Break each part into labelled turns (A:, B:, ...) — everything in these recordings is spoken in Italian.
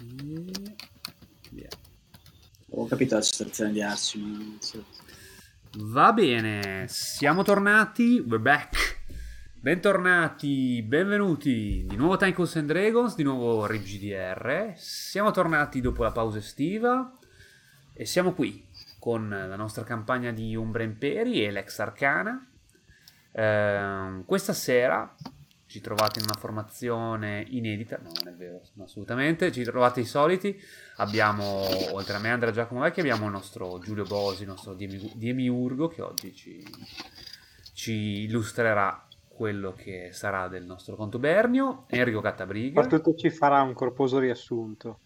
A: E... Via.
B: Ho capito la situazione di Arci, ma non so.
A: Va bene, siamo tornati. We're back. Bentornati, benvenuti di nuovo Tycoons and Dragons, di nuovo RigDR. Siamo tornati dopo la pausa estiva e siamo qui con la nostra campagna di Umbra Imperi e l'ex Arcana. Ehm, questa sera ci trovate in una formazione inedita, no non è vero, no, assolutamente, ci trovate i soliti. Abbiamo, oltre a me Andrea Giacomo Vecchi, abbiamo il nostro Giulio Bosi, il nostro diemi- Diemiurgo che oggi ci, ci illustrerà quello che sarà del nostro conto Bernio, Enrico Cattabriga.
C: Soprattutto ci farà un corposo riassunto.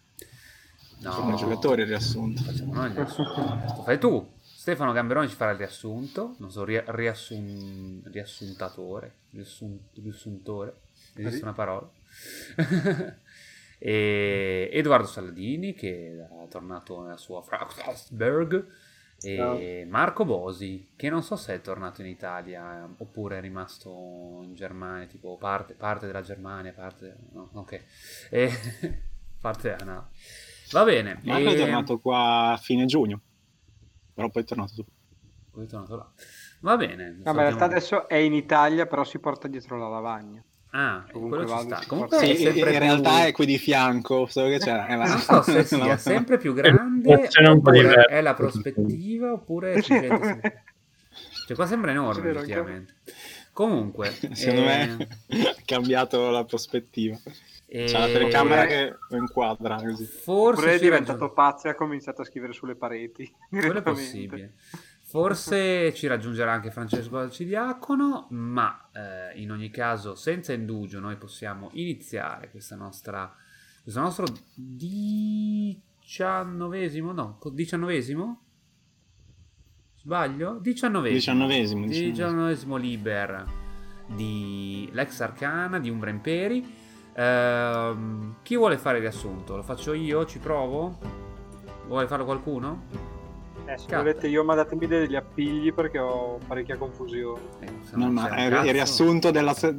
D: Sono i giocatori il riassunto.
A: Facciamo noi il riassunto. Lo fai tu. Stefano Gamberoni ci farà il riassunto, non so, ria- riassun- riassuntatore, riassun- riassuntore, esiste
C: Ri-
A: una parola. e Edoardo Saladini che era tornato nella sua Frausberg e
C: Ciao.
A: Marco Bosi che non so se è tornato in Italia eh, oppure è rimasto in Germania, tipo parte, parte della Germania, parte... no, ok. E- parte della Napo. Va bene. ehm,
D: Marco
A: e-
D: è tornato qua a fine giugno, però poi è tornato tu.
A: Poi è tornato là. Va bene.
C: No, ma in realtà
A: saltiamo-
C: adesso è in Italia, però si porta dietro la lavagna.
A: Ah,
C: Comunque
A: quello ci
C: vado,
A: sta.
C: ci
A: Comunque
C: porto-
A: è
D: Sì, in
A: sempre più-
D: realtà è qui di fianco, so che c'era. Eh, ma-
A: Non so se
D: no.
A: sia sempre più grande
E: Forse non un po'
A: oppure
E: diverso.
A: è la prospettiva oppure ci
C: Vero,
A: mette sempre- cioè qua sembra
C: Sì,
A: enorme
C: vero,
A: effettivamente comunque
D: Secondo
A: eh,
D: me ha cambiato la prospettiva.
A: eh,
D: C'è la telecamera che lo inquadra così.
A: forse
C: Oppure è
A: sì,
C: diventato
A: ragion-
C: pazzo e ha cominciato a scrivere sulle pareti.
A: quello è
C: direttamente.
A: possibile Forse ci raggiungerà anche Francesco Alcidiacono, ma eh, in ogni caso, senza indugio, noi possiamo iniziare questa nostra, questo nostro diciannovesimo, no, co- diciannovesimo? Sbaglio? Diciannovesimo.
D: Diciannovesimo, diciannovesimo.
A: Diciannovesimo liber di Lex Arcana, di Umbra Imperi. Ehm, chi vuole fare il riassunto? Lo faccio io? Ci provo? Vuole farlo qualcuno?
C: Eh, se
A: Cazzo.
C: volete, io mandatemi degli appigli perché ho parecchia confusione.
A: Eh, se
D: No,
A: non
D: ma
A: c'è un
D: è
A: cazzo.
D: il riassunto della... se-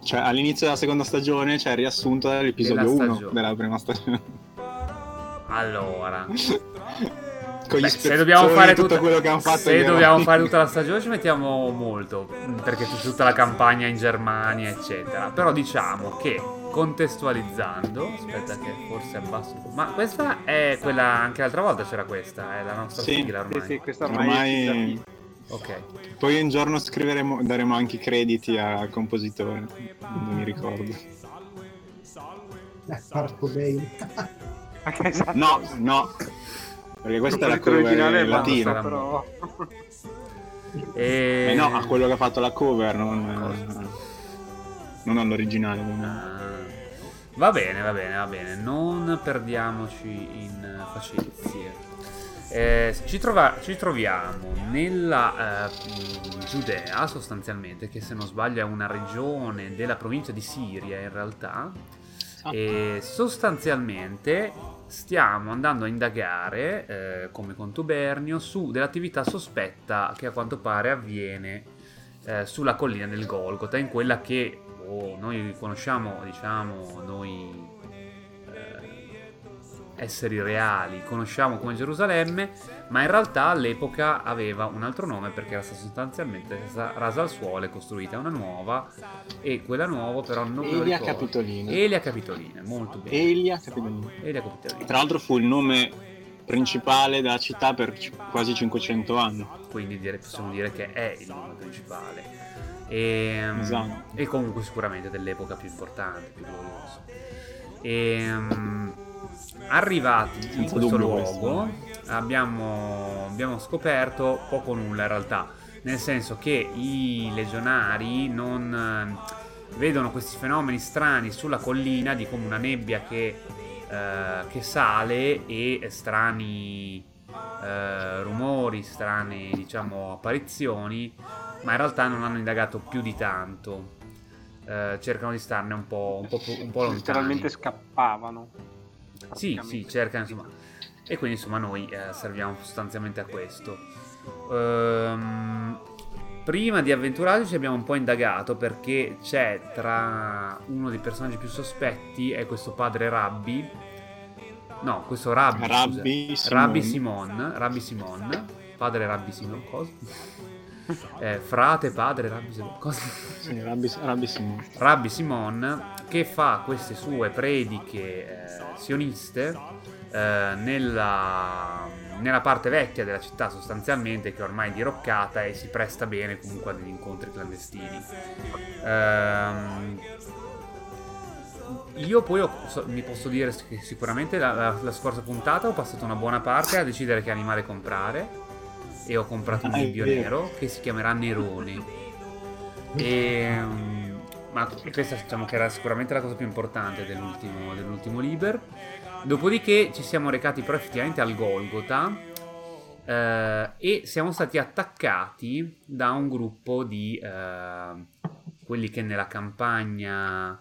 D: Cioè, all'inizio della seconda stagione c'è il riassunto
A: Della
D: dell'episodio 1
A: stagione.
D: della prima stagione.
A: Allora,
D: Con gli
A: beh, se
D: spezzoni,
A: dobbiamo fare
D: tutto
A: tutta,
D: quello che hanno fatto.
A: se
D: gli-
A: dobbiamo fare tutta la stagione ci mettiamo molto, perché c'è tutta la campagna in Germania, eccetera. Però diciamo che contestualizzando, aspetta che forse abbasso un po'. Ma questa è quella anche l'altra volta c'era questa, è la nostra
D: Sì,
A: sigla ormai.
C: Sì, sì, questa ormai, è
D: Ormai...
C: fissa.
A: Ok.
D: Poi un giorno scriveremo, daremo anche i crediti al compositore, non mi ricordo.
F: Eh, Kurt Cobain.
C: Ok, esatto.
D: No, no, perché questa è la
C: Quello
D: cover
C: originale
D: in
C: è basta,
D: latino.
A: Sarà-
C: però.
A: E
D: Eh no, a quello che ha fatto la cover, non,
A: Cosa?
D: non all'originale. non-
A: Ah. Va bene, va bene, va bene, non perdiamoci in eh, facezie. Eh, ci, trova- ci troviamo nella eh, mh, Giudea, sostanzialmente, che se non sbaglio è una regione della provincia di Siria in realtà.
D: Ah.
A: E sostanzialmente stiamo andando a indagare, eh, come contubernio, su dell'attività sospetta che a quanto pare avviene eh, sulla collina del Golgota, in quella che oh, noi conosciamo, diciamo, noi eh, esseri reali, conosciamo come Gerusalemme, ma in realtà all'epoca aveva un altro nome perché era stata sostanzialmente sa- rasa al suolo e costruita una nuova, e quella nuova però non me lo
D: Elia
A: ricordo.
D: Capitolina.
A: Elia Capitolina, molto bene.
D: Elia Capitolina.
A: Elia Capitolina.
D: Tra l'altro fu il nome principale della città per ci- quasi 500 anni.
A: quindi dire- possiamo dire che è il nome principale e,
D: Esatto.
A: e comunque sicuramente dell'epoca più importante, più gloriosa. E, mm, arrivati in
D: Senza
A: questo
D: dubbio
A: luogo
D: questo.
A: abbiamo, abbiamo scoperto poco o nulla in realtà, nel senso che i legionari non eh, vedono questi fenomeni strani sulla collina di come una nebbia che, eh, che sale e strani eh, rumori, strane diciamo apparizioni, ma in realtà non hanno indagato più di tanto. Eh, cercano di starne un po', un po', più- un po lontani.
C: Letteralmente scappavano.
A: Sì,
C: Praticamente.
A: sì, cerca insomma. E quindi insomma noi eh, serviamo sostanzialmente a questo. Ehm, Prima di avventurarci abbiamo un po' indagato perché c'è tra uno dei personaggi più sospetti è questo padre Rabbi. No, questo Rabbi. scusa. Rabbi
D: Rabbi Simon.
A: Simon, Rabbi Simon, padre Rabbi Simon, cosa? Eh, frate, padre, Rabbi Simon, cosa?
D: Sì, Rabbi, Rabbi Simon.
A: Rabbi Simon che fa queste sue prediche eh, sioniste eh, nella, nella parte vecchia della città sostanzialmente che è ormai diroccata e si presta bene comunque a degli incontri clandestini. Ehm, io poi ho- so- mi posso dire che sicuramente la, la- la scorsa puntata ho passato una buona parte a decidere che animale comprare e ho comprato un
D: Ah, è
A: bibbio
D: vero.
A: nero che si chiamerà Nerone. E, mm, ma questa diciamo che era sicuramente la cosa più importante dell'ultimo, dell'ultimo Liber. Dopodiché ci siamo recati però effettivamente al Golgota eh, e siamo stati attaccati da un gruppo di eh, quelli che nella campagna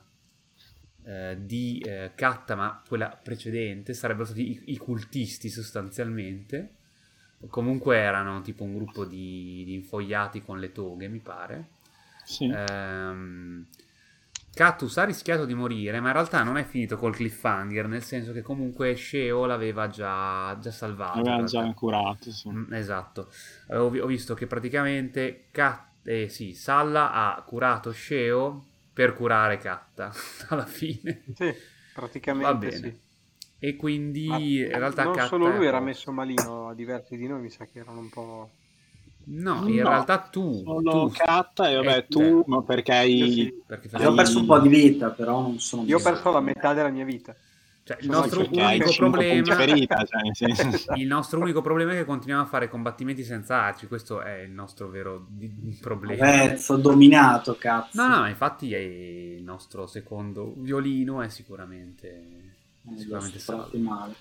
A: eh, di eh, Cattama, quella precedente, sarebbero stati i, i cultisti sostanzialmente. Comunque erano tipo un gruppo di, di infogliati con le toghe, mi pare. Eh,
D: Sì.
A: Ehm, Cactus ha rischiato di morire, ma in realtà non è finito col cliffhanger, nel senso che comunque Sheol l'aveva già, già salvato. in
D: Aveva
A: realtà.
D: già curato, sì.
A: Mm, Esatto, Eh, ho, vi- ho visto che praticamente Cat- eh, sì, Salla ha curato Sceo per curare Catta alla fine.
C: Sì,
A: Va
C: praticamente
A: bene.
C: sì.
A: E quindi
C: Ma
A: in realtà
C: non
A: Catta-
C: solo lui era messo malino, diversi di noi mi sa che erano un po'...
A: No, in
D: No,
A: realtà tu,
D: Solo
A: tu-
D: Catta e vabbè,
A: eh,
D: tu, ma perché
C: Io,
D: hai...
C: sì.
A: perché
B: Io ho
A: facevi-
B: perso un po' di vita, però non sono...
C: Io ho perso la metà della mia vita.
A: cioè, il
C: sono
A: nostro
D: perché hai
A: unico
D: cinque punti
A: problema
D: ferita, cioè, nel senso-
A: il nostro unico problema è che continuiamo a fare combattimenti senza arci, questo è il nostro vero di- problema.
B: Pezzo, dominato, cazzo.
A: No, no, ma infatti è il nostro secondo violino è sicuramente,
B: Eh,
A: sicuramente
B: l'ho superato
A: salvo.
B: male.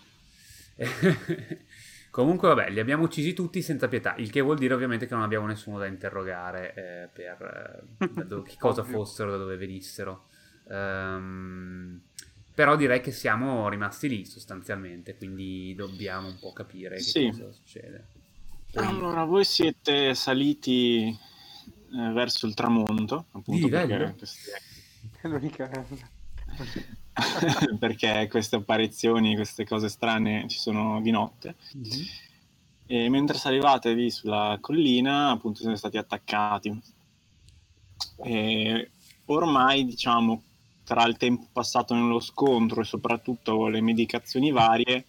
A: Comunque, vabbè, li abbiamo uccisi tutti senza pietà, il che vuol dire ovviamente che non abbiamo nessuno da interrogare eh, per eh, da dove- che cosa
C: Ovvio.
A: fossero, da dove venissero. Ehm, però direi che siamo rimasti lì sostanzialmente, quindi dobbiamo un po' capire che
D: Sì.
A: cosa succede. Poi-
D: Allora, voi siete saliti eh, verso il tramonto,
A: Di
D: appunto,
A: livello?
D: perché queste,
C: È l'unica...
D: perché queste apparizioni, queste cose strane ci sono di notte.
A: Mhm.
D: E mentre salivate lì sulla collina, appunto, siete stati attaccati. E ormai, diciamo, tra il tempo passato nello scontro e soprattutto le medicazioni varie,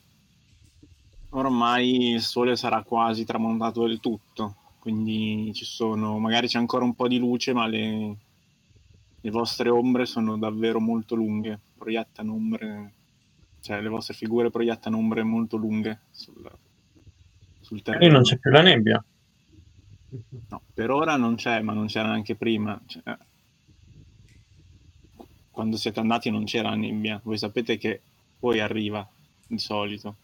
D: ormai il sole sarà quasi tramontato del tutto. Quindi ci sono, magari c'è ancora un po' di luce, ma le, le vostre ombre sono davvero molto lunghe. Proiettano ombre, cioè le vostre figure proiettano ombre molto lunghe sul, sul
E: Lì
D: terreno.
E: non c'è più la nebbia.
D: No, per ora non c'è, ma non c'era neanche prima. Cioè, quando siete andati non c'era la nebbia. Voi sapete che poi arriva di solito.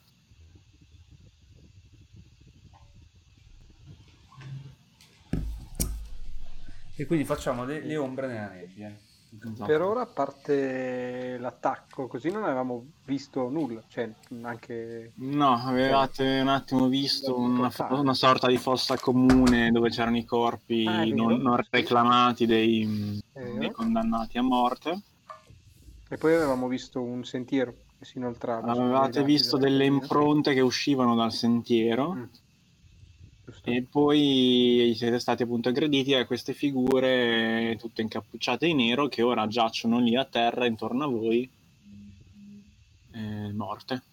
A: E quindi facciamo le, le ombre nella nebbia.
C: per ora, a parte l'attacco, così non avevamo visto nulla. Cioè, anche...
D: No, avevate un attimo visto una, fo- una sorta di fossa comune dove c'erano i corpi
C: Ah, è vero.
D: non, non reclamati dei,
C: È vero.
D: dei condannati a morte.
C: E poi avevamo visto un sentiero che si inoltrava.
D: Avevate visto delle impronte che uscivano dal sentiero.
C: Mm.
D: E poi siete stati appunto aggrediti da queste figure tutte incappucciate di nero che ora giacciono lì a terra intorno a voi, eh, morte.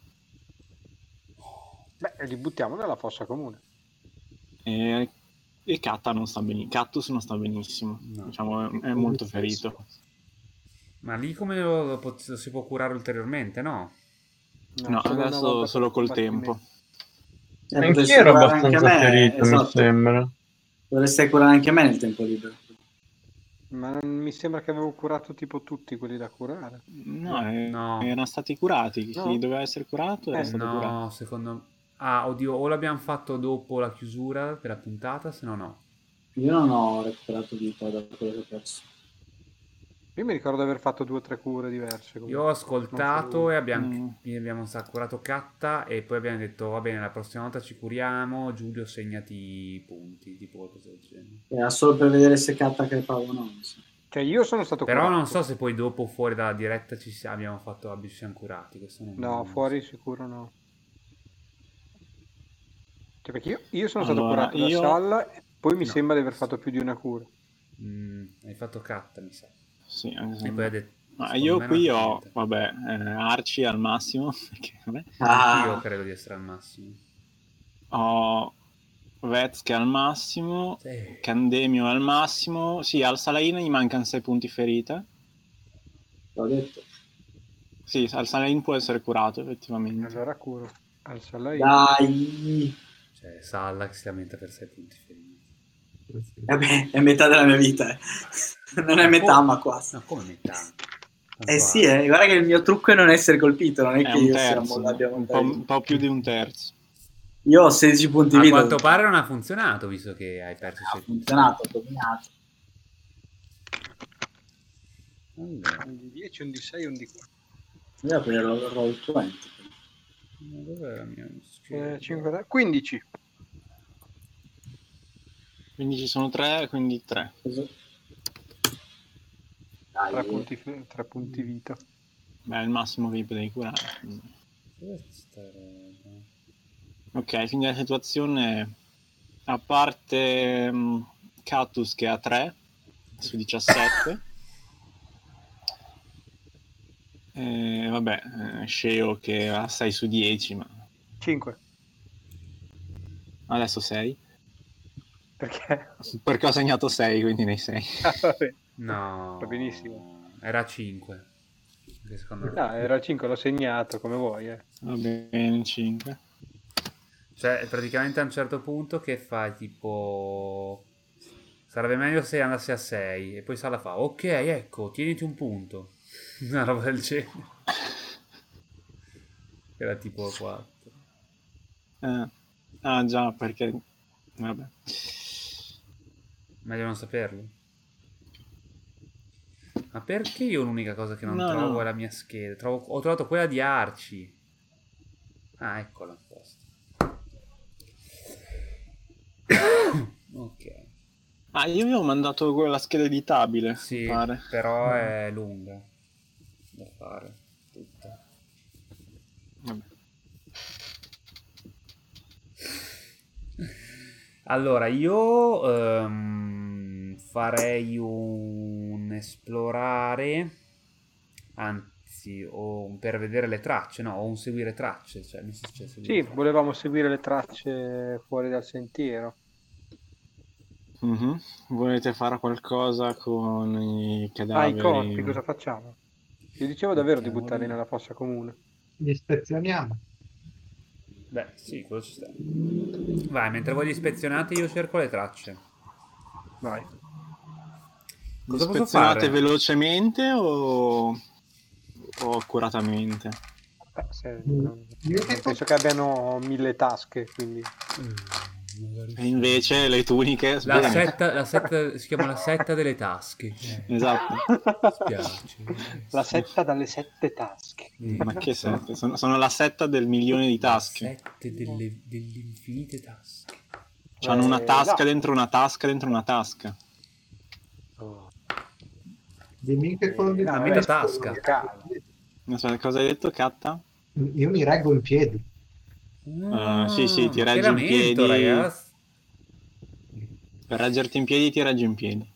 C: Beh, li buttiamo nella fossa comune.
D: E, e Katta non sta benissimo, Cactus non sta benissimo,
A: No.
D: diciamo è, è molto ferito.
A: Ma lì come lo, lo pot- si può curare ulteriormente, no?
D: No,
C: solo una
D: adesso
C: volta
D: solo
C: per
D: col
C: combattimento.
D: tempo.
B: Eh,
E: Anch'io
B: potresti
E: ero
B: curare anche
E: abbastanza
B: a me,
E: ferito, mi
B: esatto.
E: sembra.
B: Dovreste curare anche a me nel tempo libero.
C: Ma non- mi sembra che avevo curato tipo tutti quelli da curare.
D: No, eh,
A: No.
D: erano stati curati, chi
C: No.
D: doveva essere curato era
C: Eh,
D: stato curato.
A: No, secondo me... Ah, oddio, o l'abbiamo fatto dopo la chiusura della puntata, se no no.
B: Io non ho recuperato vita da quello che ho perso.
C: Io mi ricordo di aver fatto due o tre cure diverse.
A: Io ho ascoltato e
D: Mm.
A: abbiamo, abbiamo curato Catta e poi abbiamo detto va bene la prossima volta ci curiamo, Giulio segnati i punti, tipo qualcosa del genere.
B: Era solo per vedere se Katta crepava o no. mi sa.
C: Cioè, io sono stato
A: Però
C: curato.
A: non so se poi dopo fuori dalla diretta ci si- abbiamo fatto, abbi- ci siamo curati. questo non-
C: No, fuori sicuro no. Cioè, perché io, io sono stato
D: Allora,
C: curato da
D: io-
C: Salla e poi mi
A: No.
C: sembra di aver fatto più di una cura.
A: Mm, hai fatto Catta mi sa.
D: Sì, anche se-
A: E poi ha detto...
D: Mm. Ma
A: secondo
D: io
A: me
D: qui
A: non ha
D: ho,
A: niente.
D: vabbè, eh, Arci al massimo, perché, vabbè,
A: Io
B: Ah,
A: credo di essere al massimo.
D: ho Vez che è al massimo,
A: Sì.
D: Candemio al massimo, sì, al Salain gli mancano 6 punti ferita.
B: l'ho detto.
D: Sì, al Salain può essere curato effettivamente.
C: Allora curo. Al Salla io.
B: Dai.
A: Cioè, Salla che si lamenta per 6 punti feriti.
B: Vabbè, Eh è metà della mia vita. eh. Non è metà, ma quasi.
A: No, come metà?
B: Eh sì, eh, guarda che il mio trucco è non essere colpito, non è,
D: È
B: che
D: un
B: io sia
D: terzo,
B: mollato a
D: un po', un po' più di un terzo.
B: Io ho 16 punti
A: A
B: vita.
A: quanto pare non ha funzionato, visto che hai perso
B: Ha
A: 6 punti.
B: funzionato, ho dominato.
A: Allora,
C: Un di 10, un di 6, un di 4.
B: Devi aprire il roll 20.
A: ma dov'è la mia scheda?
C: Eh, 15.
D: Quindi ci sono 3, quindi 3.
B: Così. Dai,
C: 3
B: eh.
C: punti, fe- tre punti vita.
D: Beh, è il massimo che gli potevi curare. quindi.
A: Dov'è sta roba?
D: Ok, quindi la situazione, a parte mh, Catus che ha 3 su 17, eh, vabbè, eh, Sceo che ha 6 su 10, ma
C: 5.
D: adesso 6,
C: Perché?
D: perché ho segnato 6, quindi nei 6.
C: Ah, vabbè.
A: No.
C: Va benissimo.
A: Era 5. Che secondo me.
C: No, era 5, l'ho segnato come vuoi. Eh.
D: Va bene, 5.
A: Cioè, praticamente a un certo punto che fai tipo... Sarebbe meglio se andassi a 6 e poi Sala fa, ok, ecco, tieniti un punto. Una roba del genere. Era tipo 4.
D: Eh, ah già, perché... Vabbè.
A: Meglio non saperlo. Ma perché io l'unica cosa che non
D: No,
A: trovo
D: no.
A: è la mia scheda? Trovo- ho trovato quella di Arci. Ah, eccola. a posto. ok.
D: Ah, io avevo mandato quella scheda editabile,
A: Sì,
D: mi pare.
A: però è lunga da fare. Tutta.
D: Vabbè.
A: Allora, io ehm, farei un esplorare, anzi, o un per vedere le tracce, no, o un seguire tracce, cioè non so se c'è seguire
C: Sì,
A: tracce.
C: volevamo seguire le tracce fuori dal sentiero.
D: Mhm. Volete fare qualcosa con i
C: Ah,
D: cadaveri?
C: i corpi, cosa facciamo? Io dicevo davvero di buttarli nella fossa comune.
E: Li ispezioniamo.
A: Beh, sì, quello ci sta. Vai, mentre voi li ispezionate io cerco le tracce.
C: Vai.
D: Li
A: Cosa posso
D: spezionate
A: fare?
D: velocemente o... o accuratamente?
C: Beh, Eh, se-
E: Mm.
C: non-
E: Io
C: non
E: che-
C: penso che abbiano mille tasche, quindi
D: E invece le tuniche...
A: La
D: bene.
A: setta, la setta- si chiama la setta delle tasche. Cioè, Mi
D: Esatto.
A: spiace.
C: la setta dalle sette tasche.
A: Sì.
D: Ma che sette? Sono, sono la setta del milione di tasche.
A: Sette delle, delle infinite tasche.
D: Hanno una
C: Eh,
D: tasca
C: no.
D: dentro una tasca dentro una tasca.
E: Dimmi che quello di
C: Eh, No,
A: a
E: là.
A: metà tasca.
C: Calma.
D: Aspetta, cosa hai detto, Katta?
E: Io mi reggo in piedi.
D: Ah, sì, sì, ti
A: ma
D: reggi
A: Mm, che
D: in
A: lamento,
D: piedi.
A: ragazzi.
D: Per reggerti in piedi ti reggi in piedi.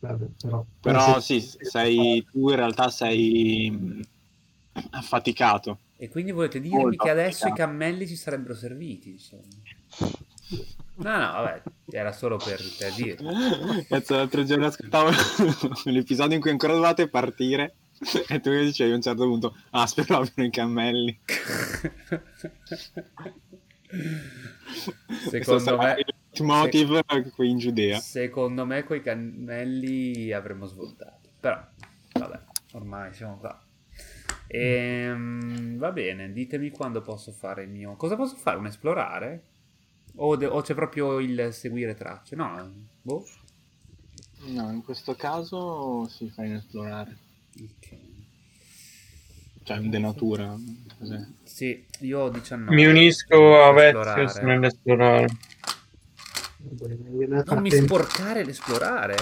E: Vabbè, però,
D: Però sì, sei, tu in realtà sei mm, affaticato.
A: E quindi volete dirmi
D: Molto
A: che adesso i
D: applicato.
A: cammelli ci sarebbero serviti, insomma. No, no, vabbè, era solo per, per dire.
D: Cazzo, l'altro giorno ascoltavo l'episodio in cui ancora dovevate partire e tu mi dicevi a un certo punto ah speravano i cammelli Questo
A: Secondo
D: sarà
A: me,
D: il motive qui in Giudea
A: secondo me coi cammelli avremmo svoltato. Però, vabbè, ormai siamo qua. Ehm, va bene, ditemi quando posso fare il mio... Cosa posso fare? Un esplorare? O, de- o c'è proprio il seguire tracce? No, boh.
D: No, in questo caso si fa inesplorare.
A: Ok.
D: Cioè, un denatura. Cos'è?
A: Sì, io ho 19.
F: Mi unisco a
A: Esplorare.
F: Vezius nell'esplorare.
A: Non mi sporcare ed esplorare?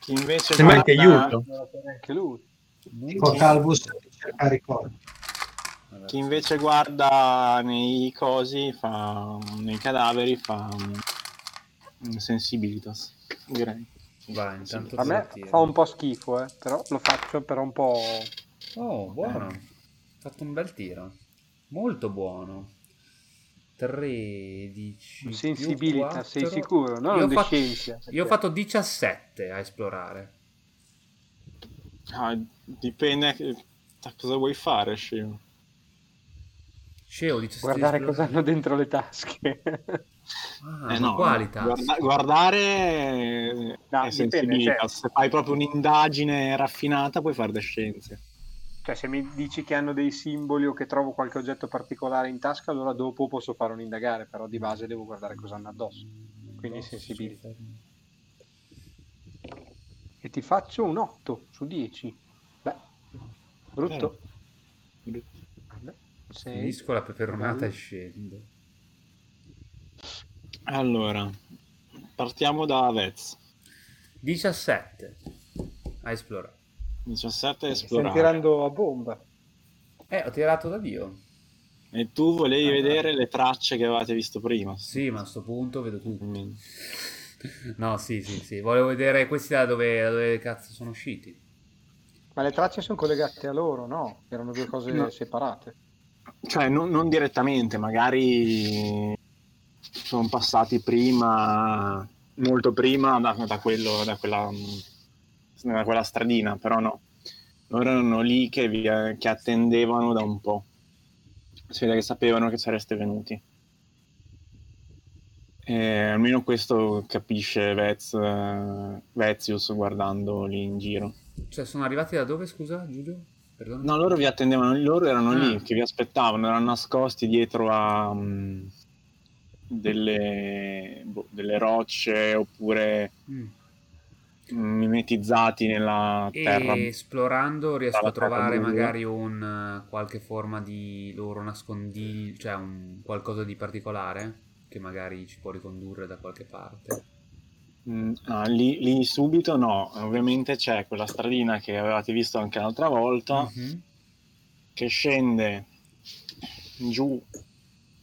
D: Chi invece
F: Sembra anche
D: guarda-
F: aiuto.
C: Non lo sa neanche lui.
E: Dico Calvus cercare i corpi.
A: Vabbè.
D: Chi invece guarda nei cosi, fa, nei cadaveri, fa un, un sensibilitas, direi.
A: Vai, intanto
C: A me
A: sentire.
C: fa un po' schifo, eh, però lo faccio però un po'...
A: Oh, buono. Ha fatto un bel tiro. Molto buono. 13. più
C: Sensibilità,
A: quattro.
C: sei sicuro? No,
A: Io ho,
C: non eh,
A: fatto,
C: scienza.
A: io ho fatto 17 a esplorare.
D: Ah, dipende che- da cosa vuoi fare, scemo.
A: Sceo 17
C: Guardare
A: di
C: cosa
A: esplorare.
C: hanno dentro le tasche.
A: Ah,
D: Eh,
A: ma
D: no,
A: quali tasche?
D: guarda- guardare
C: No,
D: è
C: dipende,
D: sensibilitas.
C: certo.
D: Se fai proprio un'indagine raffinata, puoi fare da scienze.
C: cioè, se mi dici che hanno dei simboli o che trovo qualche oggetto particolare in tasca, allora dopo posso fare un indagare, però di base devo guardare cosa hanno addosso. Quindi sensibilità.
D: certo.
C: E ti faccio un 8 su 10. Beh, brutto. Beh, sei-
A: Finisco la peperonata e scendo.
D: Allora, partiamo da Vez.
A: 17 a esplorare.
D: 17
C: Stiamo
D: esplorare.
C: tirando a bomba.
A: Eh, ho tirato da Dio.
D: E tu volevi
A: Ah.
D: vedere le tracce che avevate visto prima.
A: Sì, ma a sto punto vedo tutto.
D: Mm.
A: No, sì, sì, sì. Volevo vedere questi da dove, da dove cazzo sono usciti.
C: Ma le tracce sono collegate a loro, no? Erano due cose
D: No.
C: separate.
D: Cioè, non, non direttamente, magari sono passati prima, molto prima da, da quello, da, quella, da quella stradina, però no. Loro erano lì che, vi, che attendevano da un po'. Si vede che sapevano che sareste venuti. E almeno questo capisce Vez, eh, Vezius guardando lì in giro.
A: Cioè, sono arrivati da dove, scusa, Giulio? Perdono.
D: No, loro vi attendevano, loro erano
A: Ah.
D: lì che vi aspettavano, erano nascosti dietro a mm, delle, boh, delle rocce oppure
A: Mm.
D: mm, mimetizzati nella
A: E
D: terra.
A: esplorando riesco
D: Dalla
A: a trovare
D: terra dura.
A: magari un eh, qualche forma di loro nascondiglio, cioè un qualcosa di particolare che magari ci può ricondurre da qualche parte.
D: Mm, ah, lì, lì subito no, ovviamente c'è quella stradina che avevate visto anche l'altra volta
A: Mhm.
D: che scende giù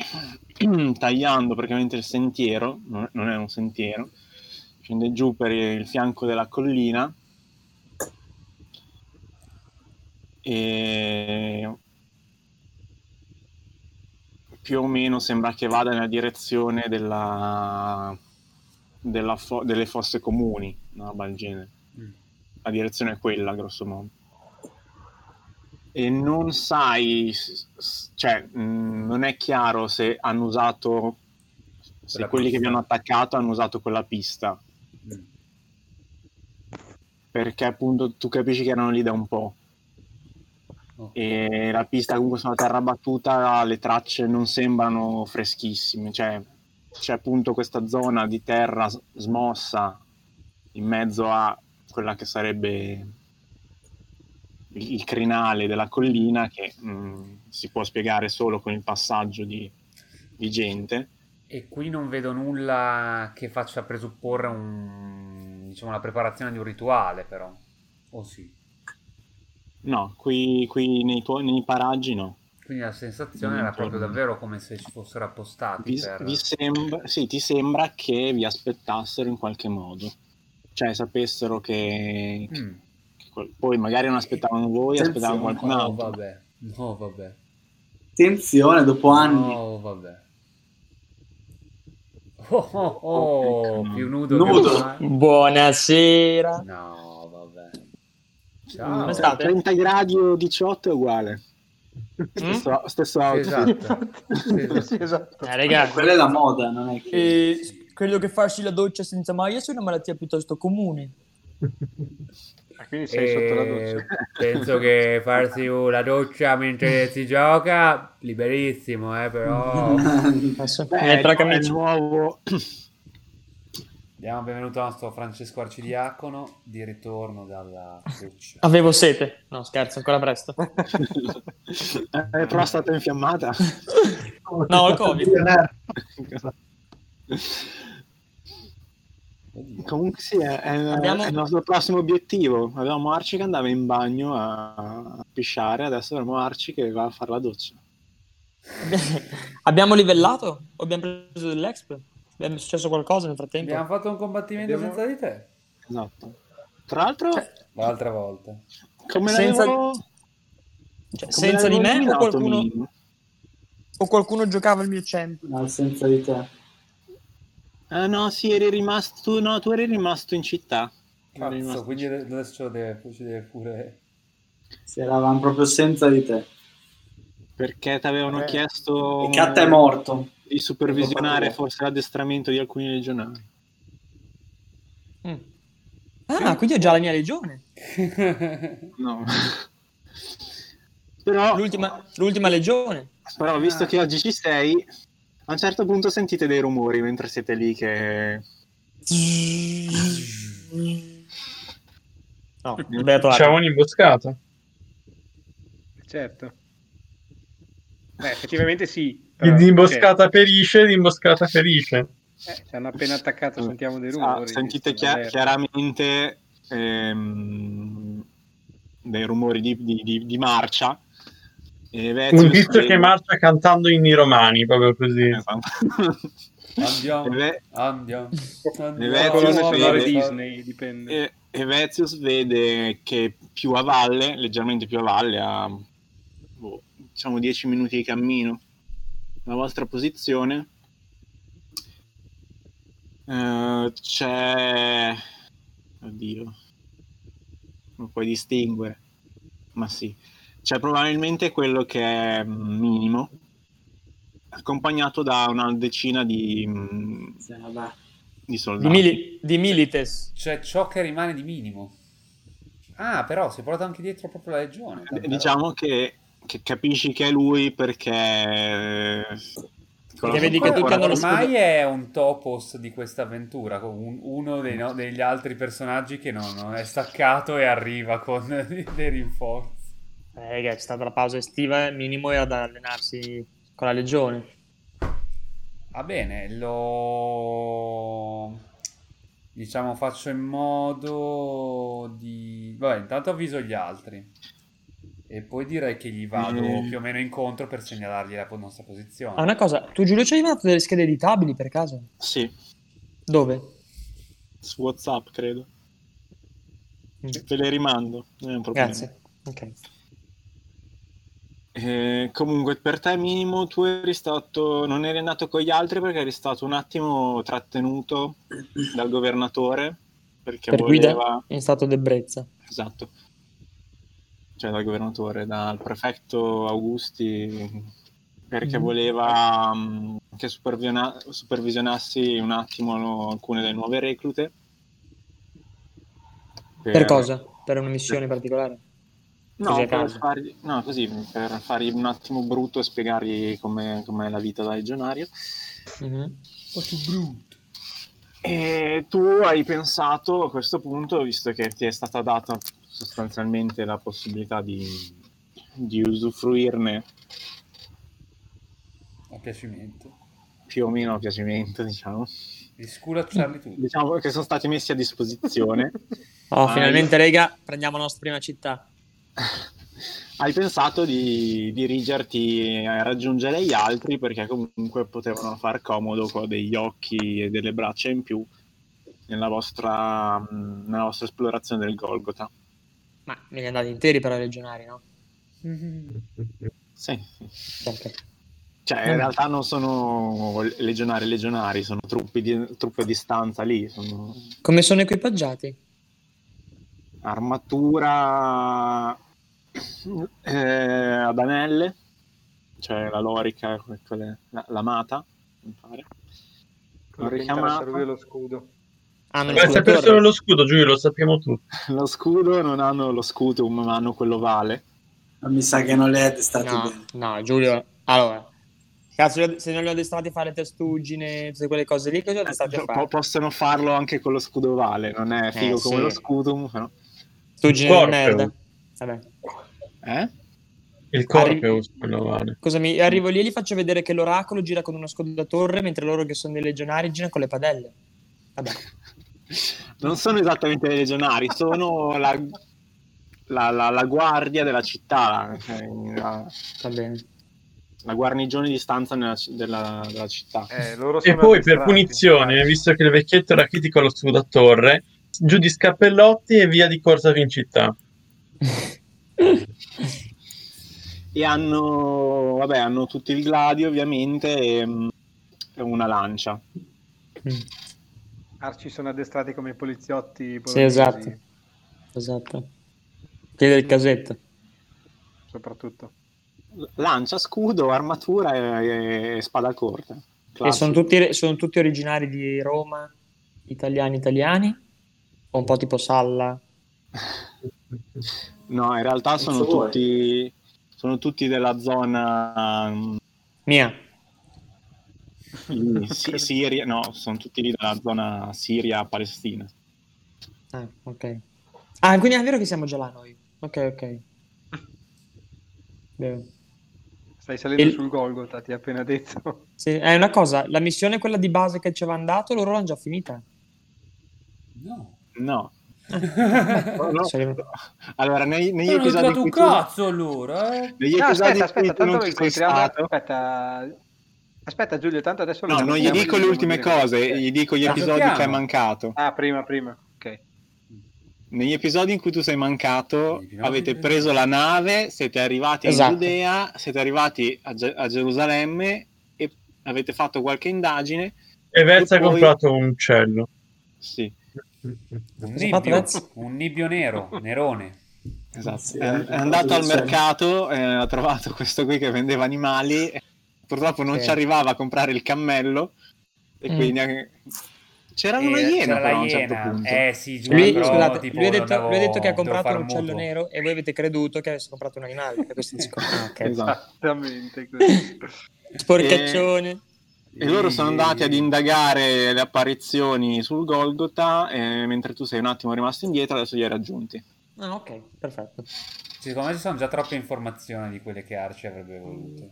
D: tagliando praticamente il sentiero, non è- non è un sentiero, scende giù per il fianco della collina e più o meno sembra che vada nella direzione della- della fo- delle fosse comuni, una roba del genere
A: Mm.
D: la direzione è quella, grosso modo. E non sai, s- s- cioè, mh, non è chiaro se hanno usato, se
A: Quella
D: quelli che vi
A: pista.
D: hanno attaccato hanno usato quella pista,
A: Mm.
D: perché appunto tu capisci che erano lì da un po'.
A: Ok.
D: E la pista comunque sulla terra battuta, le tracce non sembrano freschissime, cioè c'è appunto questa zona di terra s- smossa in mezzo a quella che sarebbe il, il crinale della collina che mh, si può spiegare solo con il passaggio di, di gente.
A: E qui non vedo nulla che faccia presupporre un, diciamo, la preparazione di un rituale, però. O sì.
D: No, qui, qui nei, tuoi- nei paraggi no.
A: Quindi la sensazione
D: Mm,
A: era proprio
D: torno.
A: davvero come se ci fossero appostati
D: Vi-
A: per...
D: vi sembra- sì, ti sembra che vi aspettassero in qualche modo. Cioè sapessero che... che-
A: Mm.
D: che quel- Poi magari non aspettavano voi, aspettavano
B: Attenzione,
D: qualcun
A: No,
D: altro.
A: Oh, vabbè. No, vabbè.
B: Attenzione, dopo anni.
A: No, vabbè. Oh, oh, oh, più nudo,
B: Nudo.
A: che mai.
F: Buonasera.
A: No, vabbè.
D: Mm,
A: Ciao.
F: State?
D: 30 gradi o 18 è uguale.
F: Mm?
D: Stesso, stesso outfit.
A: Esatto. Sì,
C: Sì,
A: sì.
C: esatto.
F: Eh, raga,
B: Quella è la moda, non è che...
F: eh, credo che farsi la doccia senza maglia sia una malattia piuttosto comune.
C: Ah, Quindi sei sotto la
D: Eh,
C: doccia.
A: Eh, Penso che farsi la doccia mentre si gioca, liberissimo, eh, però...
F: Adesso
D: Beh,
F: metto la
D: è, il
F: camicia.
D: nuovo,
A: Diamo il benvenuto al nostro Francesco Arcidiacono di ritorno dalla Russia.
F: Avevo sete. No, scherzo, ancora presto.
D: è prostata infiammata.
F: No, il Covid.
D: Comunque sì, è, è-
F: Abbiamo-
D: è il nostro prossimo obiettivo. Avevamo Arci che andava in bagno a, a pisciare, adesso avremo Arci che va a fare la doccia.
F: abbiamo livellato? O abbiamo preso dell'exp? È successo qualcosa nel frattempo?
A: Abbiamo fatto un combattimento
C: Abbiamo-
A: senza di te
D: Esatto. Tra l'altro,
A: l'altra volta.
D: come
F: senza-
D: l'avevo-
F: Cioè,
D: come
F: senza di
D: l'avevo
F: me o
D: nominato,
F: qualcuno,
D: Mimmo?
F: o qualcuno giocava il mio champ?
B: No, senza di te.
D: Ah, no, sì, eri rimasto, no, tu eri rimasto in città. Eri
A: Cazzo,
D: rimasto-
A: quindi adesso deve, ci deve pure...
B: Sì, eravamo proprio senza di te.
D: Perché ti avevano
C: Eh.
F: Oh,
D: chiesto
B: E Kat è
F: eh.
B: morto.
D: di supervisionare
B: Dopo-
D: forse l'addestramento di alcuni legionari.
F: Mm. Ah, quindi ho già la mia legione.
D: No. Però,
F: L'ultima, l'ultima legione.
D: però visto che oggi ci sei, a un certo punto sentite dei rumori mentre siete lì che...
F: No, beato Arco.
G: Facciamo un'imboscata.
C: Certo. Beh, effettivamente sì. però-
G: L'imboscata ferisce, l'imboscata ferisce.
C: cioè, eh, ci hanno appena attaccato, sentiamo dei
D: Ah,
C: rumori.
D: sentite chia-
C: Stanno allerta.
D: chiaramente ehm, dei rumori di, di- di- di marcia. E Vezio
G: Un tizio
D: sveglia-
G: che marcia cantando in romani, proprio
D: Eh,
G: così.
D: Esatto.
A: Andiamo,
D: E Ve-
A: andiamo.
D: Vezio
A: andiamo.
C: Colonne
D: Sì,
C: sonore
D: sì.
C: Disney, dipende.
D: E, e Vezius vede che più a valle, leggermente più a valle, a boh, diciamo 10 minuti di cammino, la vostra posizione, eh, c'è... Oddio, non puoi distinguere, ma sì, c'è probabilmente quello che è mm, minimo, accompagnato da una decina di, mm,
B: Sì, vabbè.
D: di soldati.
F: Di, mili- di Milites.
A: C'è ciò che rimane di minimo. Ah, però si è portato anche dietro proprio la legione. tanta
D: diciamo che, che capisci che è lui perché
A: roba.
F: Che vedi che tutti hanno lo scudo.
A: Ormai è un topos di questa avventura, con un- uno dei no- degli altri personaggi che non, non è staccato e arriva con dei rinforzi.
F: Eh, raga, c'è stata la pausa estiva, il minimo era da allenarsi con la legione.
A: Va bene, lo... Diciamo faccio in modo di... Vabbè, intanto avviso gli altri. E poi direi che gli vado
D: Mm.
A: più o meno incontro per segnalargli la po- nostra posizione.
F: Eh. Ah, una cosa, tu Giulio ci hai mandato delle schede editabili per caso?
D: sì
F: Dove?
D: su whatsapp credo
F: Mm.
D: ve le rimando non è un problema
F: Grazie. Ok.
D: Eh, comunque per te minimo tu eri stato non eri andato con gli altri perché eri stato un attimo trattenuto dal governatore perché
F: Per guida
D: voleva
F: in stato d'ebbrezza.
D: esatto cioè dal governatore dal prefetto Augusti perché
F: Mhm.
D: voleva mm, che superviona- supervisionassi un attimo lo- alcune delle nuove reclute Eh.
F: Per cosa? Per una missione particolare?
D: No,
F: Così a
D: per
F: caso.
D: fargli, no, così per fargli un attimo brutto e spiegargli com'è, com'è la vita da legionario.
F: Mhm.
D: E tu hai pensato a questo punto, visto che ti è stata data sostanzialmente la possibilità di, di usufruirne
A: A piacimento.
D: più o meno a piacimento, diciamo,
A: Di sculacciarli tutti.
D: diciamo che sono stati messi a disposizione,
F: Oh,
D: Ah,
F: finalmente, raga, prendiamo la nostra prima città.
D: hai pensato di dirigerti a raggiungere gli altri perché comunque potevano far comodo con degli occhi e delle braccia in più nella vostra, mh, nella vostra esplorazione del Golgota.
F: Ma ne andati interi per la legionaria, no?
D: Sì, sì.
F: Sempre.
D: Cioè, in realtà non sono legionari legionari, sono truppe, di, truppe a distanza lì, sono
F: Come sono equipaggiati?
D: armatura eh, ad anelle, cioè la lorica, que- quella- la, la mata, mi pare. L'ho
C: Quello che
D: richiamata.
C: interessa a lui è lo scudo.
F: Hanno
G: Beh,
F: il
G: sapere solo lo scudo, Giulio, lo sappiamo tutti.
D: Lo scudo non hanno lo scutum, ma hanno quello vale.
B: Ma mi sa che non le è stati
F: No,
B: bene.
F: no, Giulio, allora, Cazzo, li ho- se non li ho addestrati a fare testuggine, tutte quelle cose lì, che
D: Eh,
F: li ho addestrati a
D: Cioè, Po-
F: fare?
D: possono farlo anche con lo scudo ovale, non è figo
F: Eh,
D: come
F: sì.
D: lo scudo, però...
F: Testuggine di
G: Porca.
F: merda. Vabbè.
D: Eh?
G: Il
F: Arri-
G: Corpeus, quello vale.
F: Scusami, arrivo lì e gli faccio vedere che l'oracolo gira con uno scudo da torre, mentre loro che sono dei legionari girano con le padelle. Vabbè.
D: Non sono esattamente dei legionari, sono la, la- la- la guardia della città, cioè, la,
F: Va bene.
D: la guarnigione di stanza nella ci- della, della città.
C: Eh, loro
G: E
C: sono
G: poi per
C: addestrati.
G: punizione, visto che il vecchietto era critico allo scudo a torre, giù di scappellotti e via di corsa fin città.
D: E hanno, vabbè, hanno tutti il gladio ovviamente e, mm, e una lancia.
F: Mm.
C: Arci sono addestrati come i poliziotti
F: Sì,
C: bolognesi,
F: esatto. Esatto. Chiede il casetto.
C: soprattutto.
D: Lancia, scudo, armatura e, e spada corta.
F: E
D: Classico.
F: sono tutti, sono tutti originari di Roma, italiani italiani? O un po' tipo Salla?
D: No, in realtà sono
B: so.
D: tutti, sono tutti della zona mm,
F: Mia.
D: lì, Si- Siria, no, sono tutti lì della zona Siria-Palestina.
F: Ah, ok. Ah, quindi è vero che siamo già là noi. Ok, ok. Vero.
C: Stai salendo
F: Il-
C: sul Golgotha, ti ho appena detto.
F: Sì, è una cosa, la missione quella di base che ci avevano dato, loro l'hanno già finita.
A: No.
D: No.
A: Però
D: no.
F: Cioè,
D: Allora, nei- negli
A: non ho
D: episodi
A: trovato un
D: in cui tu-
A: cazzo allora, eh.
D: negli
C: No,
D: episodi
C: aspetta,
D: in cui
C: aspetta,
D: tu non
C: tanto lo
D: ci sei
C: incontriamo.
D: stato-
C: Aspetta, aspetta Giulio, tanto adesso lo
D: No, non gli
C: incontriamo,
D: dico le
C: dobbiamo
D: ultime
C: dire-
D: cose,
C: Ok.
D: gli dico gli
A: Ah,
D: episodi
A: giochiamo.
D: che è mancato.
C: Ah, prima, prima. Ok.
D: Negli episodi in cui tu sei mancato,
A: Gli
D: avete
A: episodi-
D: preso la nave, siete arrivati
F: Esatto.
D: in Giudea, siete arrivati a, Ge- a Gerusalemme e avete fatto qualche indagine.
G: E Verza
D: E
G: ha
D: poi-
G: comprato un uccello.
D: Sì,
A: Un
F: Cosa fa
A: nibbio,
F: Pezzi?
A: un nibbio nero, nerone.
D: esatto.
B: Sì,
D: È,
B: anche
D: è andato al
B: sì.
D: mercato, eh, ha trovato questo qui che vendeva animali, purtroppo non
F: Sì.
D: ci arrivava a comprare il cammello e
F: Mm.
D: quindi... eh, C'era
A: Eh,
D: una iena
A: c'era
D: però a
A: la
D: un certo
A: iena.
D: punto.
A: Eh sì, giuro,
F: Lui,
A: però,
F: scusate,
A: tipo,
F: lui ha,
A: lo
F: detto,
A: andavo-
F: lui ha detto che ha
A: devo
F: comprato
A: fare
F: un uccello
A: mutuo.
F: nero e voi avete creduto che avesse comprato un animale. E questo dice, ah, ok.
D: Esatto.
C: Esattamente così.
F: Sporcaccione.
D: E loro sono andati ad indagare le apparizioni sul Golgotha, eh, mentre tu sei un attimo rimasto indietro, adesso li hai raggiunti.
F: Ah, ok, perfetto.
A: Secondo me ci sono già troppe informazioni di quelle che Arci avrebbe voluto.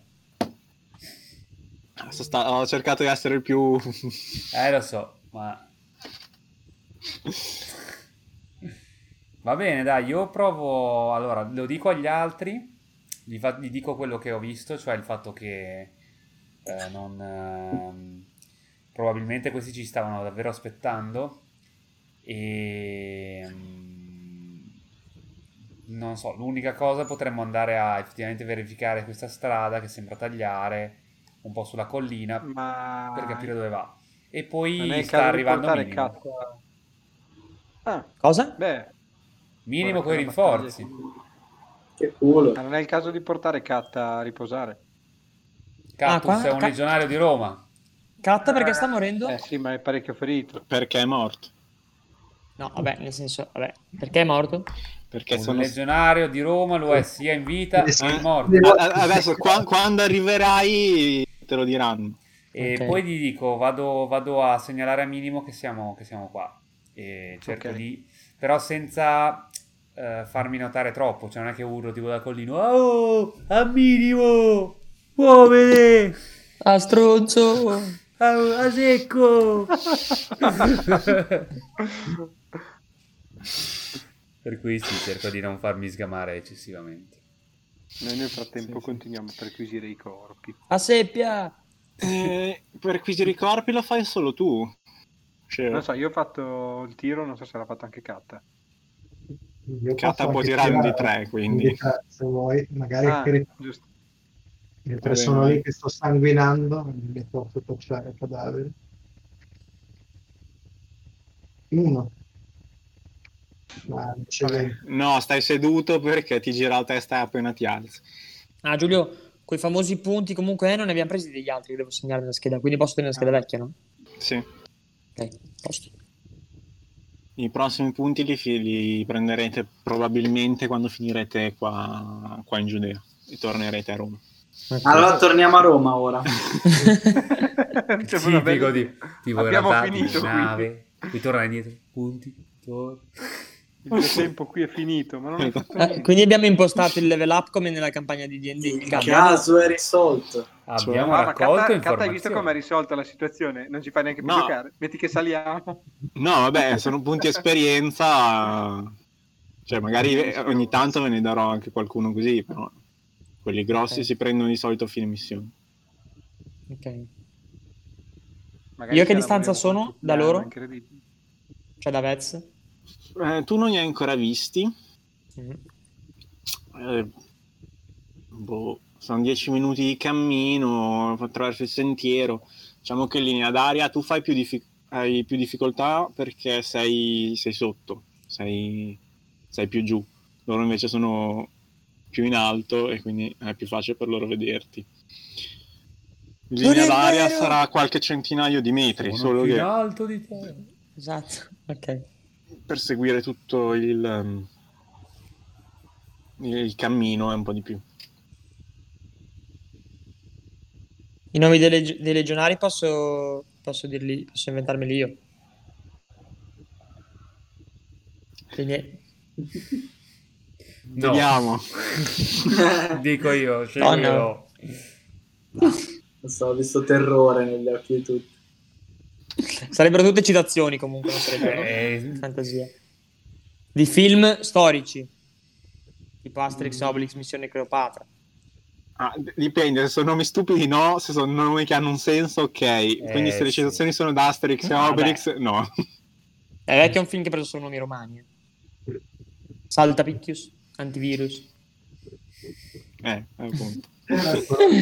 D: Sono sta- ho cercato di essere il più...
A: Eh, lo so, ma... Va bene, dai, io provo... Allora, lo dico agli altri, gli, fa- gli dico quello che ho visto, cioè il fatto che eh, non... ehm, probabilmente questi ci stavano davvero aspettando e... mm, Non so, l'unica cosa potremmo andare a effettivamente verificare questa strada che sembra tagliare un po' sulla collina,
C: Ma
A: per capire dove va. E poi
C: Ah, ecco. non è il
A: sta
C: caso di
A: arrivando
C: portare
A: Minimo.
C: cazzo. Ah,
F: Cosa?
C: beh,
A: Minimo
C: ora
A: con i
C: che la battaglia-
A: rinforzi.
B: Che culo.
C: Ma non è il caso di portare Katta a riposare.
F: Ah,
A: Cactus
F: qua-
A: è un
F: ca-
A: legionario di Roma.
F: Catta perché sta morendo?
C: Eh sì, ma è parecchio ferito.
D: Perché è morto?
F: No, vabbè, nel senso, vabbè, perché è morto?
D: Perché
A: un
D: sono...
A: legionario di Roma lo è sia in vita
E: Eh,
A: che
D: sì.
A: morto.
D: A- a- adesso, qua- quando arriverai, te lo diranno.
A: E
F: Ok.
A: poi gli dico, vado, vado a segnalare a Minimo che siamo, che siamo qua. E cerco
C: Ok.
A: di... Però senza eh, farmi notare troppo. Cioè non è che urlo tipo da collino. Oh, a Minimo! Muovete!
F: Ah, stronzo!
A: A, a secco! Per cui sì, cerco di non farmi sgamare eccessivamente.
C: Noi nel frattempo continuiamo a perquisire i corpi.
F: A seppia!
D: Eh, perquisire i corpi lo fai solo tu. Cioè,
C: Non so, io ho fatto il tiro, non so se l'ha fatto anche Katta.
E: Io
D: Katta
E: posso
D: può
E: anche
D: tirare un
E: tirare
D: D3,
E: un
D: quindi...
E: D3, se vuoi, magari
C: Ah,
E: che-
C: giusto.
E: mentre
D: Va bene,
E: sono
D: vai.
E: lì che sto sanguinando, mi metto a fotocciare il cadavere. Uno. Ma eccellente.
D: No, stai seduto perché ti gira la testa appena ti alzi.
F: Ah, Giulio, quei famosi punti comunque eh, non ne abbiamo presi degli altri, devo segnare nella scheda, quindi posso tenere la scheda vecchia, no?
D: Sì.
F: Ok, posto.
D: I prossimi punti li, fi- li prenderete probabilmente quando finirete qua, qua in Giudea e tornerete a Roma.
B: Allora torniamo a Roma ora.
C: C'è Cioè,
A: Tipico
C: una bella-
A: di tipo
C: Abbiamo
A: era
C: finito, quindi.
A: nave, ritorna indietro, punti, tor-
C: Cioè, Il mio tempo qui è finito, ma non è fatto
F: Eh,
C: niente.
F: quindi abbiamo impostato il level up come nella campagna di D&D.
B: Il
F: Cambia.
B: caso è risolto.
A: Abbiamo
C: Ah, ma
A: raccolto
C: Cata- Cata, hai visto come è
A: informazioni.
C: risolta la situazione? Non ci fai neanche più
D: No.
C: giocare. Metti che saliamo.
D: No, vabbè, sono punti esperienza. Cioè, magari ogni tanto ve ne darò anche qualcuno così, però quelli grossi
F: Ok.
D: si prendono di solito a fine missione.
F: Ok.
C: Magari
F: Io che
C: ce la
F: distanza
C: volevo
F: sono
C: tutti,
F: da
C: eh,
F: loro?
C: incredibile.
F: Cioè da Vez.
D: Eh, tu non li hai ancora visti.
F: Mm.
D: Eh, boh, sono dieci minuti di cammino attraverso il sentiero. Diciamo che in linea d'aria tu fai più diffi- hai più difficoltà perché sei, sei sotto, sei, sei più giù. Loro invece sono più in alto e quindi è più facile per loro vederti. In
F: Non
D: linea
F: è
D: d'aria
F: vero!
D: sarà qualche centinaio di metri,
A: Sono
D: solo
A: più
D: che
A: in alto di te.
F: Esatto. Ok.
D: per seguire tutto il, um, il cammino è un po' di più.
F: I nomi dei, leg- dei legionari posso, posso dirli, posso inventarmeli io. Dei miei-
A: No.
D: Vediamo.
A: Dico io, cioè
F: No,
A: io.
F: no.
B: Non so, ho visto terrore negli occhi di tutti.
F: Sarebbero tutte citazioni comunque, non sarebbero
A: Eh,
F: fantasia. Di film storici, tipo Asterix, Obelix, Missione Cleopatra.
D: Ah, d- dipende, se sono nomi stupidi no, se sono nomi che hanno un senso ok, quindi se le
A: sì.
D: citazioni sono da Asterix e
F: Vabbè.
D: Obelix no.
F: È vecchio un film che ha preso solo nomi romani. eh. Saltapicchius, Antivirus.
D: Eh, appunto.
E: Hai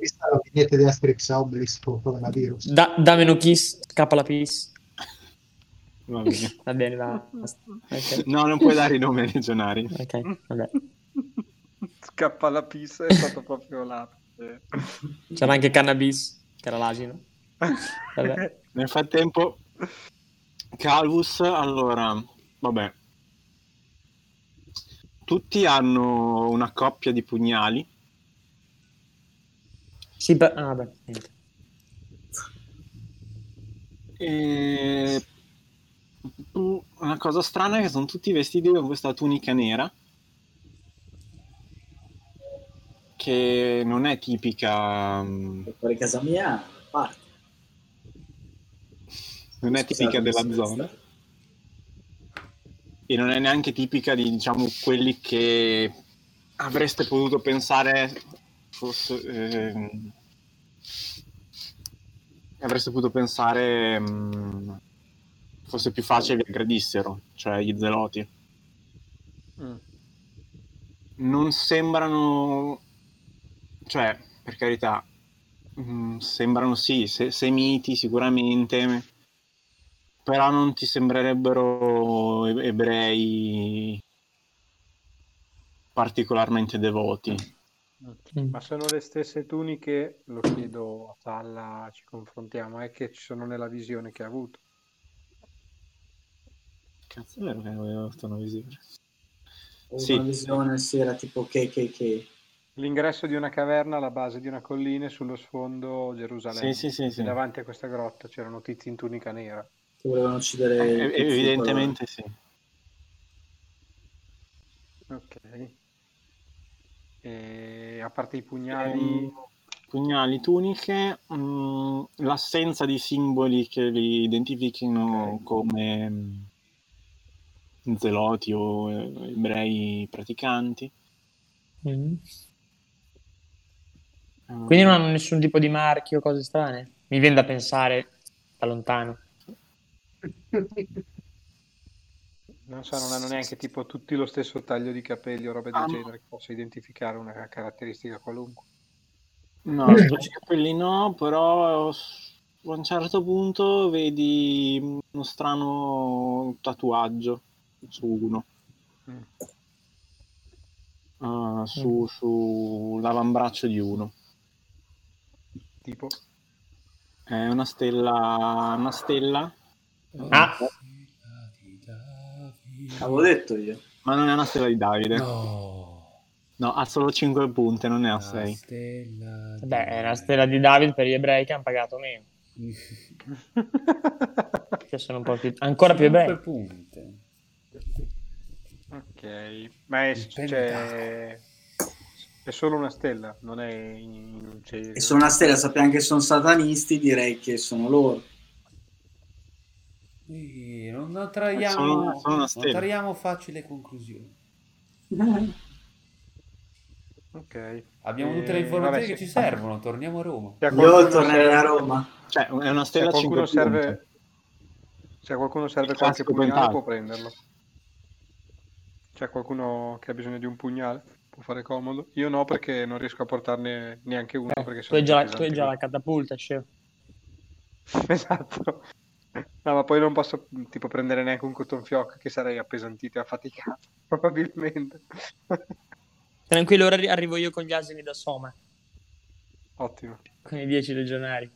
E: visto la vignetta di Asterix e Obelix con coronavirus?
F: Da, Dameno Kiss, Scappa la Piss.
D: Va bene.
F: Va bene, va. basta. Ok,
D: No, non puoi dare i nomi ai legionari.
F: ok, vabbè.
C: Scappa la pista, è stato proprio là. Eh.
F: C'era anche Cannabis, che era l'asino. Vabbè.
D: Nel frattempo, Calvus, allora, vabbè. Tutti hanno una coppia di pugnali
F: Sì, beh, ah, vabbè, niente.
D: E una cosa strana è che sono tutti vestiti con questa tunica nera che non è tipica mm,
B: Fuori casa mia, parte.
D: non è tipica della zona e non è neanche tipica di diciamo quelli che avreste potuto pensare fosse ehm, avreste potuto pensare mm, fosse più facile che aggredissero cioè gli zeloti
C: Mm.
D: non sembrano cioè per carità mm, sembrano sì se- semiti sicuramente però non ti sembrerebbero e- ebrei particolarmente devoti
F: Mm.
C: Ma sono le stesse tuniche, lo chiedo a Palla, ci confrontiamo, è che ci sono nella visione che ha avuto.
D: cazzo è vero che avevo fatto una visione
B: Ho
D: Sì.
B: Una visione, sì, era tipo KKK.
C: L'ingresso di una caverna alla base di una collina e sullo sfondo Gerusalemme.
D: sì sì sì, sì.
C: E Davanti a questa grotta c'erano tizi in tunica nera.
B: Che volevano uccidere...
D: Eh,
B: il tizio
D: evidentemente sì
C: Ok. E a parte i
D: Mm,
C: pugnali,
D: pugnali, tuniche, mm, l'assenza di simboli che li identifichino
C: Ok.
D: come mm, zeloti o eh, ebrei praticanti.
F: Mm.
D: Eh,
F: Quindi non hanno nessun tipo di marchio, cose strane? Mi viene da pensare da lontano.
C: non so, non hanno neanche tipo tutti lo stesso taglio di capelli o robe del
D: Ah, no.
C: genere che possa identificare una caratteristica qualunque.
D: Mm, No, i capelli no, però s- a un certo punto vedi mm, uno strano tatuaggio su uno,
C: Mm.
D: eh, su- sull'avambraccio di uno.
C: Tipo,
D: È una stella, una stella
F: Ah,
B: Avevo detto io.
D: Ma non è una stella di Davide.
A: No. Ah,
D: No, ha solo 5 punti, non ne ha 6.
A: stella. di-
F: Beh, è la stella di David per gli ebrei che hanno pagato meno. Che sono un po' più- ancora più
A: Cinque
F: ebrei.
A: punte.
C: ok, ma è,
A: Il
C: cioè, è solo una stella, non è in, in cioè, un cielo.
B: E sono una stella, sappiamo che sono satanisti, direi che sono loro.
A: Sì, non non traiamo,
D: Sono- sono una
A: non
D: stella.
A: traiamo facile conclusioni.
C: Ok.
A: Abbiamo
C: Eh,
A: tutte le informazioni
C: vabbè,
A: che
C: sì.
A: ci servono, torniamo a Roma.
C: Se a
B: Io
C: qualcuno
B: tornerei a
C: serve-
B: Roma.
D: Cioè, è una
C: se a
D: stella 5
C: qualcuno
D: punti.
C: serve, se a qualcuno serve qualche
D: Classico
C: pugnale
D: pentagono.
C: può prenderlo. C'è qualcuno che ha bisogno di un pugnale? Può fare comodo. Io no perché non riesco a portarne neanche uno. perché
F: Eh, Tu hai già,
C: sono
F: tu hai già la
C: pesanti.
F: catapulta, scemo.
C: Esatto. No, ma poi non posso tipo prendere neanche un cotton fioc che sarei appesantito e affaticato, probabilmente.
F: Tranquillo, ora arri- arrivo io con gli asini da Soma,
C: Ottimo.
F: con i 10 legionari.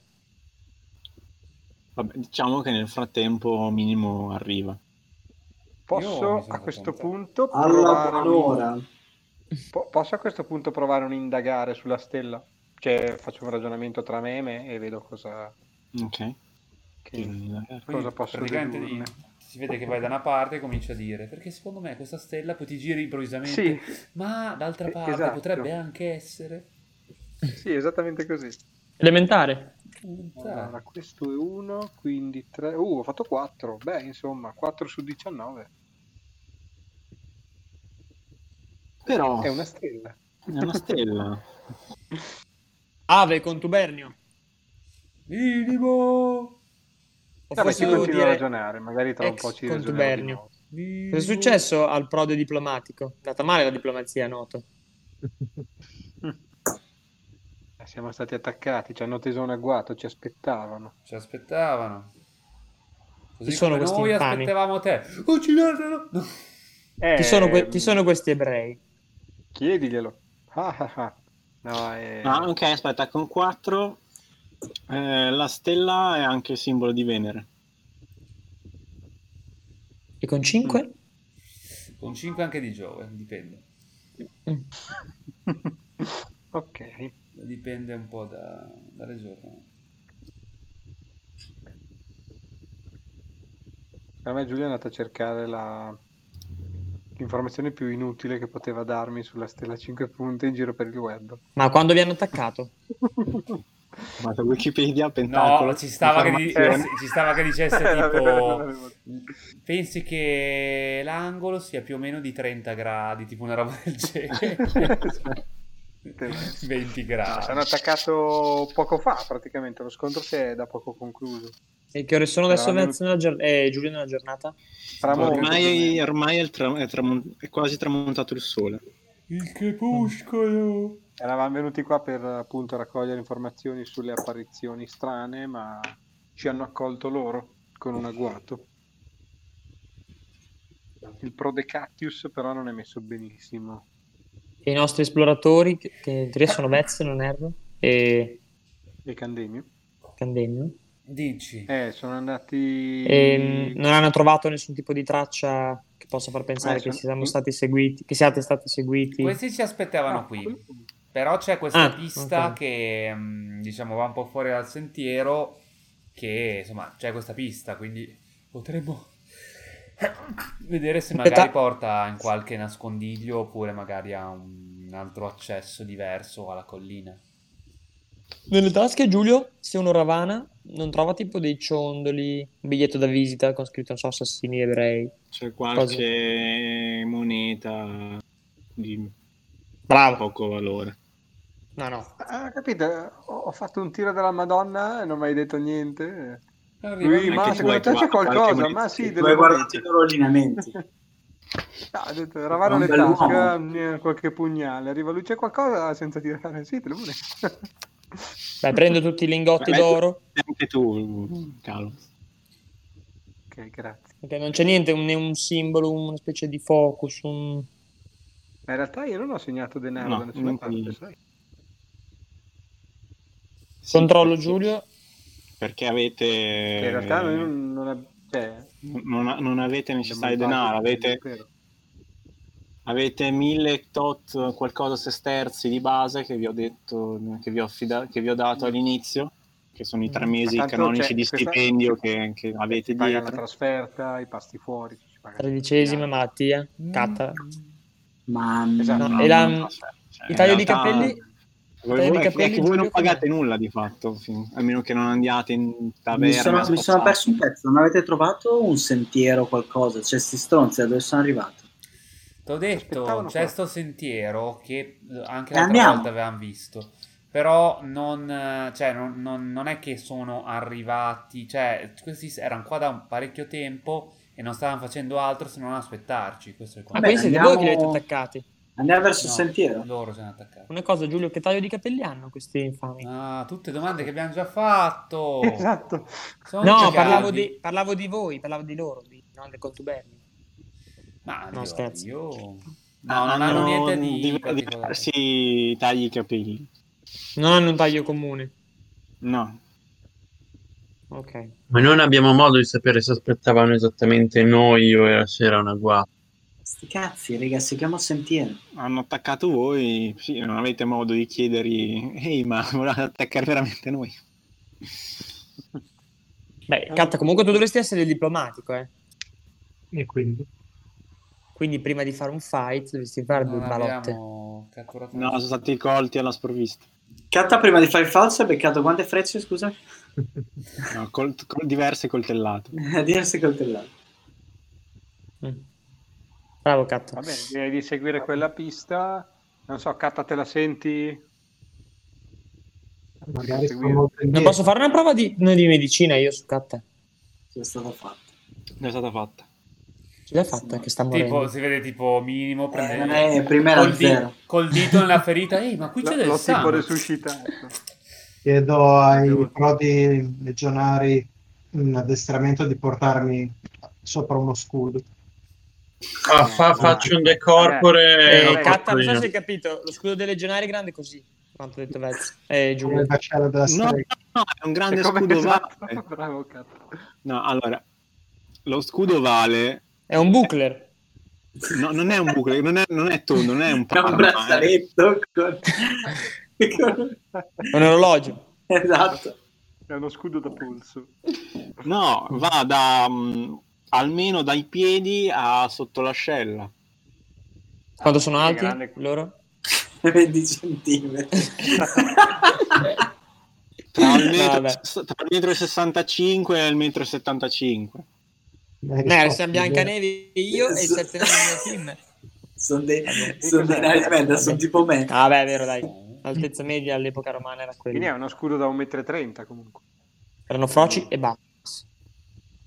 D: Vabbè, diciamo che nel frattempo minimo arriva.
A: Io mi
C: Posso
A: sono
C: a questo
A: contento.
C: punto
B: Alla
C: provare un-
B: buon'ora.
C: po- posso a questo punto provare un indagare sulla stella? Cioè, faccio un ragionamento tra me e me e vedo cosa,
D: Ok.
C: che-
A: Quindi,
C: cosa posso
A: praticamente
C: dedurne.
A: Si vede che vai da una parte e cominci a dire perché secondo me questa stella poi ti giri improvvisamente,
C: Sì,
A: ma d'altra
C: Eh,
A: parte
C: esatto.
A: potrebbe anche essere.
C: sì, esattamente così.
F: Elementare.
C: Allora,
A: Puntare.
C: questo è 1, quindi 3. Uh, ho fatto 4. Beh, insomma, 4 su 19.
D: Però
C: È una stella.
D: è una stella.
F: Ave con Tubernio.
A: Minimo!
F: O
C: Vabbè, si
F: forse devo
C: continua a
F: dire-
C: ragionare, magari tra un
F: ex
C: po' ci
F: con
C: ragioniamo di
F: Tubernio.
C: nuovo.
F: Cosa è
A: minimo.
F: successo al prode diplomatico? È Andata male la diplomazia, noto.
C: Eh, Siamo stati attaccati, ci hanno teso un agguato, ci aspettavano.
A: Ci aspettavano. Così
F: Chi sono
A: come
F: questi
A: noi
F: infami?
A: aspettavamo te. Uccidatelo! No.
C: Eh,
F: Chi, sono que-
C: mm.
F: chi sono questi ebrei?
C: Chiediglielo. Ah, ah, ah. No, eh,
D: Ah, ok, aspetta, con 4 la stella è anche simbolo di Venere.
F: E con 5?
A: Con 5 anche di Giove, dipende.
C: Mm.
F: Mm.
C: ok.
A: Dipende un po' da, dalle giornate.
C: Per me Giulia è andata a cercare la... l'informazione più inutile che poteva darmi sulla stella 5 punte in giro per il web.
F: Ma quando vi hanno attaccato?
D: Ma da Wikipedia, Pentacolo.
A: No, ci stava, che, di-
D: informazione.
A: ci eh, stava che dicesse
C: Eh, L'avevo-
A: tipo...
C: l'avevo-
A: Pensi che l'angolo sia più o meno di 30 gradi, tipo una roba del genere. 20
C: Ci hanno
A: gradi.
C: attaccato poco fa praticamente, lo scontro si è da poco concluso.
F: E che ore sono adesso
C: Eravamo-
F: Venezia nella giornata? Eh, Giulio nella giornata?
C: Tra molto
D: Ormai, ormai è, il tra- è tramon- è quasi tramontato il sole.
A: Il crepuscolo.
C: Eravamo venuti qua per appunto raccogliere informazioni sulle apparizioni strane, ma ci hanno accolto loro con un agguato. Il Prodecatius però non è messo benissimo.
F: E i nostri esploratori, che, che in teoria sono Vez, non erro, e
C: E Candemio?
F: Candemio,
A: Dici.
C: Eh, sono andati...
F: e, mh, Ehm, non hanno trovato nessun tipo di traccia che possa far pensare
C: Eh,
F: che,
C: sono-
F: siamo stati seguiti, che siate stati seguiti.
A: Questi ci aspettavano
C: Ah,
A: qui. Però c'è questa
F: Ah,
A: pista
F: ok.
A: che, mh, diciamo, va un po' fuori dal sentiero. Che, insomma, c'è questa pista, quindi potremmo vedere se magari
F: Aspetta.
A: porta in qualche nascondiglio oppure magari a un altro accesso diverso alla collina.
F: Nelle tasche, Giulio, se uno ravana, non trova tipo dei ciondoli, un biglietto da visita con scritto, non so, assassini ebrei.
D: C'è qualche moneta di
F: Bravo.
D: poco valore.
F: No, no.
C: Ah, capito, ho ho fatto un tiro della Madonna e non mi hai detto niente. Lui,
A: Arriva-
D: Anche
C: ma
D: tu hai
C: secondo te c'è
D: trovato qualche
C: qualcosa?
D: moneta.
C: Ma sì,
B: Tu hai
C: delle
B: guardato i
C: monete.
B: loro lineamenti.
C: No, Ah, ha detto, eravamo
B: Un
C: le
B: bell'uomo.
C: tasche, mh, qualche pugnale. Arriva lui, c'è qualcosa Ah, senza tirare? Sì, te lo monete.
F: Beh, prendo tutti i lingotti
D: Vabbè,
F: d'oro.
D: Anche tu, Calo.
C: Ok, grazie.
F: Ok, non c'è niente, un, né un simbolo, una specie di focus, un...
C: Ma in realtà io non ho segnato denaro
D: No,
C: da nessuna
D: non
C: parte,
D: quindi.
C: sai? Cioè,
D: Sì,
F: Controllo
D: perché-
F: Giulio.
D: Perché avete...
C: Che in realtà noi non, non ab- cioè,
D: non- non avete necessario
C: abbiamo
D: denaro,
C: fatto-
D: avete
C: Vero.
D: Avete 1000 tot qualcosa sesterzi di base che vi ho detto, che vi ho, affida- che vi ho dato all'inizio, che sono i tre mesi
C: Mm. Tanto c'è
D: canonici di
C: questa-
D: stipendio che, che avete
C: Ti paga la
D: dietro.
C: trasferta, i pasti fuori. ci paga-
F: Tredicesima malattia, catta.
B: Mamma
C: Esatto.
F: e la-
D: cioè,
F: I tagli
D: in
F: di
D: realtà-
F: capelli,
D: Voi,
F: Taglio
D: voi-
F: di
D: è che
F: capelli,
D: voi non
F: Giulio, com'è?
D: pagate nulla di fatto, fin- a meno che non andiate in taverna.
B: mi sono,
D: a
B: mi sono
D: spazzare.
B: perso un pezzo, non avete trovato un sentiero o qualcosa? Cioè, sti stronzi, da dove sono arrivati?
A: T'ho detto,
C: Aspettavano
A: c'è
C: qua.
A: sto sentiero che anche
B: Eh,
A: l'altra
B: andiamo.
A: volta avevamo visto. Però non, eh, cioè, non, non- non è che sono arrivati, cioè, questi erano qua da un parecchio tempo e non stavano facendo altro se non aspettarci. Questo è il concetto.
F: ma
B: Vabbè,
F: voi siete
B: andiamo-
F: voi che li avete attaccati.
B: Andiamo verso
A: No,
B: il sentiero.
A: Loro sono attaccati.
F: Una cosa, Giulio, che taglio di capelli hanno questi infami?
A: Ah, tutte domande che abbiamo già fatto.
C: Esatto.
A: Sono
F: No,
A: giocati.
F: parlavo di, parlavo di voi, parlavo di loro, di, non del contuberni.
A: Ma
F: No,
A: io-
F: scherzo.
A: io- No,
D: Ah,
A: non hanno niente di,
D: div-
A: particolare.
D: diversi tagli capelli.
F: Non hanno un taglio comune.
D: No,
F: Ok.
G: Ma non abbiamo modo di sapere se aspettavano esattamente noi o era- se era una guapa.
B: Sti cazzi, raga, si chiama sentiero.
D: hanno attaccato voi, sì, non avete modo di chiedergli, ehi, ma volevate attaccare veramente noi?
F: Beh, Catta, comunque tu dovresti essere diplomatico, eh.
E: E quindi?
F: Quindi prima di fare un fight dovresti fare due
A: Non
F: balotte.
A: abbiamo catturato
D: No, sono
A: nessuno.
D: stati colti alla sprovvista.
B: Catta prima di fare il falso ha beccato quante frecce, scusa?
D: No, col- col- diverse coltellate.
B: A dirsi coltellato.
F: Mm. Bravo, Catta.
C: Va bene, direi di seguire quella pista. Non so, Catta, te la senti?
E: Magari sono
C: Seguire.
E: molto
F: Non
E: indietro.
F: posso fare una prova di, no, di medicina io su Catta.
B: È stato fatto.
D: Non è stata fatta.
F: Ce l'ha fatta che sta
A: Tipo,
F: morendo.
A: si vede tipo minimo prendendo
B: Eh, prima era
A: col, di-
B: zero.
A: col dito nella ferita. Ehi, ma qui c'è
C: L-
A: del
C: l'ho tipo ecco.
A: sangue.
C: resuscitato.
E: Chiedo ai prodi legionari un addestramento di portarmi sopra uno scudo.
G: Ah, fa,
C: No,
G: faccio un
C: vabbè.
G: decorpore
C: Eh,
G: e lo
C: vabbè,
F: Catta,
G: porto
F: non so
G: io.
F: se hai capito, lo scudo dei legionari è grande così. Quanto ho detto Vez. Eh,
E: Come
F: Giulio.
E: il vascello della
D: No,
F: Eh,
D: no,
E: strega.
D: no, è un grande
C: È come-
D: scudo
C: esatto,
D: vale.
C: Bravo, Catta.
D: No, allora, lo scudo vale...
F: È un buckler.
D: no, non è un buco, non è, non è tondo, non è un
B: È un
D: palma, eh.
B: braccialetto con... con-
F: È un orologio.
B: Esatto.
C: È uno scudo da polso.
D: No, va da mm, almeno dai piedi a sotto l'ascella.
F: Quanto sono
C: È
F: alti
C: grande.
F: loro?
B: 20 centimetri.
D: Tra il
F: No,
D: metro,
F: vabbè.
D: tra il metro e 65 e il metro e 75.
E: Dai,
F: No,
E: risposti,
F: siamo
E: vero?
F: Biancanevi io e i
B: Sì.
F: sette nani del mio
B: sono dei,
C: Vabbè.
B: sono dei nani merda, sono tipo me.
F: team. Ah, beh, è vero, dai. L'altezza media all'epoca romana era
C: Quindi è
F: quella.
C: uno scudo da 1,30 m comunque.
F: Erano froci e bassi.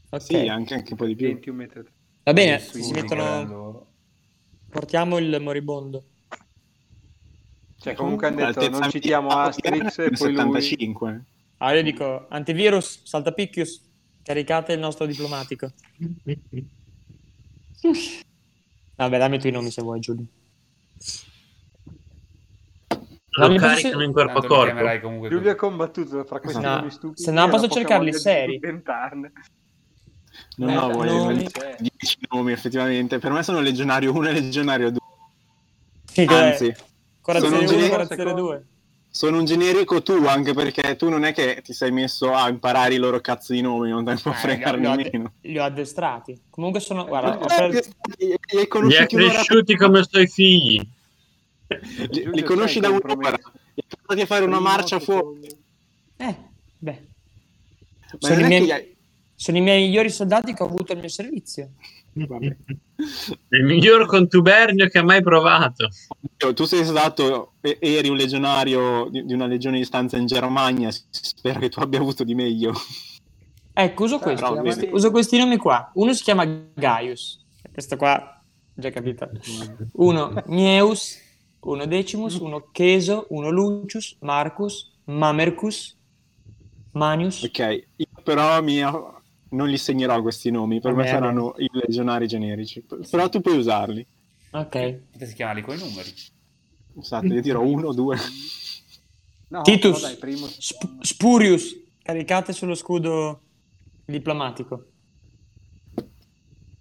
F: Ok.
D: Sì, anche, anche un po' di più.
C: 20 un metro e trenta.
F: Va bene,
A: Sì,
F: si
A: sì,
F: mettono...
A: loro.
F: Portiamo il moribondo.
C: Cioè, comunque hanno detto
D: L'altezza
C: non citiamo
D: media
C: Asterix
D: odierna
C: e
D: è
C: poi lui...
D: 75.
F: Ah, io dico, antivirus, saltapicchius, caricate il nostro diplomatico. Vabbè, dammi tu i nomi se vuoi, Giulio.
G: Lo
F: Voglio
G: caricano
F: forse-
G: in corpo a
A: Tanto lo
G: corpo.
A: chiamerai comunque
C: Giulio è combattuto fra questi
F: No,
C: nomi stupidi.
F: se no
C: e la
F: posso
C: poca
F: cercarli
C: voglia di
F: seri.
C: inventarne.
D: Non
F: Eh,
D: ho voglia di
F: nomi.
D: inventare 10 nomi, effettivamente. Per me sono legionario 1 e legionario 2.
F: Sì, che-
D: Anzi, sono
F: corazziere
D: un
F: 1,
D: genio-
F: corazziere 2.
D: sono un generico tu, anche perché tu non è che ti sei messo a imparare i loro cazzo di nomi, non devo
C: Eh,
F: li, ho
D: fregarne
F: adde-
D: meno.
F: li ho addestrati. Comunque sono... Guarda, ho
D: Eh,
F: preso-
D: Li li hai
G: Li ha
D: conosciuti un'ora
G: cresciuti come suoi figli.
D: prima. Li-
C: Giulio,
D: li conosci
C: sei
D: da un'ora.
C: compromesso.
D: Li hai portati a fare una
C: Primo,
D: marcia fuori.
C: secondo.
F: Eh, beh.
D: Ma
F: Sono
D: non è
F: i
D: che
F: miei-
D: gli hai-
F: Sono i miei migliori soldati che ho avuto al mio servizio.
D: Vabbè.
G: Il miglior contubernio che ha mai provato.
D: Oddio, Tu sei stato, e- eri un legionario di, di una legione di stanza in Germania, s- spero che tu abbia avuto di meglio.
F: Ecco, uso
C: Dai,
F: questi.
D: però
C: questi-
F: uso questi nomi qua. Uno si chiama Gaius. Questo qua, già capito. Uno Gneus, uno Decimus, uno Cheso, uno Lucius, Marcus, Mamercus, Manius.
D: Ok, io però mi- non li segnerò questi nomi, per me
F: Vabbè,
D: saranno i legionari generici. P- Però tu puoi usarli.
F: Ok.
A: Potessi chiamarli coi numeri.
D: Scusate, Esatto, io dirò uno, due.
C: No,
F: Titus,
C: no, dai, primo,
F: Sp- Spurius, caricate sullo scudo diplomatico.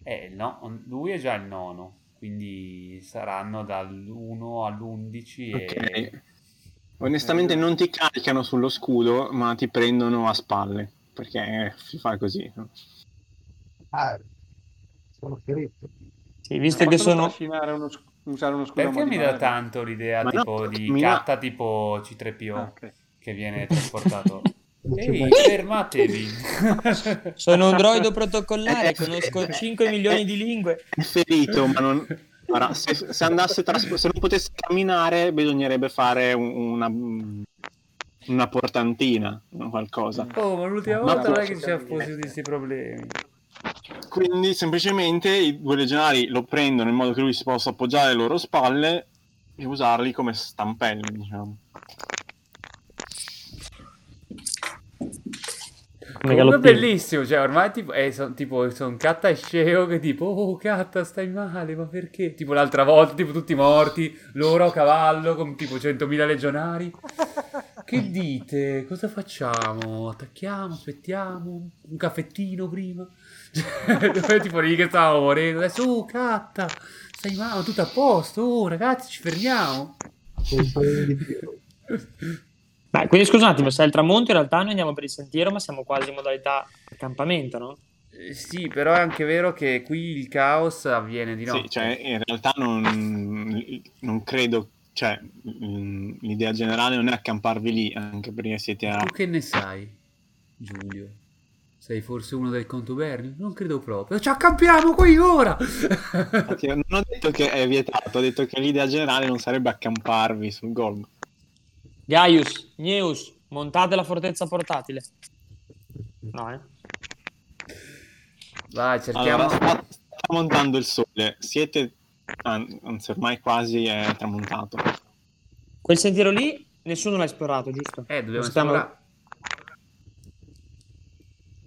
A: Eh, no, lui è già il nono. quindi saranno dall'1 all'11 e...
D: Ok. Onestamente non ti caricano sullo scudo, ma ti prendono a spalle, perché si fa così. no?
E: Ah, sono ferito.
F: Sì, visto che sono...
C: Uno, sc- usare uno scudo a
A: Perché
C: mo' di
A: mi dà
C: mare?
A: tanto l'idea
D: Ma no,
A: tipo di
D: mi dà-
A: carta tipo C3PO
C: Ah, ok.
A: che viene trasportato?
E: Non ci
A: Ehi,
E: penso.
A: fermatevi!
F: Sono un droido protocollare,
D: Eh,
F: conosco
D: eh,
F: 5
D: eh,
F: milioni
D: eh.
F: di lingue.
D: È ferito, ma non... Ora, se, se andasse tras- se non potesse camminare, bisognerebbe fare un- una, una portantina o qualcosa.
A: Oh, ma l'ultima
D: Ma
A: volta non è che
C: forse
A: ci ha
C: cambia.
A: posto di questi problemi.
D: Quindi semplicemente i due legionari lo prendono in modo che lui si possa appoggiare alle loro spalle e usarli come stampelli, diciamo.
A: Comunque è bellissimo, cioè ormai tipo, eh, son- tipo sono Katta e Sceo che tipo, oh Katta stai male, ma perché? Tipo l'altra volta, tipo tutti morti, loro a cavallo con tipo 100.000 legionari. Che dite? Cosa facciamo? Attacchiamo, aspettiamo, un caffettino prima? Cioè, Noi tipo lì che stavamo morendo, adesso oh Katta, stai male, ma tutto a posto, oh ragazzi ci fermiamo.
E: Penso di più.
F: Beh, quindi scusa un attimo, se è il tramonto in realtà noi andiamo per il sentiero, ma siamo quasi in modalità accampamento, no?
A: Eh, Sì, però è anche vero che qui il caos avviene di notte.
D: Sì, cioè, in realtà non, non credo, cioè, mm, l'idea generale non è accamparvi lì, anche perché siete a...
A: Tu che ne sai, Giulio? Sei forse uno del contuberni? Non credo proprio. Ci accampiamo qui ora!
D: Infatti, Non ho detto che è vietato, ho detto che l'idea generale non sarebbe accamparvi sul golgo.
F: Gaius, Neus, montate la fortezza portatile. No, eh?
A: Vai, cerchiamo.
D: Allora, sta, sta montando il sole, siete... an- Anzi, ormai quasi è tramontato.
F: Quel sentiero lì nessuno l'ha esplorato, giusto?
A: Eh, dobbiamo
F: Lo stiamo-
A: esplorare.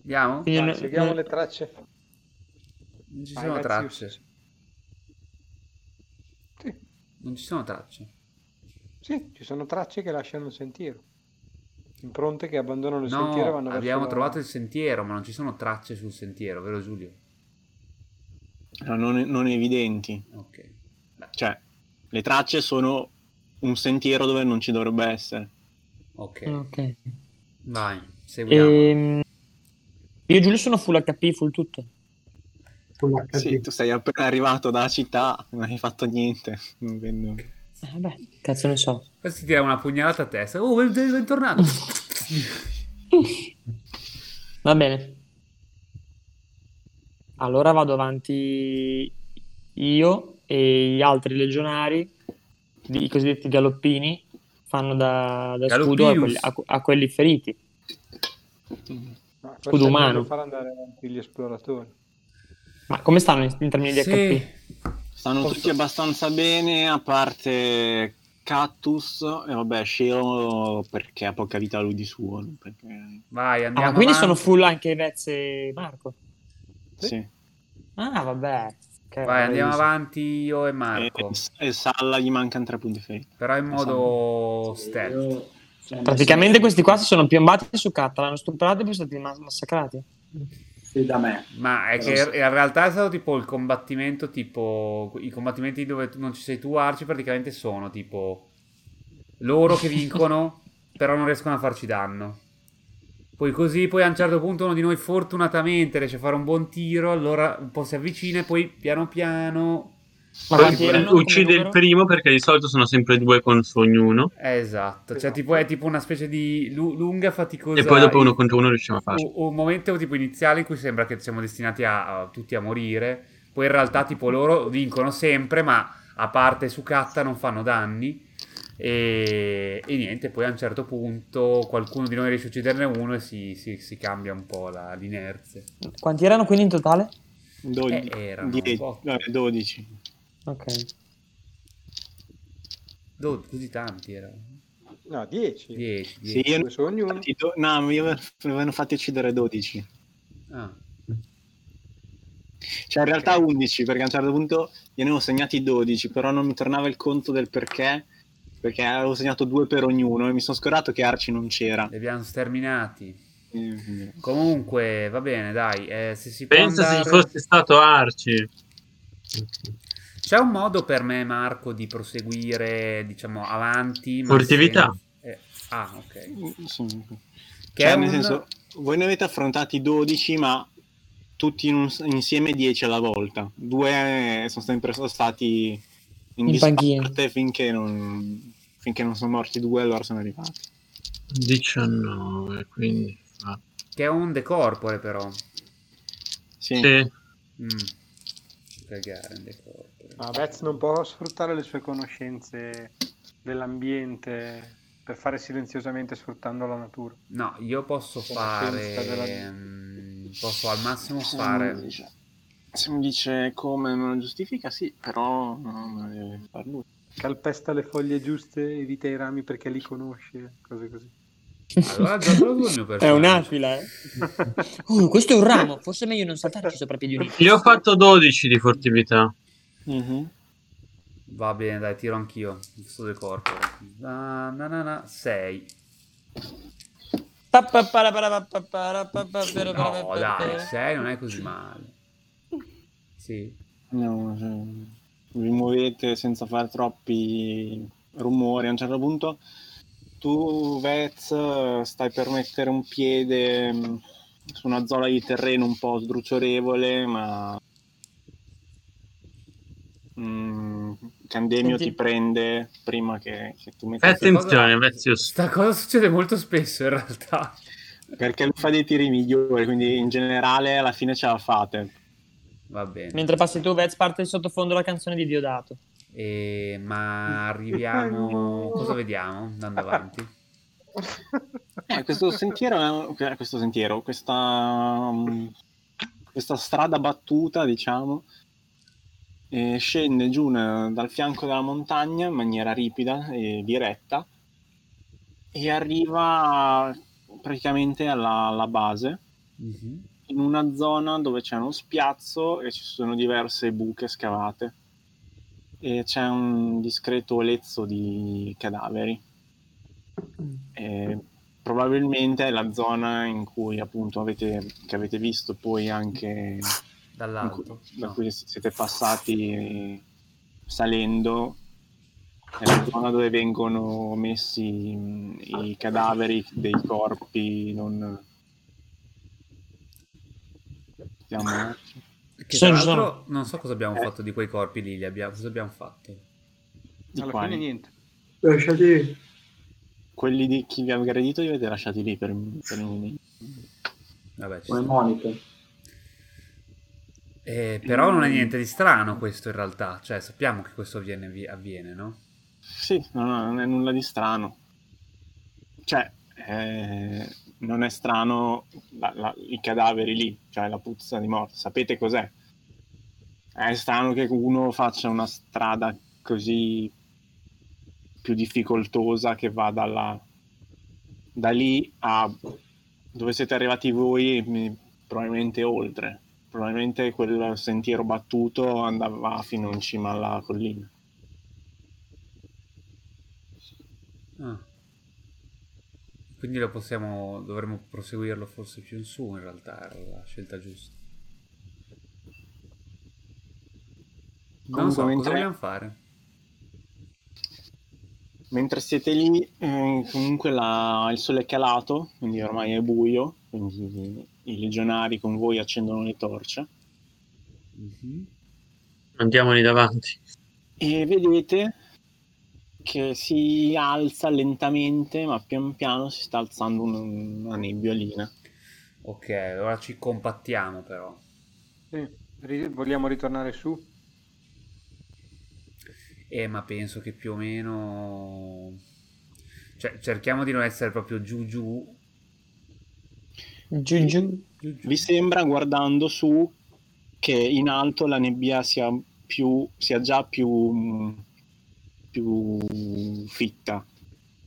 A: Andiamo?
F: Quindi
C: Vai,
F: non-
C: seguiamo
F: non-
C: le tracce.
A: Non ci
C: Vai,
A: sono
C: vai,
A: tracce.
C: Zius. Sì.
A: Non ci sono tracce.
C: Sì, ci sono tracce che lasciano il sentiero. Impronte che abbandonano il sentiero e
A: No,
C: vanno
A: abbiamo
C: verso la-
A: trovato il sentiero, ma non ci sono tracce sul sentiero, vero Giulio?
D: No, Cioè, Non, non evidenti,
A: Ok. Beh,
D: cioè, le tracce sono un sentiero dove non ci dovrebbe essere.
A: ok.
C: Mm.
F: Ok.
A: Vai, seguiamo.
F: Ehm, Io e Giulio sono full HP, full tutto.
E: Sulla
A: Eh
D: Sì,
E: HD.
D: tu sei appena arrivato dalla città, non hai fatto niente. Non vedo-
F: Eh, Vabbè, cazzo ne so.
A: Adesso ti tira una pugnalata a testa. Oh, ben- bentornato!
F: Va bene. Allora vado avanti io e gli altri legionari, i cosiddetti galoppini, fanno da, da scudo a
A: Galoppinus.
F: quelli, a que- a quelli feriti.
C: Ma forse
F: Scudo umano.
C: devono far andare avanti gli esploratori.
F: Ma come stanno in, in termini di Ah, HP?
A: Sì.
D: Stanno tutti abbastanza bene, a parte Cactus e vabbè, Shiro perché ha poca vita lui di suo. non Perché...
A: Vai,
F: Ah,
A: andiamo
F: ma quindi
A: avanti.
F: sono full anche Vezze e Marco.
D: Sì.
F: Ah, vabbè. Ok,
A: Vai, andiamo
F: sì.
A: avanti io e
D: E,
H: Eh,
A: Marco.
D: e Salla gli mancano tre punti feriti.
A: Però in modo stealth.
B: Io- cioè,
F: Praticamente
B: adesso-
F: questi qua si sono piombati su Catta, l'hanno stuprato e poi sono stati ma- massacrati.
B: Sì, da me.
A: Ma è che in realtà è stato tipo il combattimento, tipo i combattimenti dove tu non ci sei tu, Arci, praticamente sono tipo loro che vincono, però non riescono a farci danno. Poi così, poi a un certo punto uno di noi fortunatamente riesce a fare un buon tiro, allora un po' si avvicina e poi piano piano...
F: Ma
A: Poi
F: quanti
A: uccide-
F: erano come
H: Uccide il
F: numero?
H: primo perché di solito sono sempre due contro ognuno
A: Eh, esatto, cioè
C: Esatto.
A: tipo è tipo una specie di lu- lunga faticosa...
H: e poi dopo uno contro uno riusciamo a farlo.
A: un, un momento tipo iniziale in cui sembra che siamo destinati a, a- tutti a morire, poi in realtà tipo loro vincono sempre, ma a parte su Katta non fanno danni. E, e niente, poi a un certo punto qualcuno di noi riesce a ucciderne uno e si, si- si cambia un po' la, l'inerzia.
F: Quanti erano quindi in totale?
D: Do-
A: Eh, erano
D: die-
A: otto.
D: eh, 12.
F: Ok.
A: Do- così tanti erano?
C: No, 10.
A: 10,
D: Sì, io
C: Due su ognuno.
D: infatti do- no, mi ave- mi avevano fatto uccidere 12.
A: Ah,
D: Cioè, in realtà 11, perché a un certo punto io ne avevo segnati 12, però non mi tornava il conto del perché, perché avevo segnato due per ognuno e mi sono scordato che Arci non c'era.
A: li abbiamo sterminati.
D: Eh,
A: Comunque, va bene, dai. eh, se si può
H: Pensa se ci
A: andare-
H: fosse stato Arci.
A: C'è un modo per me, Marco, di proseguire, diciamo, avanti? ma
H: Furtività.
A: sen- eh, ah, ok.
D: Mm, Sì.
A: Che
D: Cioè,
A: è
D: nel
A: un-
D: senso, voi ne avete affrontati 12, ma tutti in un- insieme 10 alla volta. Due sono sempre stati in,
F: In panchina.
D: disparte finché non, finché non sono morti due, allora sono arrivati.
H: 19, quindi... ah.
A: Che è un decorpore, però.
D: Sì.
H: Sì.
A: Mm. Cagare un decorpore.
C: Ma Ah, Vez non può sfruttare le sue conoscenze dell'ambiente per fare silenziosamente sfruttando la natura.
A: No, io posso
C: Sono senza
A: fare...
C: della-
A: mm, Posso al massimo
D: Se mi
A: fare...
D: dice- Se mi dice come me lo giustifica, sì, però no, me lo deve far lui.
C: Calpesta le foglie giuste, evita i rami perché li conosce, cose così.
A: Allora, già trovo il mio
F: È
A: personaggio.
F: un'aquila, eh. Oh, questo è un ramo, forse è meglio non saltarci sopra i piedi uniti.
H: Io ho fatto 12 di furtività.
D: Mhm.
A: Va bene, dai, tiro anch'io. Sto decorpore. 6. No, dai, 6 non è così male. Sì.
D: No, cioè, vi muovete senza fare troppi rumori. A un certo punto tu, Vez, stai per mettere un piede mh, su una zona di terreno un po' sdrucciorevole, ma mm, Candemio
F: Senti.
D: ti prende prima che, che tu
H: Eh,
D: metta il piede,
H: attenzione, Vezius.
A: Sta cosa succede molto spesso in realtà.
D: perché lui fa dei tiri migliori, quindi in generale alla fine ce la fate.
A: Va bene.
F: Mentre passi tu, Vez, parte di sottofondo la canzone di Diodato.
A: E- ma arriviamo. Cosa vediamo? Andando avanti.
D: Eh, questo sentiero, è- eh, questo sentiero questa, mm, questa strada battuta, diciamo, eh, scende giù una- dal fianco della montagna in maniera ripida e diretta e arriva praticamente alla, alla base, in una zona dove c'è uno spiazzo e ci sono diverse buche scavate e c'è un discreto lezzo di cadaveri. E Eh, probabilmente è la zona in cui appunto avete, che avete visto poi anche in cui-
A: Dall'alto.
D: da
A: No.
D: cui siete passati salendo è la zona dove vengono messi mh, i cadaveri dei corpi non Vediamo.
A: Che tra
F: Sono-
A: l'altro non so cosa abbiamo
D: Eh.
A: fatto di quei corpi lì. Li abbiamo... Cosa abbiamo fatto?
D: Di
C: Alla
D: quali?
C: fine niente.
B: Lasciati.
D: quelli di chi vi ha aggredito li avete lasciati lì per, per i-
A: Vabbè, ci
B: Come
A: sta.
B: Monica.
A: Eh, però non è niente di strano questo in realtà. Cioè, sappiamo che questo avviene, vi- avviene no?
D: Sì, no, no, non è nulla di strano. Cioè, eh, non è strano la- la- i cadaveri lì, cioè la puzza di morte. Sapete cos'è? È strano che uno faccia una strada così più difficoltosa che va dalla- da lì a dove siete arrivati voi, mi- probabilmente oltre. Probabilmente quel sentiero battuto andava fino in cima alla collina.
A: Ah. Quindi lo possiamo. Dovremmo proseguirlo forse più in su. In realtà era la scelta giusta. Non
D: Comunque,
A: so cosa
D: mentre-
A: vogliamo fare.
D: Mentre siete lì, eh, comunque la- il sole è calato, quindi ormai è buio, quindi i legionari con voi accendono le torce Mhm.
H: Andiamoli davanti.
D: e vedete che si alza lentamente, ma pian piano si sta alzando un- una nebbiolina.
A: Ok, allora ci compattiamo però.
C: Sì. Ri- vogliamo ritornare su?
A: Eh, ma penso che più o meno. Cioè, cerchiamo di non essere proprio giù giù.
F: Giù, giù.
A: giù, giù.
D: Vi sembra guardando su che in alto la nebbia sia, più, sia già più, più fitta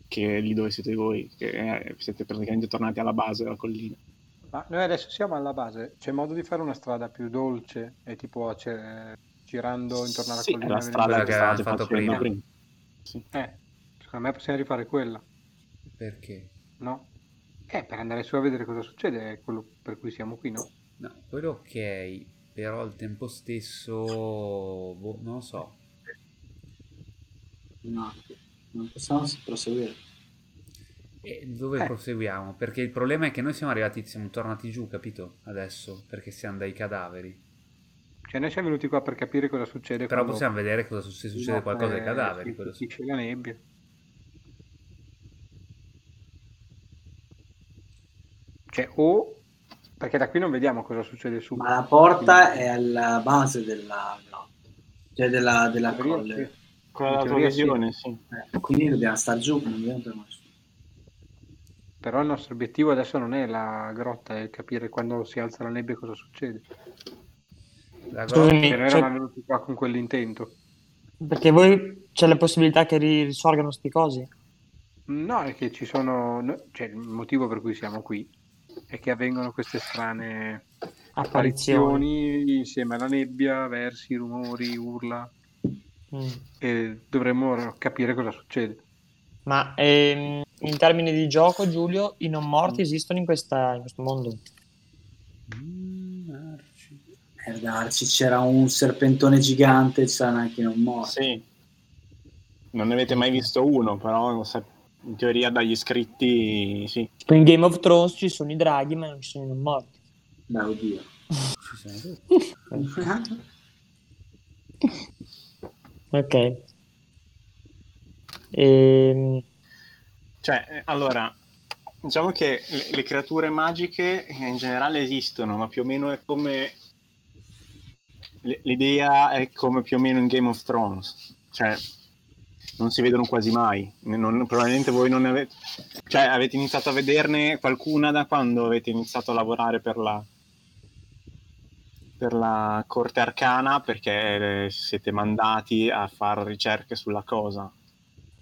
D: che lì dove siete voi, che eh, siete praticamente tornati alla base della collina.
C: Ma noi adesso siamo alla base, c'è modo di fare una strada più dolce e tipo c'è- girando intorno alla
D: Sì,
C: collina?
D: è la
C: venendo-
D: strada
A: Quella
D: che,
A: che
D: stavate
A: avevamo fatto
D: facendo
A: prima.
D: prima.
C: Eh, secondo me possiamo rifare quella,
A: Perché?
C: no? Eh, per andare su a vedere cosa succede, è quello per cui siamo qui, no?
A: No, quello ok. però al tempo stesso boh, non lo so.
B: No, non possiamo proseguire.
A: E dove
C: Eh.
A: proseguiamo? Perché il problema è che noi siamo arrivati, siamo tornati giù, capito? Adesso, perché siamo dai cadaveri.
C: Cioè, noi siamo venuti qua per capire cosa succede.
A: Però
C: quando-
A: possiamo vedere cosa suc- se succede qualcosa ai
C: eh,
A: cadaveri.
C: si
A: quello sì.
C: colpisce la nebbia. Cioè, o perché da qui non vediamo cosa succede su.
B: Ma la
F: Mm.
B: porta è alla base della grotta, cioè della, della
C: In teoria
B: colle.
C: sì.
D: Con
C: In
D: la tua
C: teoria sì.
D: visione, sì.
B: Eh, quindi dobbiamo star giù, non dobbiamo fermarci.
C: Però il nostro obiettivo adesso non è la grotta, è capire quando si alza la nebbia cosa succede.
A: La grotta-
C: Se
F: Scusami,
C: noi
F: cioè,
C: eravamo venuti qua con quell'intento.
F: perché voi c'è la possibilità che ri- risorgano sti cosi?
C: No, è che ci sono. no- cioè, il motivo per cui siamo qui è che avvengono queste strane
F: Apparizioni.
C: apparizioni insieme alla nebbia, versi, rumori, urla.
F: Mm.
C: E dovremmo capire cosa succede.
F: Ma ehm, in termini di gioco, Giulio, i non morti esistono in, questa, in questo mondo?
A: Mm, arci.
B: Per Eh, darci c'era un serpentone gigante, c'era anche non morto.
D: Sì. Non ne avete mai visto uno, però sa- in teoria dagli scritti sì.
F: Tipo in Game of Thrones ci sono i draghi, ma non ci sono i non morti.
B: Beh, oddio.
A: Ci sono tutti.
F: Ok. Ehm,
D: Cioè, eh, allora, diciamo che le, le creature magiche eh, in generale esistono, ma più o meno è come... l- L'idea è come più o meno in Game of Thrones, cioè non si vedono quasi mai, Ne- non- probabilmente voi non ne avete... Cioè avete iniziato a vederne qualcuna da quando avete iniziato a lavorare per la, per la corte arcana perché eh, siete mandati a fare ricerche sulla cosa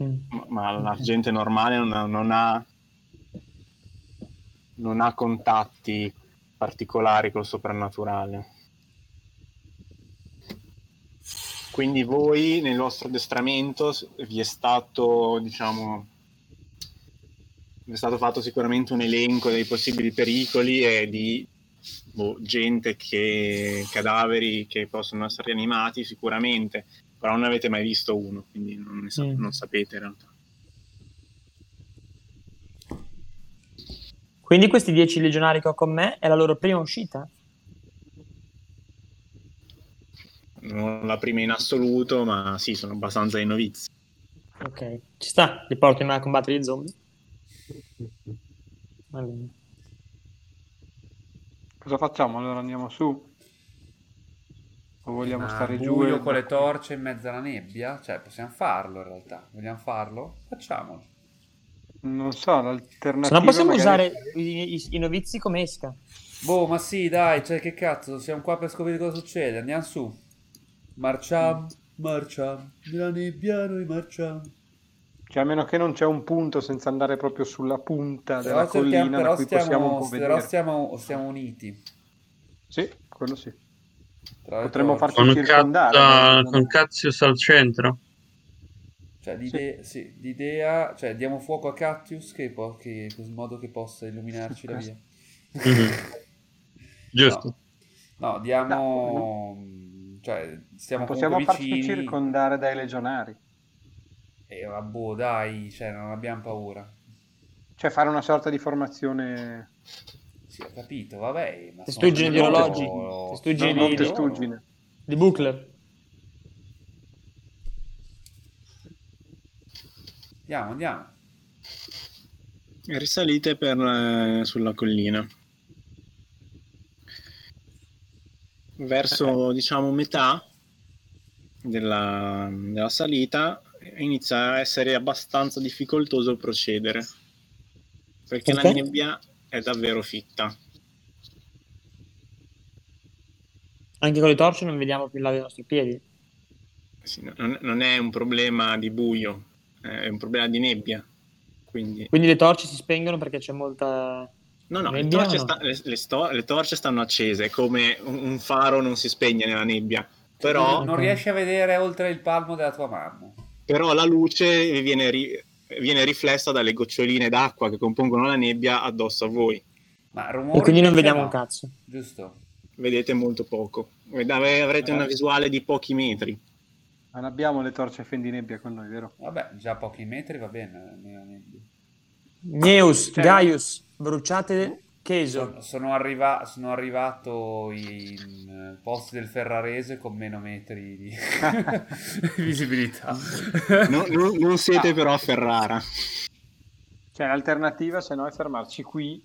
F: mm.
D: ma la gente normale non ha, non ha- non ha contatti particolari col soprannaturale. Quindi voi nel vostro addestramento s- vi è stato, diciamo, vi è stato fatto sicuramente un elenco dei possibili pericoli e di boh, gente che cadaveri che possono essere rianimati sicuramente, però non avete mai visto uno, quindi non, ne sa-
F: Mm.
D: non sapete in realtà.
F: Quindi questi 10 legionari che ho con me è la loro prima uscita?
D: non la prima in assoluto, ma sì, sono abbastanza dei novizi.
F: Ok, ci sta, li porto in mano a combattere gli zombie. Va bene.
C: Cosa facciamo? Allora andiamo su? O vogliamo
A: Ma
C: stare giù?
A: buio
C: e-
A: con le torce in mezzo alla nebbia? Cioè, possiamo farlo in realtà. Vogliamo farlo? Facciamolo.
C: Non so, l'alternativa.
F: Se no possiamo
C: magari-
F: usare i, i- i novizi come esca.
A: Boh, ma sì, dai, cioè che cazzo, siamo qua per scoprire cosa succede, andiamo su. Marciamo, marciamo, nella nebbia noi marciamo.
C: Cioè, a meno che non c'è un punto senza andare proprio sulla punta
A: Però,
C: della
A: cerchiamo-
C: collina da
A: però
C: cui possiamo un
A: stiamo,
C: po'
A: però
C: vedere.
A: stiamo, stiamo uniti.
C: Sì, quello sì.
A: Tra le
C: Potremmo
A: torce.
C: farci-
H: Con,
C: circondare,
A: eh,
H: Cazza-
C: no?
H: con Cazzius al centro?
A: Cioè, l'ide- sì, l'idea, cioè diamo fuoco a Cactius che po- che- in modo che possa illuminarci la via.
H: Mhm. Giusto.
A: No, No, diamo... Cioè, stiamo
C: Possiamo
A: comunque
C: farci
A: vicini.
C: circondare dai legionari.
A: E boh, dai, cioè, non abbiamo paura.
C: Cioè, fare una sorta di formazione.
A: Sì, ho capito, vabbè. Ma
F: Testuggine di
A: sono-
F: orologi,
A: loro-
F: testuggine
C: No,
F: di,
C: non
A: di-
C: testuggine.
F: di bucle.
A: Andiamo, andiamo.
D: Risalite per, eh, sulla collina. Verso, diciamo, metà della, della salita inizia a essere abbastanza difficoltoso procedere. Perché la
F: Ok.
D: nebbia è davvero fitta.
F: Anche con le torce non vediamo più là dei nostri piedi.
D: Sì, no- non, non è un problema di buio, è un problema di nebbia. Quindi
F: Quindi le torce si spengono perché c'è molta...
D: No, no, le
F: Nebbia
D: torce,
F: o no?
D: sta- le- le sto- le torce stanno accese, è come un, un faro non si spegne nella nebbia, però,
A: non riesci a vedere oltre il palmo della tua mamma.
D: però la luce viene, ri- viene riflessa dalle goccioline d'acqua che compongono la nebbia addosso a voi.
A: Ma
F: E
A: rumori
F: quindi non
A: invece
F: vediamo
A: no,
F: un cazzo.
A: Giusto.
D: vedete molto poco. Ved- ave- Avrete una visuale di pochi metri.
C: Non abbiamo le torce fendinebbia con noi, vero?
A: Vabbè, già pochi metri va bene. eh, ne- ne-
F: Neus,
C: Eh.
A: Cioè-
F: Gaius, bruciate
A: Sono,
F: Cheso.
A: sono arriva- sono arrivato in eh, posti del Ferrarese con meno metri di visibilità.
D: No- no- non siete
C: Ah.
D: però a Ferrara.
C: Cioè, l'alternativa, se no, è fermarci qui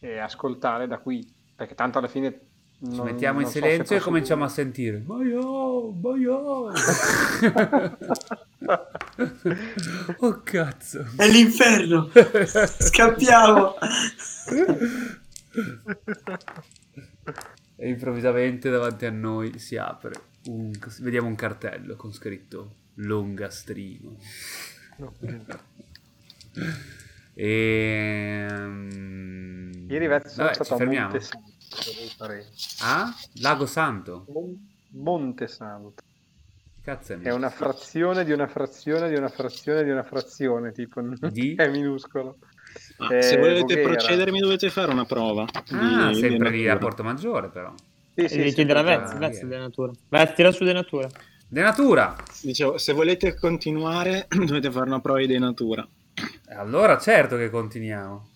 C: e ascoltare da qui. Perché tanto alla fine. non-
A: Ci mettiamo
C: non
A: in
C: so se
A: silenzio e
C: posso-
A: cominciamo a sentire. Boio, boio. oh cazzo.
B: È l'inferno! Scappiamo!
A: E improvvisamente davanti a noi si apre un, vediamo un cartello con scritto Longastrino. e
C: Ieri verso sono
A: Ehm, Vabbè, ci
C: stato a
A: fermiamo.
C: Monte Santo. dovevo fare-
A: Ah? Lago Santo.
C: Mon- Monte Santo.
A: Cazzo è,
C: È una frazione di una frazione di una frazione di una frazione, tipo
A: Di?
C: è minuscolo.
D: Ah,
C: Eh,
D: se volete
C: Voghera.
D: procedere, mi dovete fare una prova. di-
A: Ah,
D: di
A: sempre lì a
D: natura.
A: Porto Maggiore però.
C: Sì,
F: E devi chiedere a Vez,
A: ah,
F: Vez
A: via.
F: della natura. Vez, tira su della natura.
A: De natura.
D: Dicevo, se volete continuare, dovete fare una prova di denatura.
A: Allora certo che continuiamo.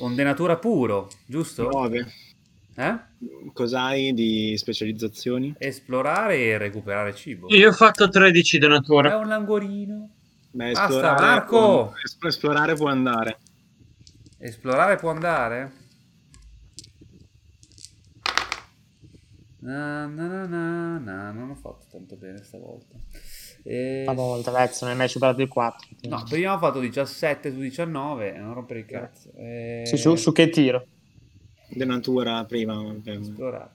A: Un denatura puro, giusto?
D: 9.
A: Eh?
D: Cos'hai di specializzazioni?
A: Esplorare e recuperare cibo.
H: Io ho fatto 13 di
A: È
H: natura.
A: un langorino.
D: Beh,
A: Basta, Marco!
D: può- es- esplorare può andare.
A: Esplorare può andare? Na, na, na, na, na, non ho fatto tanto bene stavolta. E...
F: Una volta, Vez, non hai mai superato il 4.
A: No, prima ho fatto 17 su 19, non rompere il cazzo. E...
F: Sì, su, su che tiro?
D: Denatura prima. per-
A: Esplorare.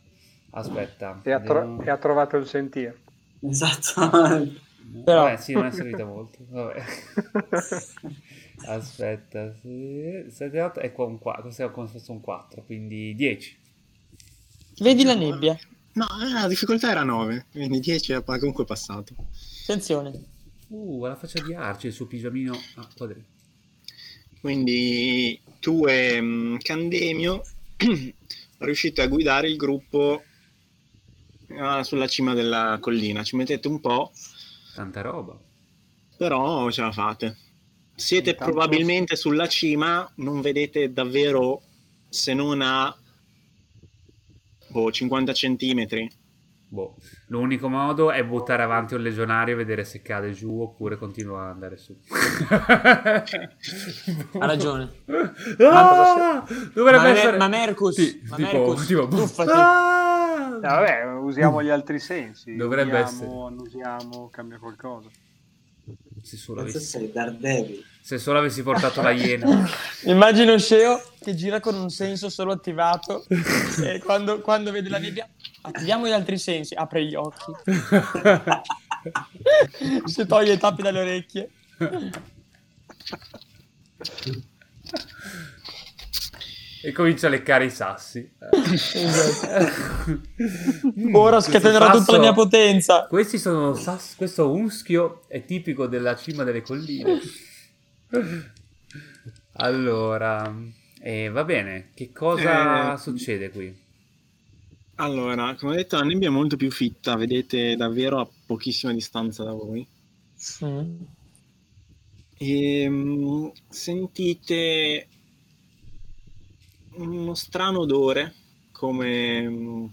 A: Aspetta.
C: E ha, tro-
A: vediamo-
C: e ha trovato il sentiero.
B: Esatto.
F: Però-
A: Boh, Vabbè, sì, non è servita molto. Vabbè. Aspetta, 7, 8 è qua un 4, questo è come se fosse un 4, quindi 10.
F: Vedi la nebbia.
D: No, eh, la difficoltà era 9, quindi 10 è pa- comunque passato.
F: Attenzione.
A: Uh, alla faccia di Arci, il suo pigiamino ah, a quadri.
D: Quindi tu e mm, Candemio riuscite a guidare il gruppo ah, sulla cima della collina. Ci mettete un po',
A: Tanta roba.
D: però ce la fate. Siete
C: Intanto-
D: probabilmente sulla cima, non vedete davvero se non a boh, 50 centimetri.
A: Boh. L'unico modo è buttare avanti un legionario e vedere se cade giù oppure continua ad andare su.
F: Ha ragione.
A: Ah! Dovrebbe
F: Ma, Mer-
A: essere...
F: ma Mercus,
A: Sì,
F: ma
A: tipo-
F: Mercus,
A: tipo- boh.
F: tuffati.
A: Ah!
C: No, vabbè, usiamo gli altri sensi.
A: Dovrebbe
C: Usiamo, annusiamo, cambia qualcosa.
A: Se solo,
B: Penso
A: avessi,
B: sei Daredevil.
A: se solo avessi portato la iena.
F: Immagino Sceo che gira con un senso solo attivato e quando, quando vede la nebbia attiviamo gli altri sensi, apre gli occhi, si toglie i tappi dalle orecchie.
A: e comincia a leccare i sassi. Mm,
F: Esatto. Ora
A: questo
F: scatenerò tutta la
A: sasso-
F: mia potenza.
A: Questi sono sassi, questo unschio è tipico della cima delle colline. allora, eh, va bene, che cosa
D: Eh,
A: succede qui?
D: Allora, come ho detto, la nebbia è molto più fitta, vedete davvero a pochissima distanza da voi.
F: Mm.
D: E mm, sentite uno strano odore, come, mm,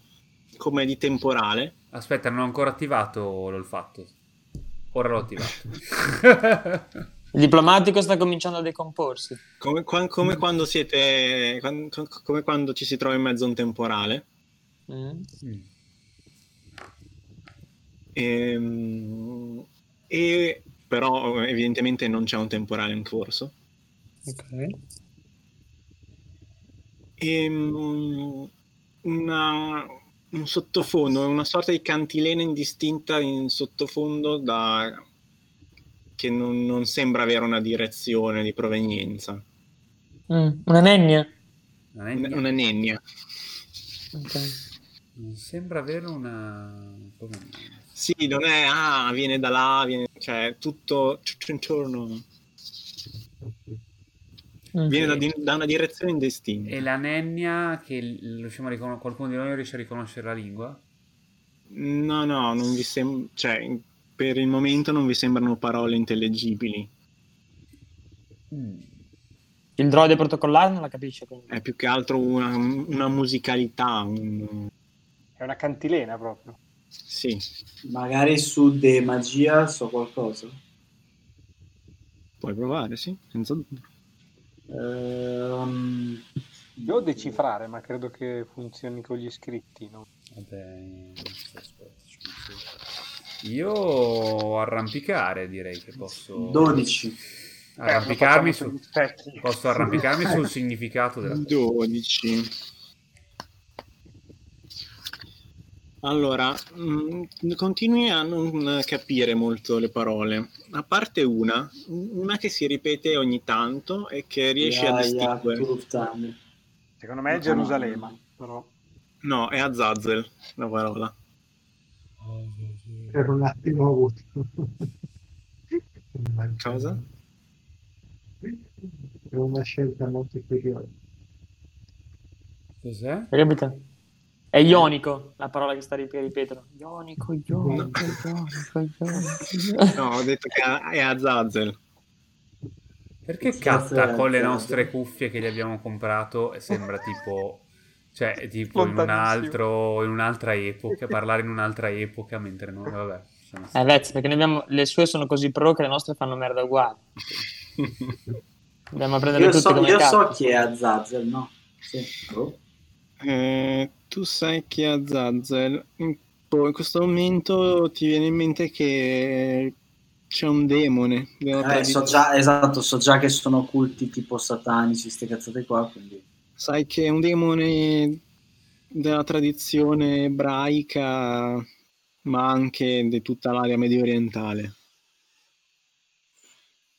D: come di temporale.
A: Aspetta, non ho ancora attivato l'olfatto. Ora l'ho attivato.
F: Il diplomatico sta cominciando a decomporsi.
D: Come, qua- come quando siete, quan- co- come quando ci si trova in mezzo a un temporale.
F: Mm.
A: Mm.
D: E, mm, e però evidentemente non c'è un temporale in corso.
F: Ok.
D: E, mm, una- un sottofondo, una sorta di cantilena indistinta in sottofondo da- che non, non sembra avere una direzione di provenienza.
F: Mm. Una nennia.
A: Non, è-
D: N- Una nenia.
F: Ok.
A: non sembra avere una... come-
D: Sì, non è, ah, viene da là, viene, cioè tutto tutto intorno.
F: Mm.
D: Viene da, di- da una direzione indistinta.
A: E la nennia che l- riusciamo a ricon- qualcuno di noi riesce a riconoscere la lingua?
D: No, no, non vi sem- cioè, in- per il momento non vi sembrano parole intellegibili.
A: Mm.
F: Il droide protocollare non la capisce. quindi.
D: È più che altro una, una musicalità. un-
C: È una cantilena proprio.
D: Sì,
B: Magari su De Magia so qualcosa.
D: puoi provare, sì, senza dubbio.
B: Ehm,
C: Devo decifrare, ma credo che funzioni con gli iscritti. no?
A: Vabbè, aspetta, aspetta, ci penso. Io arrampicare direi che posso Eh,
B: 12.
A: arrampicarmi
C: Facciamo
A: su-
C: sugli specchi.
A: posso arrampicarmi sul significato della
D: Mm. 12. Allora, mh, continui a non capire molto le parole, a parte una, una che si ripete ogni tanto e che riesci a
B: Iaia,
D: distinguere.
B: puttane.
C: Secondo me è Gerusalemme, però
D: No, è Azazel la parola.
E: per un attimo ho avuto.
D: Cosa?
E: È una scelta molto curiosa.
A: Cos'è?
F: Hai capito? È ionico la parola che sta rip- ripetono. Ionico, ionico, ionico, ionico.
D: No, ho detto che è Azazel.
A: Perché catta con le nostre cuffie che gli abbiamo comprato e sembra tipo cioè è tipo in un
C: Lontanissimo.
A: altro in un'altra epoca, parlare in un'altra epoca mentre noi vabbè, sono
F: Eh, Vez, perché noi abbiamo, le sue sono così pro che le nostre fanno merda uguale. Dobbiamo prendere
B: Io,
F: tutte
B: so,
F: come
B: io
F: cazzo.
B: so chi è Azazel, no? Sì. Oh.
D: Eh, tu sai che a Zazel in, poi in questo momento ti viene in mente che c'è un demone. nella
B: Eh, so
D: tradizione.
B: già, esatto, so già che sono culti tipo satanici, ste cazzate qua, quindi...
D: Sai che è un demone della tradizione ebraica, ma anche di tutta l'area medio orientale.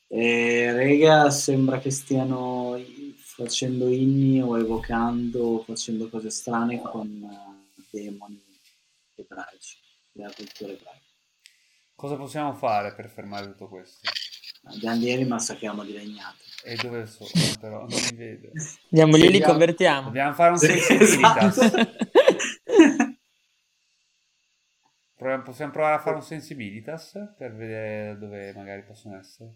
B: E rega, sembra che stiano i- facendo inni o evocando, o facendo cose strane con eh, demoni ebraici, della cultura ebraica.
A: Cosa possiamo fare per fermare tutto questo?
B: Andiamo ma massacriamo di legnate.
A: E dove sono però non mi vedo.
F: Andiamo lì, li
B: Sì,
F: convertiamo.
A: Dobbiamo fare un
B: Sì,
A: sensibilità.
B: esatto.
A: Proviamo- possiamo provare a fare un sensibilitas per vedere dove magari possono essere.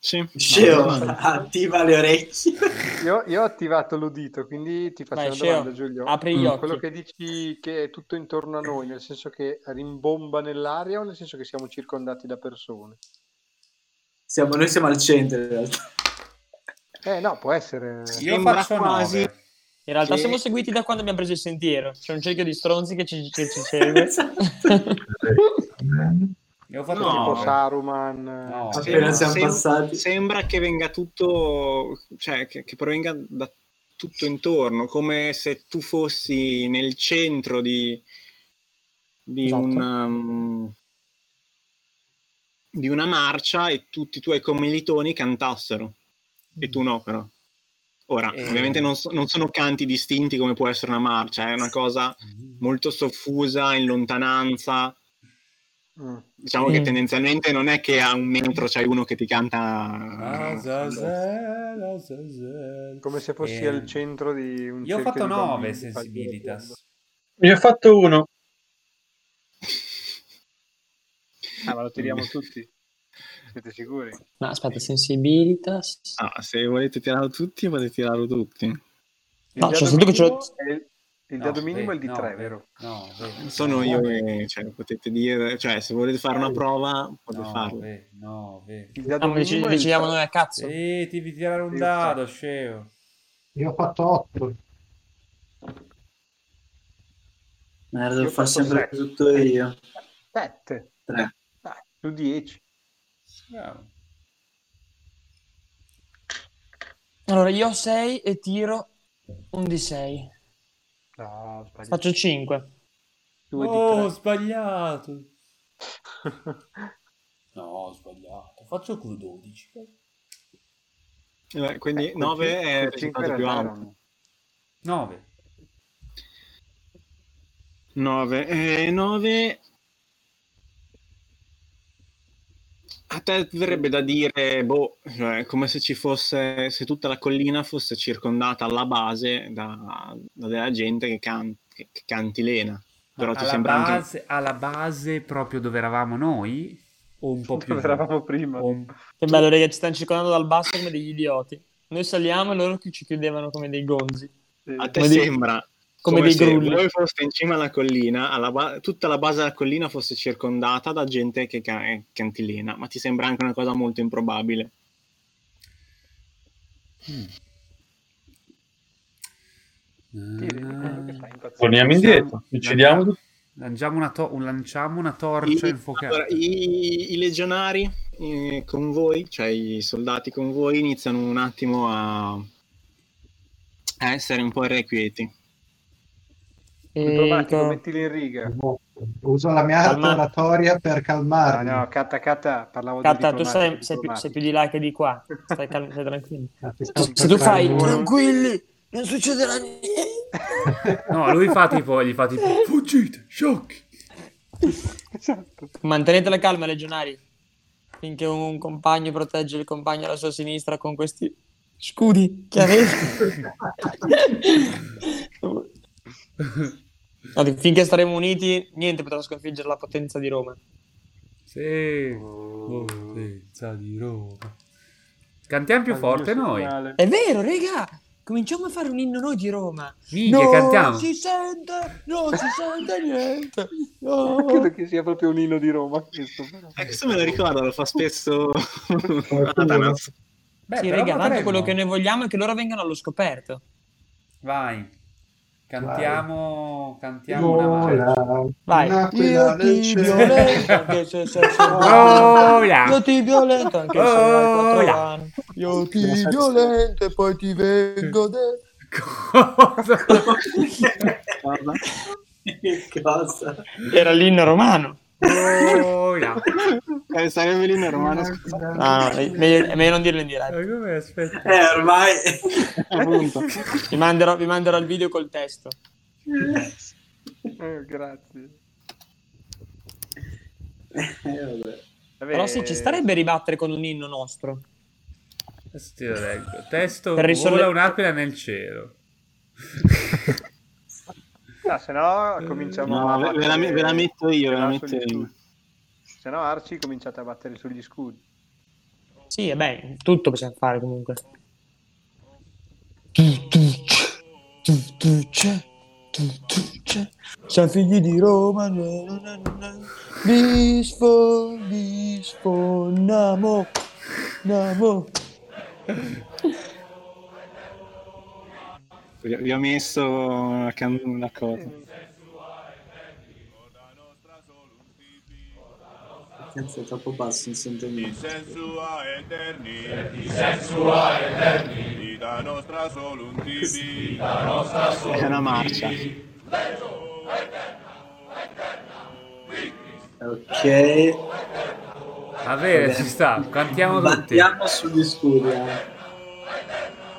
D: Sì.
B: Sceo,
D: No, no,
B: attiva le orecchie.
C: Io, io ho attivato l'udito, quindi ti faccio
F: Vai,
C: una
F: Sceo,
C: domanda, Giulio.
F: Apri gli
D: Mm.
F: occhi.
C: Quello che dici che è tutto intorno a noi, nel senso che rimbomba nell'aria o nel senso che siamo circondati da persone?
B: Siamo, noi siamo al centro in realtà.
C: Eh no, può essere...
A: Io
D: Sembra
A: faccio
D: quasi-
A: 9.
F: In realtà
D: Sì.
F: siamo seguiti da quando abbiamo preso il sentiero. C'è un cerchio di stronzi che ci, che ci segue.
B: Esatto.
A: Io ho fatto
D: No.
C: Tipo
A: nove.
C: Saruman...
A: No.
D: no.
B: Appena siamo
D: Sem-
B: passati.
D: Sembra che venga tutto, cioè che, che provenga da tutto intorno, come se tu fossi nel centro di, di
F: Esatto.
D: una, mm, di una marcia e tutti i tuoi commilitoni cantassero, e tu no però. Ora,
A: Eh.
D: ovviamente non, so- non sono canti distinti come può essere una marcia, è una cosa molto soffusa, in lontananza,
C: Mm.
D: diciamo che
F: Mm.
D: tendenzialmente non è che a un metro c'è uno che ti
A: Ah,
D: canta
C: Ah,
D: eh,
A: Azazel, Azazel.
C: Come se fossi
A: Eh,
C: al centro di un
A: Io ho
C: cerchio
A: fatto
C: di
A: 9
C: bambini
A: sensibilitas.
H: Ne ho fatto uno.
C: Ah, ma lo tiriamo tutti? Siete sicuri?
F: No, aspetta, sensibilitas.
D: Ah, se volete tirarlo tutti potete tirarlo tutti
C: Il
F: No,
C: dado
F: c'è scritto che ce l'ho-
C: minimo è il- Il
A: No,
C: dado minimo è il
A: ve-
C: di
A: no,
C: 3,
A: ve-
C: vero?
A: No, ve-
D: sono
A: no,
C: Ah.
D: io
A: ve-
D: che cioè, potete dire cioè se volete fare una prova potete
A: No,
D: farlo
A: ve- no, ve-
C: Il
F: Ah,
C: dado
F: ma deci-
C: minimo è il
F: decidiamo
C: tre.
F: noi a cazzo.
A: Sì, ti devi tirare un
C: Sì,
A: dado, scemo.
E: Io ho fatto 8.
B: Merda,
C: Io
B: devo
C: ho
B: far
C: fatto
B: sempre
C: sette.
B: tutto io.
C: Sette.
B: Tre.
C: Dai, su 10.
A: Bravo.
F: Allora, io ho 6 e tiro un di 6.
C: No, sbaglio.
F: Faccio 5.
C: Due
A: oh, ho
C: di
A: sbagliato.
C: tre.
A: No, ho sbagliato. Faccio con 12.
D: Vabbè, quindi
C: Eh, quel
D: 9
C: cin-
D: è il
C: quel cinque
D: risultato
C: in
D: più
C: realtà
D: alto
C: erano-
A: 9.
D: Eh, 9 9 A te verrebbe da dire, boh, cioè, come se ci fosse, se tutta la collina fosse circondata alla base da, da della gente che, can- che- che cantilena. Però ti
A: alla,
D: sembra anche...
A: base, alla base proprio dove eravamo noi? O un po' più...
C: Dove eravamo prima.
A: o un-
F: Che bello, raga, ci stanno circondando dal basso come degli idioti. Noi saliamo e loro ci chiudevano come dei gonzi,
C: Sì. Ah,
D: A te
F: come dei-
D: sembra
F: come, dei
D: se
F: grulli.
D: voi foste in cima alla collina, alla ba- tutta la base della collina fosse circondata da gente che ca- eh, cantilena, ma ti sembra anche una cosa molto improbabile.
C: Tiri, quello che sta impazzendo.
G: Torniamo
A: Siamo-
G: indietro, uccidiamo tutti.
A: Lanciamo una, to- lanciamo una torcia
D: I,
A: infuocata.
D: allora, i- i legionari eh, con voi, cioè i soldati con voi, iniziano un attimo a, a essere un po' irrequieti.
C: Diplomatico,
F: Dico-
C: mettili in riga.
E: Uso la mia arte
F: Calma.
E: oratoria per
C: Ah,
E: calmarmi.
C: no, Kata Kata, parlavo
F: Catta,
C: di
F: tu
C: diplomatico,
F: sei, sei più, sei più di là che di qua. Stai, calmo, stai tranquillo.
E: Ah, ti sto
F: Se tu
E: per
F: fai
E: fare un-
F: tranquilli, non succederà niente.
A: No, lui fa tipo, gli fa tipo, fuggite, sciocchi.
C: diplomatico. Esatto.
F: Mantenete la calma, legionari. Finché un compagno protegge il compagno alla sua sinistra con questi scudi che avete. No, dico, finché staremo uniti, niente potrà sconfiggere la potenza di Roma.
A: Sì,
C: Oh.
A: potenza di Roma. Cantiamo più
C: Al
A: forte
C: mio
A: noi.
C: segnale.
F: È vero, raga! Cominciamo a fare un inno noi di Roma.
A: Minchia,
F: non
A: cantiamo.
F: si sente, non si sente niente. No.
C: Credo che sia proprio un inno di Roma. Questo, però.
D: Eh, questo me lo ricordo, lo fa spesso
E: Qualcuno.
D: Atanas.
A: Beh,
F: Sì,
A: però
F: raga, tanto
A: potremmo.
F: quello che noi vogliamo è che loro vengano allo scoperto.
A: Vai. Cantiamo, cantiamo una
E: Vola,
F: Vai.
E: un'aquila nel cielo.
F: violento anche se sei
A: Oh, là.
F: Io ti violento anche se hai
A: Oh,
F: quattro
A: là.
F: anni. Io ti violento e poi ti vengo dentro.
A: Cosa?
B: che cosa?
F: Era l'inno romano.
A: Oh, là.
D: Eh, sarebbe lì nel romano, scusa,
F: Ah, è meglio, è meglio non dirlo in diretta.
A: Ma come aspetta?
B: Eh, ormai...
D: appunto.
F: Vi manderò, vi manderò il video col testo.
C: Eh, grazie.
B: Eh, vabbè.
C: Vabbè,
F: Però sì, ci starebbe ribattere con un inno nostro.
A: Adesso te lo leggo. Testo
F: Per risolle-
A: vola un'aquila nel cielo.
C: No, ah, se no cominciamo
D: No,
C: a
D: ve- ve la-
C: battere-
D: ve la metto io, ve la
C: no,
D: metto
C: sugli
D: io.
C: scudi. Se no Arci cominciate a battere sugli scudi.
F: Sì, e beh, tutto possiamo fare comunque. Siamo figli di Roma. Bispo, bispo, namo, namo.
D: Vi vi ho messo la, can- la cosa.
B: Cazzo, è troppo basso, non sento niente.
I: Sensua eterni, vita nostra solo un tibi,
D: È una marcia.
B: Ok.
A: Va bene, ci sta. Cantiamo tutti.
B: Battiamo sugli scudi. eh.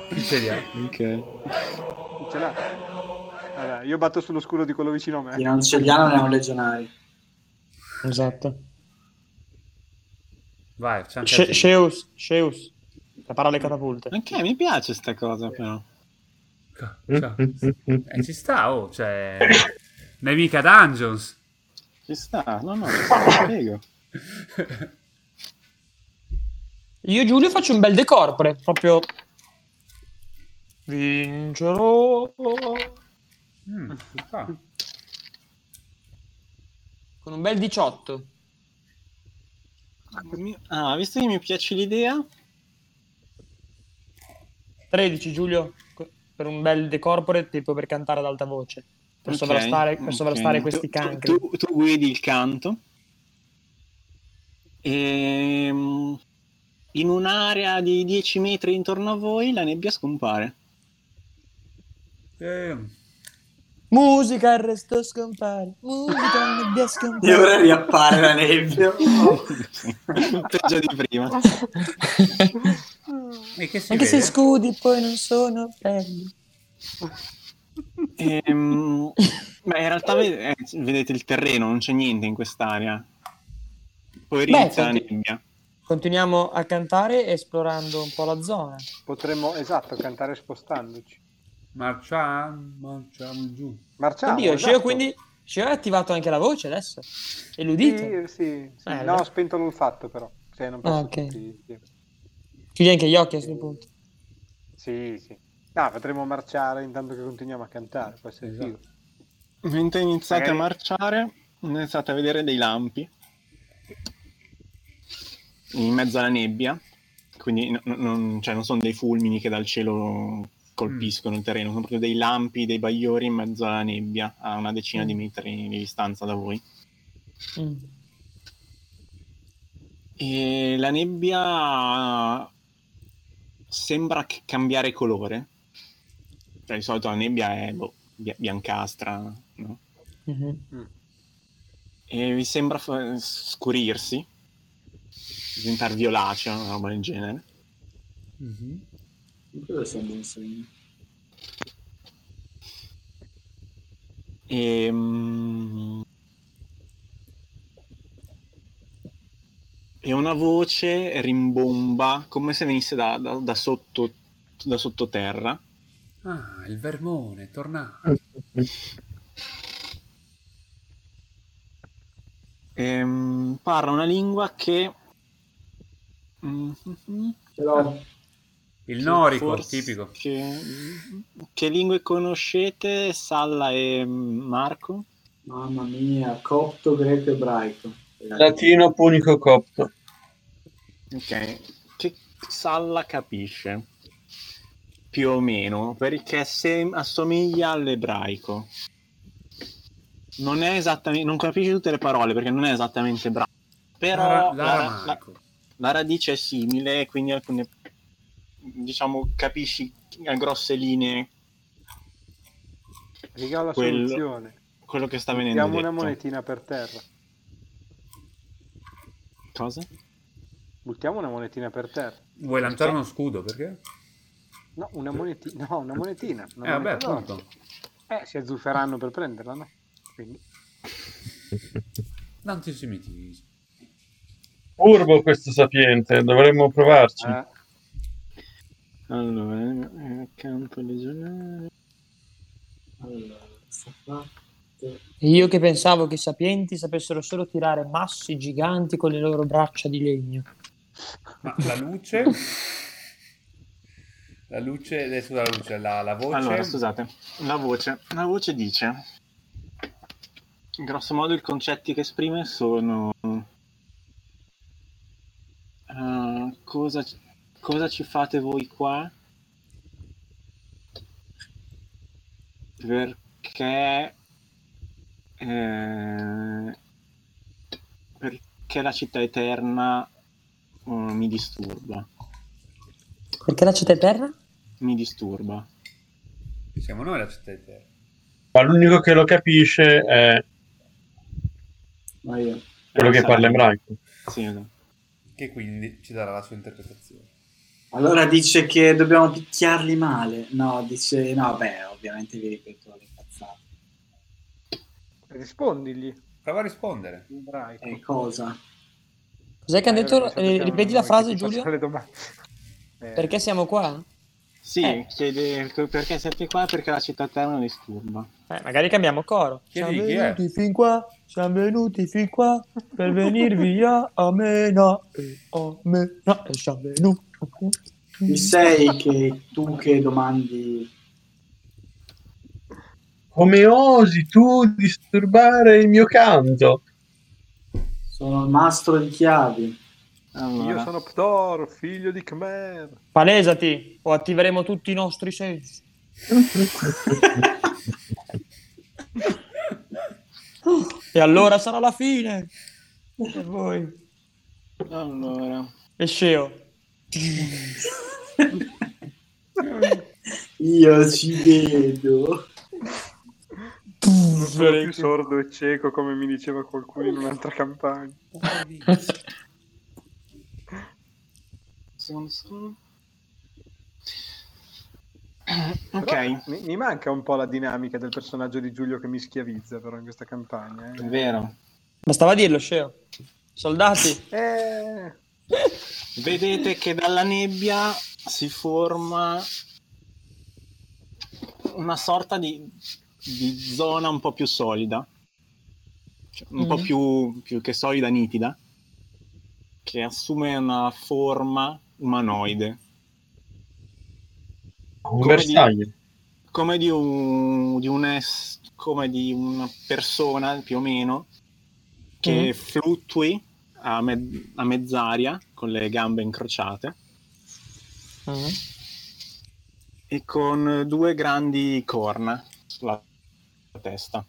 A: Chi ce li ha?
D: Ok.
C: Ce l'ha. Allora, io batto sullo scudo di quello vicino a me.
B: Chi non ce li ha non è un legionario.
F: Esatto.
A: Vai, facciamo
F: Sceus,
A: casino.
F: Sheus, Sheus. Prepara le catapulte.
D: Ok, mi piace sta cosa però.
A: Ca- ciao. Eh, ci sta, oh, cioè... Non è mica Dungeons.
D: Ci sta, no, no, sta, prego.
F: Io Giulio faccio un bel decorpore, proprio... Vincerò
A: Mm, ci sta.
F: con un bel 18.
D: Ah, visto che mi piace l'idea,
F: 13 Giulio co- per un bel decorpore tipo per cantare ad alta voce per
D: Ok,
F: sovrastare, per
D: ok.
F: sovrastare
D: Tu-
F: questi
D: tu-
F: cancri
D: Tu, tu guidi il canto. Ehm, in un'area di 10 metri intorno a voi la nebbia scompare.
A: Eh,
F: musica il resto scompare musica nebbia
B: E ora
F: scompare
B: riappare la nebbia.
D: Peggio di prima.
A: e che si
F: anche se
A: vede?
F: scudi poi non sono belli
D: Ehm, ma in realtà ve- eh, vedete il terreno, non c'è niente in quest'area. Poi
F: Beh,
D: rinizia la
F: senti-
D: nebbia.
F: Continuiamo a cantare esplorando un po' la zona.
C: Potremmo, esatto, cantare spostandoci.
A: Marciamo, marciamo giù.
C: Marciamo.
F: Oddio,
C: esatto.
F: Shio quindi Shio ha attivato anche la voce adesso. E l'udite.
C: Sì, sì, sì.
F: Eh,
C: no,
F: allora.
C: ho spento l'olfatto però. Se non posso
F: Ah, ok.
C: tutti- sì.
F: Chiudi anche gli occhi a questo punto.
C: Sì, sì. No, potremmo marciare intanto che continuiamo a cantare. Può essere
A: Esatto.
C: figo.
D: Mentre iniziate
C: Magari-
D: a marciare, iniziate a vedere dei lampi in mezzo alla nebbia, quindi no- no- non, cioè non sono dei fulmini che dal cielo colpiscono il terreno, sono proprio dei lampi, dei bagliori in mezzo alla nebbia, a una decina di metri di distanza da voi.
F: Mm.
D: E la nebbia sembra che- cambiare colore. Cioè, di solito la nebbia è boh, bia- biancastra, no?
F: Mhm.
D: E vi sembra fa- scurirsi, diventare violacea, una roba del genere.
B: Quello sembra un sogno.
D: E, mm, e una voce rimbomba come se venisse da, da- da sotto, da sottoterra.
A: Ah, il vermone è tornato.
D: Ehm, parla una lingua che Mm, mm, mm.
B: Però
A: Il norico,
D: Forse-
A: tipico.
D: Che, che lingue conoscete, Salla e Marco?
B: Mamma mia, copto, greco, ebraico.
G: Latino, punico, copto.
D: Ok, che Salla capisce più o meno perché sem- assomiglia all'ebraico. Non è esattamente, non capisce tutte le parole perché non è esattamente ebraico,
A: L'ara-
D: però la- la-
A: L'aramaico.
D: la radice è simile, quindi alcune diciamo capisci a grosse linee
C: Riga la
D: Quello-
C: soluzione.
D: quello che sta venendo
C: Diamo una
D: detto.
C: monetina per terra.
D: Cosa?
C: Buttiamo una monetina per terra.
A: Vuoi lanciare uno scudo perché?
C: No, una monetina. No, una monetina. una
A: Eh, vabbè,
C: moneta d'oro.
A: appunto.
C: Eh, si azzufferanno per prenderla, no? Quindi,
A: L'antisemitismo.
G: Urbo questo sapiente, dovremmo provarci.
C: eh,
D: Allora, eh, campo legionario.
B: Allora, sta parte.
F: Io che pensavo che i sapienti sapessero solo tirare massi giganti con le loro braccia di legno.
A: Ma la luce? La luce, eh, scusa, la luce, la, la voce.
D: Allora, scusate, la voce, la voce dice, in grosso modo i concetti che esprime sono eh, cosa, cosa ci fate voi qua? Perché, eh, perché la città eterna eh, mi disturba,
F: Perché la città è terra?
D: mi disturba.
A: Siamo noi la città di terra.
G: Ma l'unico che lo capisce è
B: Ma io.
G: quello che
D: Sarà-
G: parla ebraico.
D: Eh, Sì, esatto.
A: Che quindi ci darà la sua interpretazione.
B: Allora dice che dobbiamo picchiarli male. No, dice. No, beh, ovviamente vi ripeto le cazzate.
C: rispondigli.
A: Prova a rispondere.
C: Ebraico.
D: Ecco.
B: Eh, cosa?
F: Cos'è che ha
C: Eh,
F: detto?
C: perché
F: Eh,
C: sappiamo
F: Ripeti
C: noi
F: la
C: che
F: frase,
C: ti
F: Giulio.
C: facciamo le domande. Eh,
F: Perché siamo qua?
D: Sì,
F: Eh.
D: chiede perché siete qua e perché la città terra non disturba.
F: Eh, magari cambiamo coro.
A: Chi è di- chi è?
F: eh? fin qua, siamo venuti fin qua per venirvi a Amena. e Amena, e siamo venuti.
B: Chi sei che tu che domandi.
G: Come osi tu disturbare il mio canto?
B: Sono il mastro di chiavi.
D: Allora,
C: Eh, Io sono Ptor, figlio di Khmer.
F: Palesati o attiveremo tutti i nostri sensi. e allora sarà la fine. Per voi.
D: allora.
F: E Sceo.
B: Io ci vedo.
C: Sono più sordo e cieco, come mi diceva qualcuno in un'altra campagna.
D: sono- sono- Ok,
C: Mi, mi manca un po' la dinamica del personaggio di Giulio che mi schiavizza, però, in questa campagna.
D: è
C: Eh.
D: vero.
F: Bastava dirlo, Sceo. Soldati,
C: Eh,
D: Vedete che dalla nebbia si forma una sorta di, di zona un po' più solida, Cioè, un po'
F: Mm.
D: più, più che solida, nitida, che assume una forma umanoide,
G: Un
D: Come
G: bersaglio.
D: come di, un, di un es- come di una persona più o meno che
F: Mm.
D: fluttui a, me- a mezz'aria con le gambe incrociate
F: Mhm.
D: e con due grandi corna sulla testa.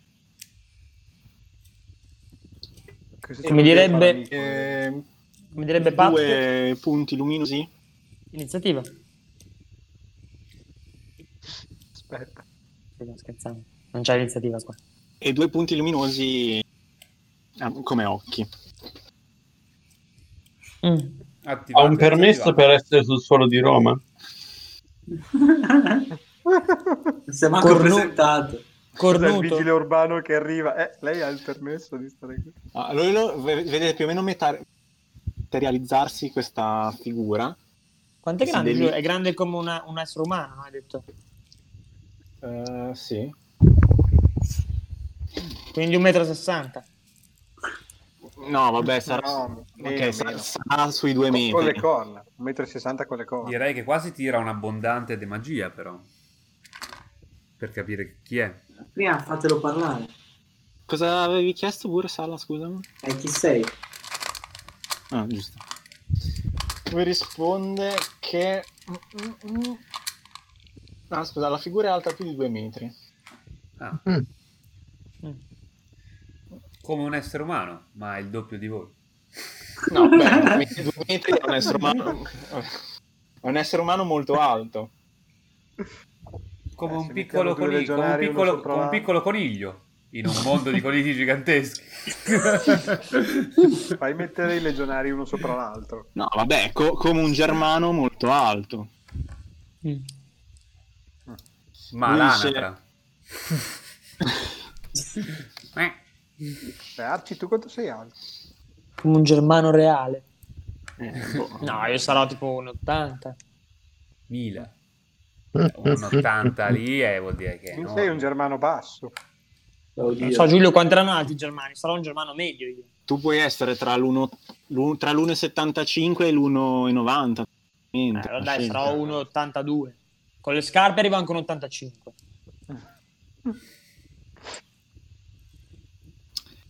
C: Cosa
D: E
C: ti voglio
F: mi direbbe-
C: fare, amico?
D: Eh,
C: Ehm,
F: Come direbbe Pat,
D: due punti luminosi.
F: iniziativa.
C: Aspetta.
F: Sto scherzando. Non c'è iniziativa qua.
D: e due punti luminosi ah, come occhi.
F: Mm.
G: Ha un permesso per essere sul suolo di Roma?
B: Non si è manco
F: Cornu-
B: presentato.
C: Cos'è il
F: Cornuto.
C: vigile urbano che arriva? Eh, lei ha il permesso di stare qui.
D: Ah, allora lo- ve- vedete più o meno meta- materializzarsi questa figura.
F: Quanto è
D: Si
F: grande?
D: devi-
F: È grande come una- un essere umano, no? hai detto.
D: Eh, sì.
F: Quindi 1,60 m.
D: No, vabbè, sarà,
C: No, meno,
D: ok, sa-
C: meno.
D: sarà sui due
C: Con, con le
D: metri.
C: corna, 1,60 m con le corna.
A: Direi che quasi tira un abbondante di magia, però. Per capire chi è.
B: Prima fatelo parlare.
D: Cosa avevi chiesto pure, Sala, scusami?
B: E Eh, chi sei?
D: Ah, giusto. Mi risponde che... Ah, scusa, la figura è alta più di due metri.
A: Ah,
G: Mm.
A: come un essere umano, ma è il doppio di voi.
D: No, beh, due metri è un essere umano. È un essere umano molto alto.
A: Come
C: Eh,
A: un
C: se
A: piccolo,
C: mettiamo due
A: coniglio, come un,
C: legionari, uno
A: piccolo,
C: sopra
A: come un
C: l'altro.
A: piccolo coniglio in un mondo di conigli giganteschi.
C: Fai mettere i legionari uno sopra l'altro.
D: No, vabbè, co- come un germano molto alto.
F: Mm.
A: ma
D: Lui
A: l'anatra. Eh,
C: Eh, Arci, tu quanto sei alto?
F: Come un germano reale.
D: Eh, boh.
F: No, io sarò tipo 1,80.
A: Mila. Un 80 lì eh, vuol dire che...
C: Tu
A: no.
C: sei un germano basso.
B: Oddio.
F: Non so, Giulio, quanti erano alti i germani? Sarò un germano medio io.
D: Tu puoi essere tra l'uno- l'un- tra l'1,75 e l'1,90.
F: Eh,
D: Niente,
F: allora dai,
D: sì.
F: sarò 1,82. Con le scarpe arrivo anche un 85.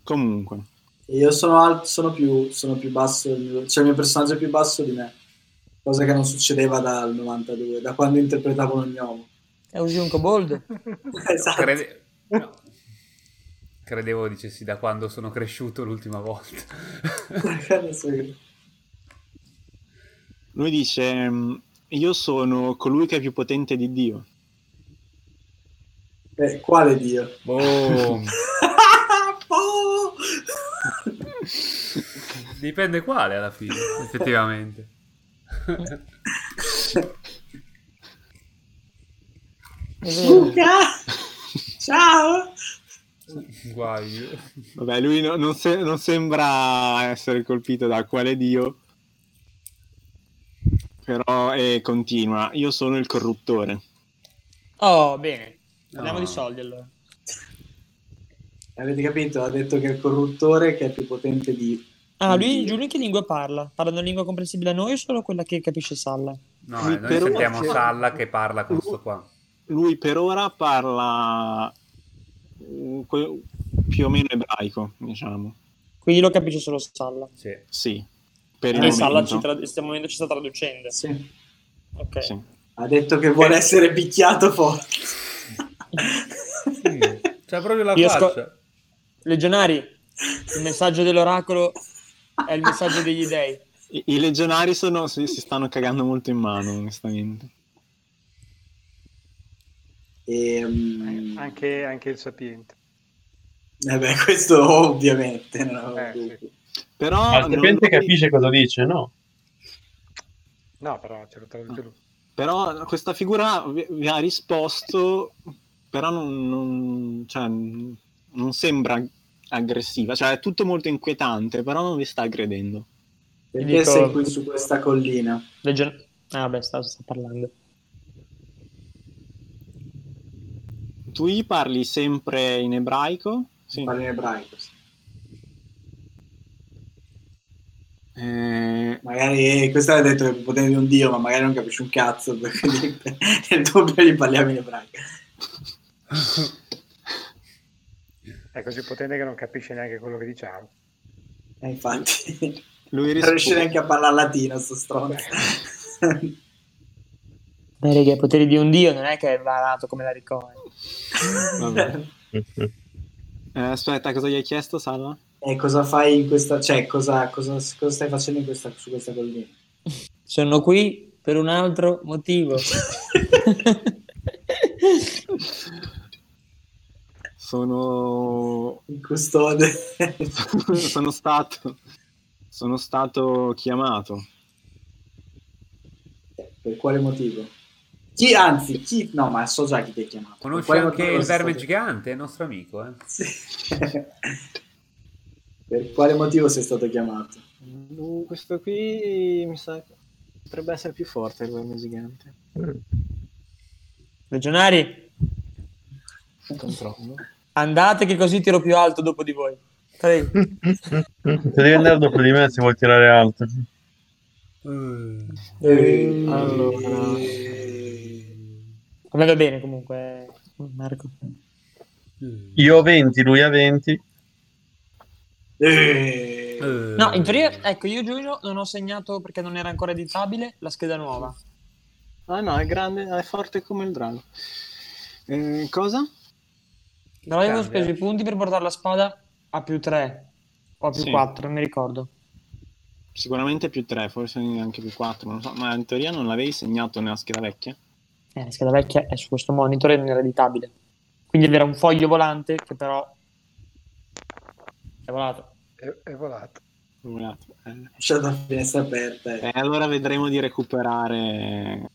D: Comunque,
B: Io sono, alto, sono, più, sono più basso, del mio- cioè il mio personaggio è più basso di me, cosa che non succedeva dal 92, da quando interpretavo un gnomo.
F: È un Junko Bold.
B: esatto.
A: Crede- no. Credevo dicessi da quando sono cresciuto l'ultima volta.
B: Adesso che-
D: lui dice: "Mh, Io sono colui che è più potente di Dio.
B: eh, quale Dio?
A: Boom.
B: Boh!
A: Dipende quale alla fine, effettivamente.
F: È vero.
B: Luca! Ciao!
A: Guai.
D: Vabbè, lui no- non, se- non sembra essere colpito da quale Dio, però eh, continua: Io sono il corruttore.
F: Oh, bene. Parliamo
A: No.
F: di soldi allora.
B: Avete capito? Ha detto che è il corruttore che è più potente di...
F: Ah, lui, Giulio, in che lingua parla? Parla una lingua comprensibile a noi o solo quella che capisce Salla?
A: No,
D: Mi
A: eh, noi
D: però-
A: sentiamo Salla che parla con sto qua.
D: lui per ora parla eh, que- più o meno ebraico, diciamo.
F: Quindi lo capisce solo Salla.
A: Sì.
D: Sì, per il
F: E Salla
D: momento.
F: ci tra- in questo momento ci sta traducendo.
B: Sì.
F: Ok.
D: Sì.
B: Ha detto che vuole essere picchiato forte.
A: C'è proprio la
F: Io
A: faccia.
F: sco- Legionari, il messaggio dell'oracolo è il messaggio degli dei.
D: I, i legionari sono- si, si stanno cagando molto in mano, onestamente.
B: E,
C: Eh,
B: mm,
C: Anche, anche il sapiente.
B: eh beh, questo ovviamente non avevo
C: Eh,
B: dubbi.
D: Però
G: Ma il
D: non-
G: serpente
D: lui-
G: capisce cosa dice, no?
C: No, però ce lo traduce lui.
D: però questa figura vi, vi ha risposto, però non, non- cioè, non sembra aggressiva, cioè è tutto molto inquietante, però non vi sta aggredendo.
B: Perché
F: dico-
B: sei qui su questa collina?
F: Legion- Ah, beh, sta, sta parlando.
D: Tu gli parli sempre in ebraico? Sì.
B: Parli in ebraico. sì.
D: Eh,
B: Magari eh, questo l'ha detto che potere di un dio, ma magari non capisci un cazzo, perché nel dubbio gli parliamo in ebraico.
C: È così potente che non capisce neanche quello che diciamo.
B: E Eh, infatti,
D: lui
B: non riesce
D: risponde.
B: neanche a parlare latino, sto stronzo.
F: Beh, raga, i poteri di un dio non è che va nato come la ricorda.
D: Vabbè. Eh, aspetta, cosa gli hai chiesto, Salva?
B: e cosa fai in questa... cioè, cosa, cosa- cosa stai facendo in questa- su questa collina?
F: Sono qui per un altro motivo.
D: Sono...
B: Il custode.
D: sono stato... Sono stato chiamato.
B: per quale motivo? Chi, anzi, chi... no, ma so già chi ti ha chiamato. Per
A: Conosci
B: quale
A: anche
B: motivo
A: il
B: sei
A: verme
B: stato-
A: gigante, è il nostro amico. Eh?
B: per quale motivo sei stato chiamato?
D: Questo qui mi sa potrebbe essere più forte il verme gigante.
F: Legionari,
D: Controllo.
F: andate che così tiro più alto dopo di voi. Prego.
G: Se devi andare dopo di me se vuoi tirare alto.
D: Eh. allora.
F: A me va bene comunque, Marco.
G: Io ho 20, lui ha 20.
B: Eh,
F: No, in teoria, ecco, io Giulio non ho segnato perché non era ancora editabile la scheda nuova.
D: Ah no, è grande, è forte come il drago. Eh, cosa?
F: Però io avevo
A: Cambia.
F: speso i punti per portare la spada a più 3 o a più
D: Sì.
F: 4, non mi ricordo.
D: Sicuramente più 3, forse anche più 4, non so, ma in teoria non l'avevi segnato nella scheda vecchia?
F: Eh, la scheda vecchia è su questo monitor e non era editabile. Quindi era un foglio volante che però è volato.
C: È, è volato.
D: Volato. Eh,
B: Lasciato la finestra aperta. eh.
D: eh, allora vedremo di recuperare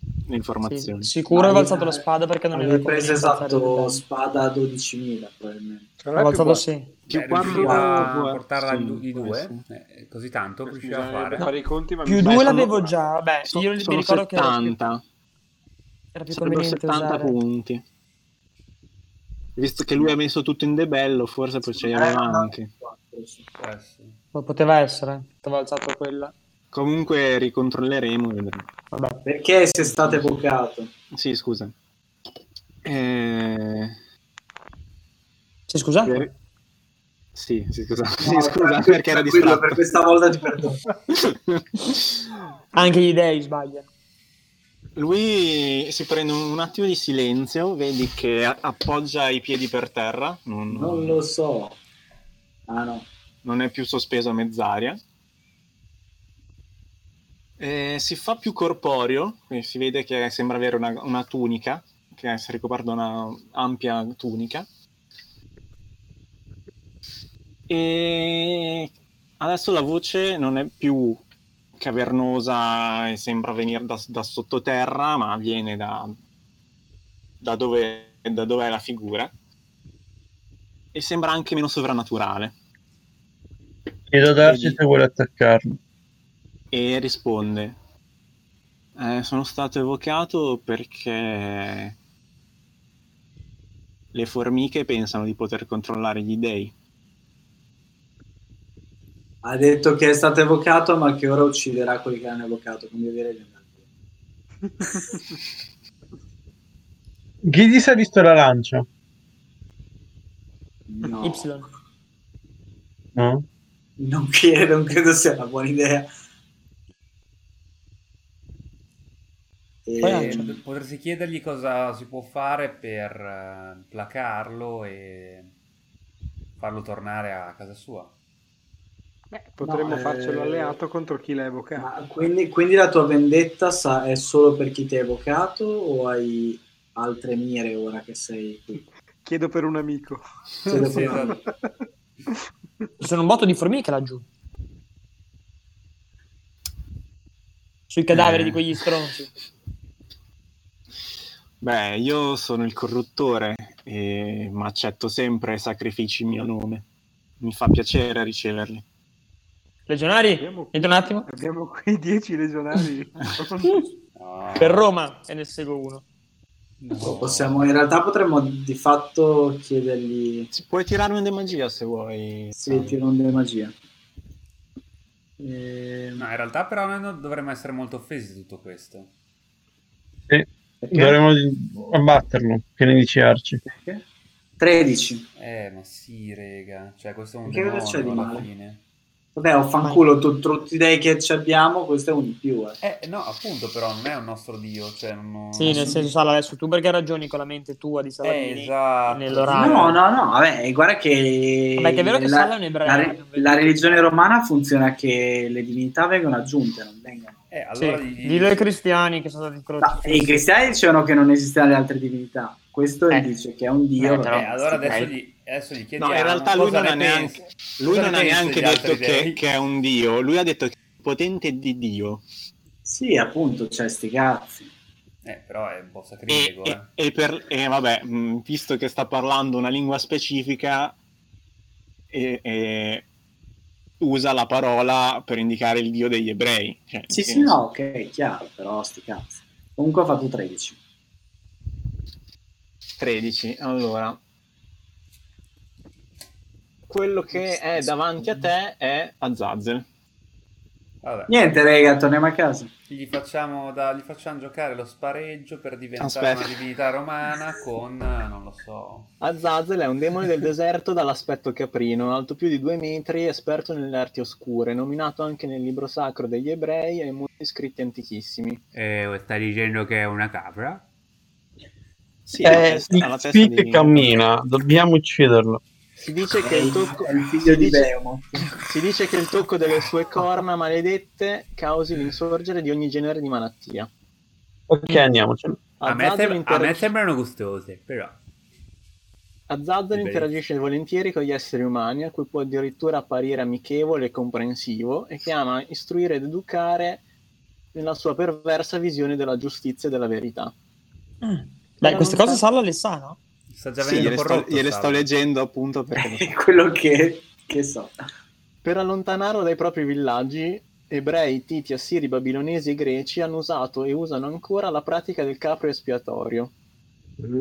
D: le
F: Sì,
D: informazioni.
F: sicuro
B: Ma
F: avevo
B: io-
F: alzato la spada perché non era
B: Avevi preso esatto spada a 12.000 probabilmente.
C: Secondo
F: Avevo
C: me è più
F: alzato
C: buono.
F: sì.
A: Cioè,
D: più quattro
A: riusciva
D: due,
A: a portarla
D: sì,
A: i du- i
D: può
A: due,
D: essere.
A: Eh, così tanto riusciva a
C: Bisognerebbe
A: fare.
C: fare i conti, ma
F: Più
C: mi-
D: Beh,
F: due
D: sono-
F: l'avevo già, vabbè,
D: So-
F: io mi
D: sono
F: ricordo che era più,
D: 70,
F: era più
D: sarebbero
F: conveniente
D: 70
F: usare...
D: punti. Visto che lui ha messo tutto in debello, forse poi ce li
B: eh,
D: aveva anche.
A: Eh, sì.
F: Poteva essere, avevo alzato quella.
D: Comunque ricontrolleremo e vedremo.
F: Vabbè.
B: Perché sei stato evocato?
D: Sì, scusa. Eh,
F: Sì, scusa?
D: per- Sì, sì, scusa. Sì,
B: No,
D: scusa,
B: tranquillo,
D: perché era
B: tranquillo,
D: distratto.
B: Per questa volta ti perdono.
F: Anche gli dei sbagliano.
D: Lui si prende un un attimo di silenzio, vedi che a- appoggia i piedi per terra, non,
B: Non lo so. Ah no.
D: non è più sospeso a mezz'aria. Eh, si fa più corporeo, quindi si vede che sembra avere una, una tunica, che si ricoperta da una ampia tunica. E adesso la voce non è più cavernosa e sembra venire da, da sottoterra, ma viene da, da, dove, da dove è la figura. E sembra anche meno sovrannaturale.
G: E da darci
D: Vedi.
G: se vuole attaccarmi.
D: e risponde "Eh, sono stato evocato perché le formiche pensano di poter controllare gli dei
B: Ha detto che è stato evocato, ma che ora ucciderà quelli che l'hanno evocato. Quindi io direi di andare via.
G: Ghidis ha visto la lancia?
B: No,
F: Y.
G: No.
B: non credo, non credo sia una buona idea.
F: Poi
B: E...
F: lancia.
A: Potresti chiedergli cosa si può fare per eh, placarlo e farlo tornare a casa sua.
C: Beh, potremmo
B: No,
C: farcelo
B: eh,
C: alleato contro chi l'ha evocato.
B: Ma quindi, quindi la tua vendetta sa- è solo per chi ti ha evocato o hai altre mire ora che sei qui?
C: Chiedo per un amico.
B: Sì, dopo-
A: esatto.
F: Ci sono un botto di formiche laggiù. Sui cadaveri
D: Eh.
F: di quegli stronzi.
D: beh io sono il corruttore e- ma accetto sempre sacrifici in mio nome mi fa piacere riceverli
F: Legionari,
C: Abbiamo-
F: vedo un attimo.
C: Abbiamo qui 10 legionari.
F: Per Roma e ne seguo uno.
B: O possiamo- in realtà potremmo di fatto chiedergli
D: Si- Puoi tirarmi una magia se vuoi.
B: se tirano delle magie. Ehm,
A: No, in realtà però noi non dovremmo essere molto offesi di tutto questo.
B: perché?
G: Dovremmo abbatterlo, che ne dici Arci?
B: Perché? 13.
A: Eh, ma sì, rega. Cioè, questo è un
B: Che cosa c'è di
A: demonio alla
B: male?
A: fine.
B: Vabbè, ho fanculo tu- tutti i dei che ci abbiamo, questo è un in più. eh.
A: Eh, no, appunto, però non è un nostro dio, cioè non...
F: Sì, nel senso, Sala, adesso tu perché ragioni con la mente tua di
A: Eh,
F: Salamini?
A: esatto.
F: nell'orario.
B: No, no, no, vabbè, guarda che,
F: Vabbè, che è vero che
B: la,
F: Sala è un ebreo.
B: la re- la religione romana funziona che le divinità vengono aggiunte, non vengono.
A: Eh,
F: Sì,
A: allora gli-
F: dillo ai cristiani che sono stati
B: Ma- e i
F: crocifissi.
B: cristiani dicevano che non esistevano le altre divinità. Questo
F: Eh.
B: dice che è un dio.
F: Eh,
A: Eh,
F: però-
B: vabbè,
A: allora
B: sì,
A: adesso
B: dai.
A: gli, adesso gli
D: No,
A: chiediamo...
D: in realtà lui
A: cosa
D: non ha
A: ne pensi-
D: neanche, lui
A: cosa
D: non
A: ne
D: ha
A: pensi
D: neanche
A: degli altri
D: detto che,
A: dei?
D: che è un dio, lui ha detto che è potente di Dio.
B: Sì, appunto, cioè, sti cazzi.
A: Eh, però è un po'
D: E,
A: sacrilego, eh.
D: e- e per, e vabbè, mh, visto che sta parlando una lingua specifica, e- e usa la parola per indicare il dio degli ebrei. Cioè,
B: Sì,
D: nel
B: sì,
D: senso-
B: no, ok, chiaro, però sti cazzi. Comunque ha fatto 13.
D: 13. Allora, quello che è davanti a te è Azazel.
A: Vabbè,
B: Niente, rega, torniamo a casa.
A: gli facciamo, da- gli facciamo giocare lo spareggio per diventare
D: Aspetta.
A: una divinità romana con, eh, non lo so...
D: Azazel è un demone del deserto dall'aspetto caprino, alto più di due metri, esperto nelle arti oscure, nominato anche nel libro sacro degli ebrei e in molti scritti antichissimi.
A: Eh, sta dicendo che è una capra?
D: Sì, ha la
G: Eh,
D: testa- ha la
G: il
D: testa
G: Spit
D: di-
G: cammina, dobbiamo ucciderlo.
D: Si dice che il tocco...
B: È il figlio
D: si
B: di
D: dice-
B: Beomo.
D: Si dice che il tocco delle sue corna maledette causi l'insorgere di ogni genere di malattia.
G: Ok, andiamocene.
A: A me,
D: Azazel
A: sem-
D: inter-
A: a me sembrano gustose, però.
D: Azazel
A: Beh.
D: interagisce volentieri con gli esseri umani, a cui può addirittura apparire amichevole e comprensivo, e che ama istruire ed educare nella sua perversa visione della giustizia e della verità.
F: Beh, queste cose Sala le sa, no?
A: Sta Mm. già venendo corrotto. Sal.
D: leggendo appunto perché...
B: Quello che, che so.
D: per allontanarlo dai propri villaggi, ebrei, titi, assiri, babilonesi e greci hanno usato e usano ancora la pratica del capro espiatorio.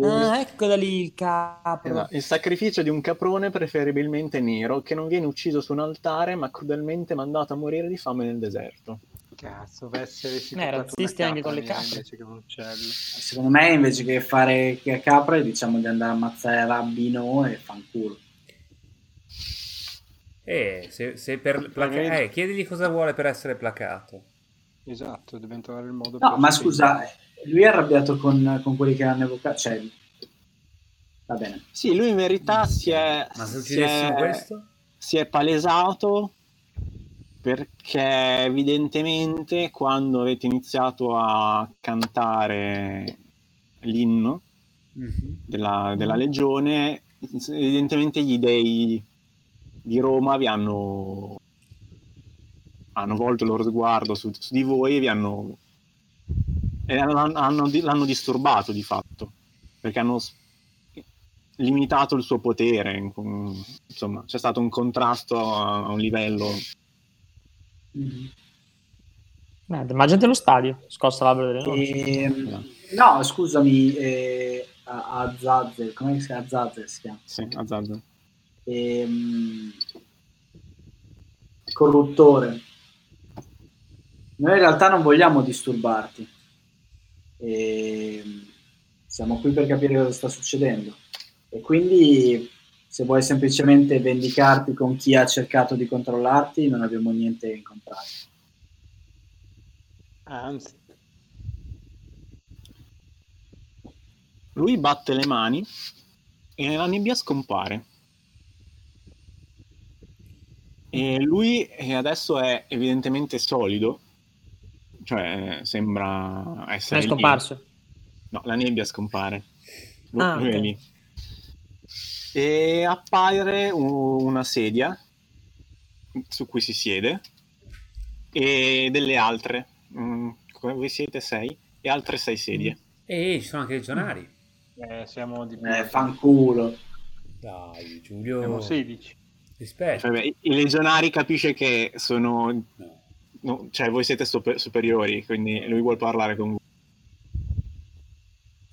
F: Ah, ecco da lì il capro.
D: Esatto. Il sacrificio di un caprone preferibilmente nero che non viene ucciso su un altare ma crudelmente mandato a morire di fame nel deserto.
C: Cazzo, per essere
F: Eh, razzisti anche con le capre.
C: invece che un uccello.
B: Secondo me invece che fare che capre diciamo di andare a ammazzare Rabbino e fanculo.
A: Eh, se, se per placa- eh, chiedigli cosa vuole per essere placato.
C: Esatto, dobbiamo trovare il modo
B: No, ma
C: scusa
B: scusa, lui è arrabbiato con, con quelli che hanno evocato. Cioè, va bene.
D: Sì, lui in verità si è,
A: Ma se
D: si
A: uccidessimo
D: è,
A: questo?
D: si è palesato perché evidentemente quando avete iniziato a cantare l'inno della, della legione, evidentemente gli dei di Roma vi hanno, hanno volto il loro sguardo su, su di voi e vi hanno, e hanno- hanno- l'hanno disturbato di fatto, perché hanno s- limitato il suo potere, in- con- insomma c'è stato un contrasto a a un livello
F: Merda, immaginate lo stadio, scossa labbra delle noci.
B: Ehm, no, scusami, eh, a, a Zazel, come si chiama? Zazel si chiama.
D: sì, azzardo.
B: Ehm, corruttore. Noi in realtà non vogliamo disturbarti. Ehm, siamo qui per capire cosa sta succedendo. E quindi se vuoi semplicemente vendicarti con chi ha cercato di controllarti, non abbiamo niente in contrario.
C: Anzi,
D: Lui batte le mani e nella nebbia scompare. E lui eh, adesso è evidentemente solido, cioè sembra
F: Non
D: essere
F: è
D: lì.
F: scomparso.
D: No, la nebbia scompare. Lui,
F: Ah,
D: lui è
F: ok.
D: lì. E appare u- una sedia su cui si siede e delle altre. Mm, voi siete sei e altre sei sedie.
F: Mm.
A: Eh, ci sono anche legionari.
C: eh, siamo di più.
B: Eh, fanculo.
A: Dai, Giulio.
C: Siamo 16.
A: Rispetto.
D: Cioè, beh, I legionari capisce che sono... no, cioè, voi siete super- superiori, quindi lui vuol parlare con voi.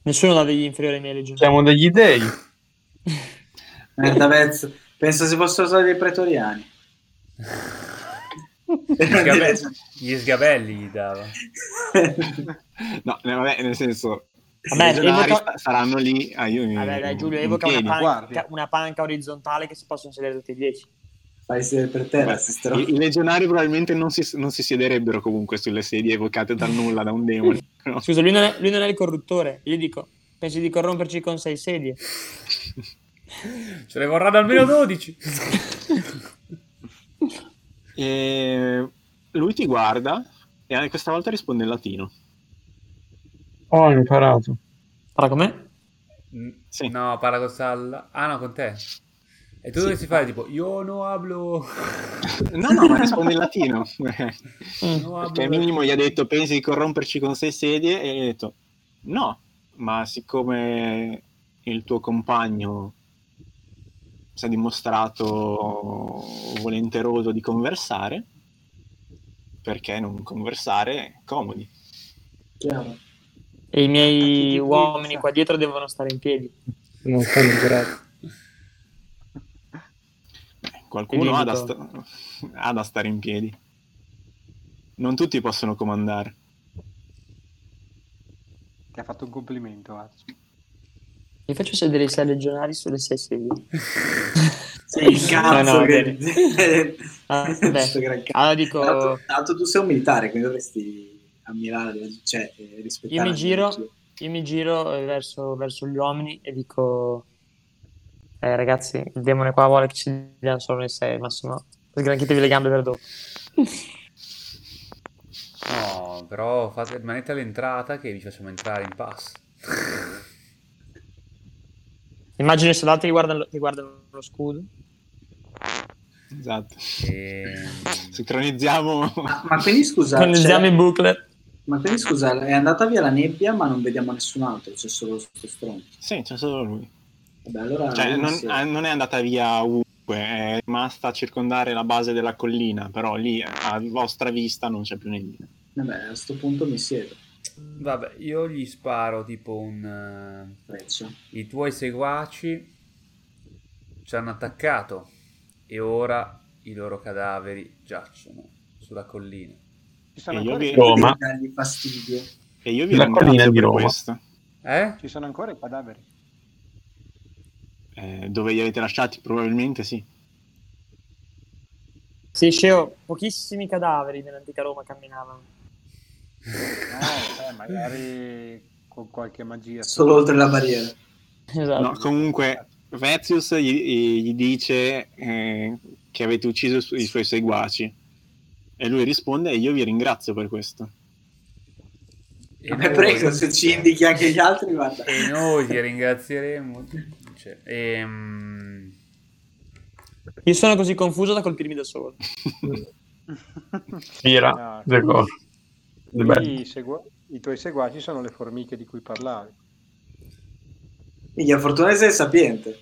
F: Nessuno dà degli inferiori ai miei
B: Cioè,
F: legionari.
G: Siamo degli dei.
B: Merda, penso, penso si fossero stati dei pretoriani.
A: Gli sgabe- gli sgabelli gli dava.
D: No, eh, vabbè, nel senso...
F: Vabbè,
D: I legionari
F: evoca-
D: sa- saranno lì... ah, io mi-
F: Vabbè, dai, Giulio,
D: in
F: evoca una
D: piedi.
F: panca,
C: guardia.
F: una panca orizzontale che si possono sedere tutti e dieci.
B: Fai sedere per terra, si stro-
D: I, i legionari probabilmente non si, non si siederebbero comunque sulle sedie evocate dal nulla, da un demone. no?
F: Scusa, lui non, è, lui non è il corruttore. Io dico, pensi di corromperci con sei sedie?
A: Ce ne vorranno almeno 12.
D: E lui ti guarda e anche questa volta risponde in latino.
G: Oh, ho imparato.
F: Parla con me?
D: Sì.
A: No, parla con Sal. Ah, no, con te. E tu
D: Sì.
A: dovresti fare tipo, io no hablo.
D: No, no, ma risponde in latino.
F: Mm.
A: No
D: Perché
A: hablo.
D: minimo gli ha detto pensi di corromperci con sei sedie e gli ha detto no, ma siccome il tuo compagno si è dimostrato volenteroso di conversare, perché non conversare comodi?
B: chiaro.
F: E i miei
C: Chi ti
F: uomini
C: pizza?
F: qua dietro devono stare in piedi.
G: Non sono in grado.
D: Beh, qualcuno
F: Quindi
D: ha da,
F: dico-
D: sta- ha da stare in piedi. Non tutti possono comandare.
C: Ti ha fatto un complimento, Azzo.
F: Li faccio sedere i sei legionari sulle sei sedie.
B: Sei il cazzo
F: No, no,
B: che...
F: Ah, beh.
B: Sto gran cazzo.
F: Allora dico,
B: Tanto, tanto tu sei un militare, quindi dovresti ammirare, cioè eh, rispettare.
F: Io mi
B: la
F: giro.
B: legge.
F: io mi giro eh, verso, verso gli uomini e dico, eh, ragazzi, il demone qua vuole che ci diano solo noi sei, al massimo. Sgranchitevi le gambe per dopo.
A: No, però fate, rimanete all'entrata che vi facciamo entrare in pass.
F: Immagino i soldati che guardano, che guardano lo scudo.
D: Esatto.
A: E...
D: Sincronizziamo.
B: Ma, ma quindi scusa,
F: Con
B: cioè,
F: i booklet.
B: ma quindi scusa, è andata via la nebbia, ma non vediamo nessun altro, c'è solo questo stronzo.
D: sì, c'è solo lui.
B: Vabbè, allora
D: Cioè,
B: io
D: non,
B: se-
D: eh, non è andata via ovunque, è rimasta a circondare la base della collina, però lì a vostra vista non c'è più niente.
B: vabbè, a sto punto mi siedo.
A: Vabbè, io gli sparo tipo un... eh,
B: Freccia.
A: I tuoi seguaci ci hanno attaccato e ora i loro cadaveri giacciono sulla collina.
C: Ci sono,
D: E Eh, io vi-
C: ancora, i-
G: Oh, ma-
B: Devi dargli fastidio.
D: E io vi
G: La collina
D: ringrazio
G: di
D: per
G: Roma.
D: questo,
A: Eh?
C: ci sono ancora i cadaveri.
D: Eh, dove li avete lasciati probabilmente sì.
F: Sì, Sceo, pochissimi cadaveri nell'antica Roma camminavano.
C: Eh, eh, magari con qualche magia.
B: Solo oltre la barriera.
F: Esatto.
D: No, comunque Vezius gli, gli dice eh, che avete ucciso i su- i suoi seguaci e lui risponde e io vi ringrazio per questo.
A: E
B: Vabbè, prego,
F: eh,
B: se ci indichi anche gli altri, guarda.
A: e noi ti ringrazieremo. Cioè, ehm,
F: Io sono così confuso da colpirmi da solo.
G: Tira, due cose. Due
D: Mm.
G: belli.
C: I, segua- I tuoi seguaci sono le formiche di cui parlavi.
B: Minchia, fortuna sei sapiente.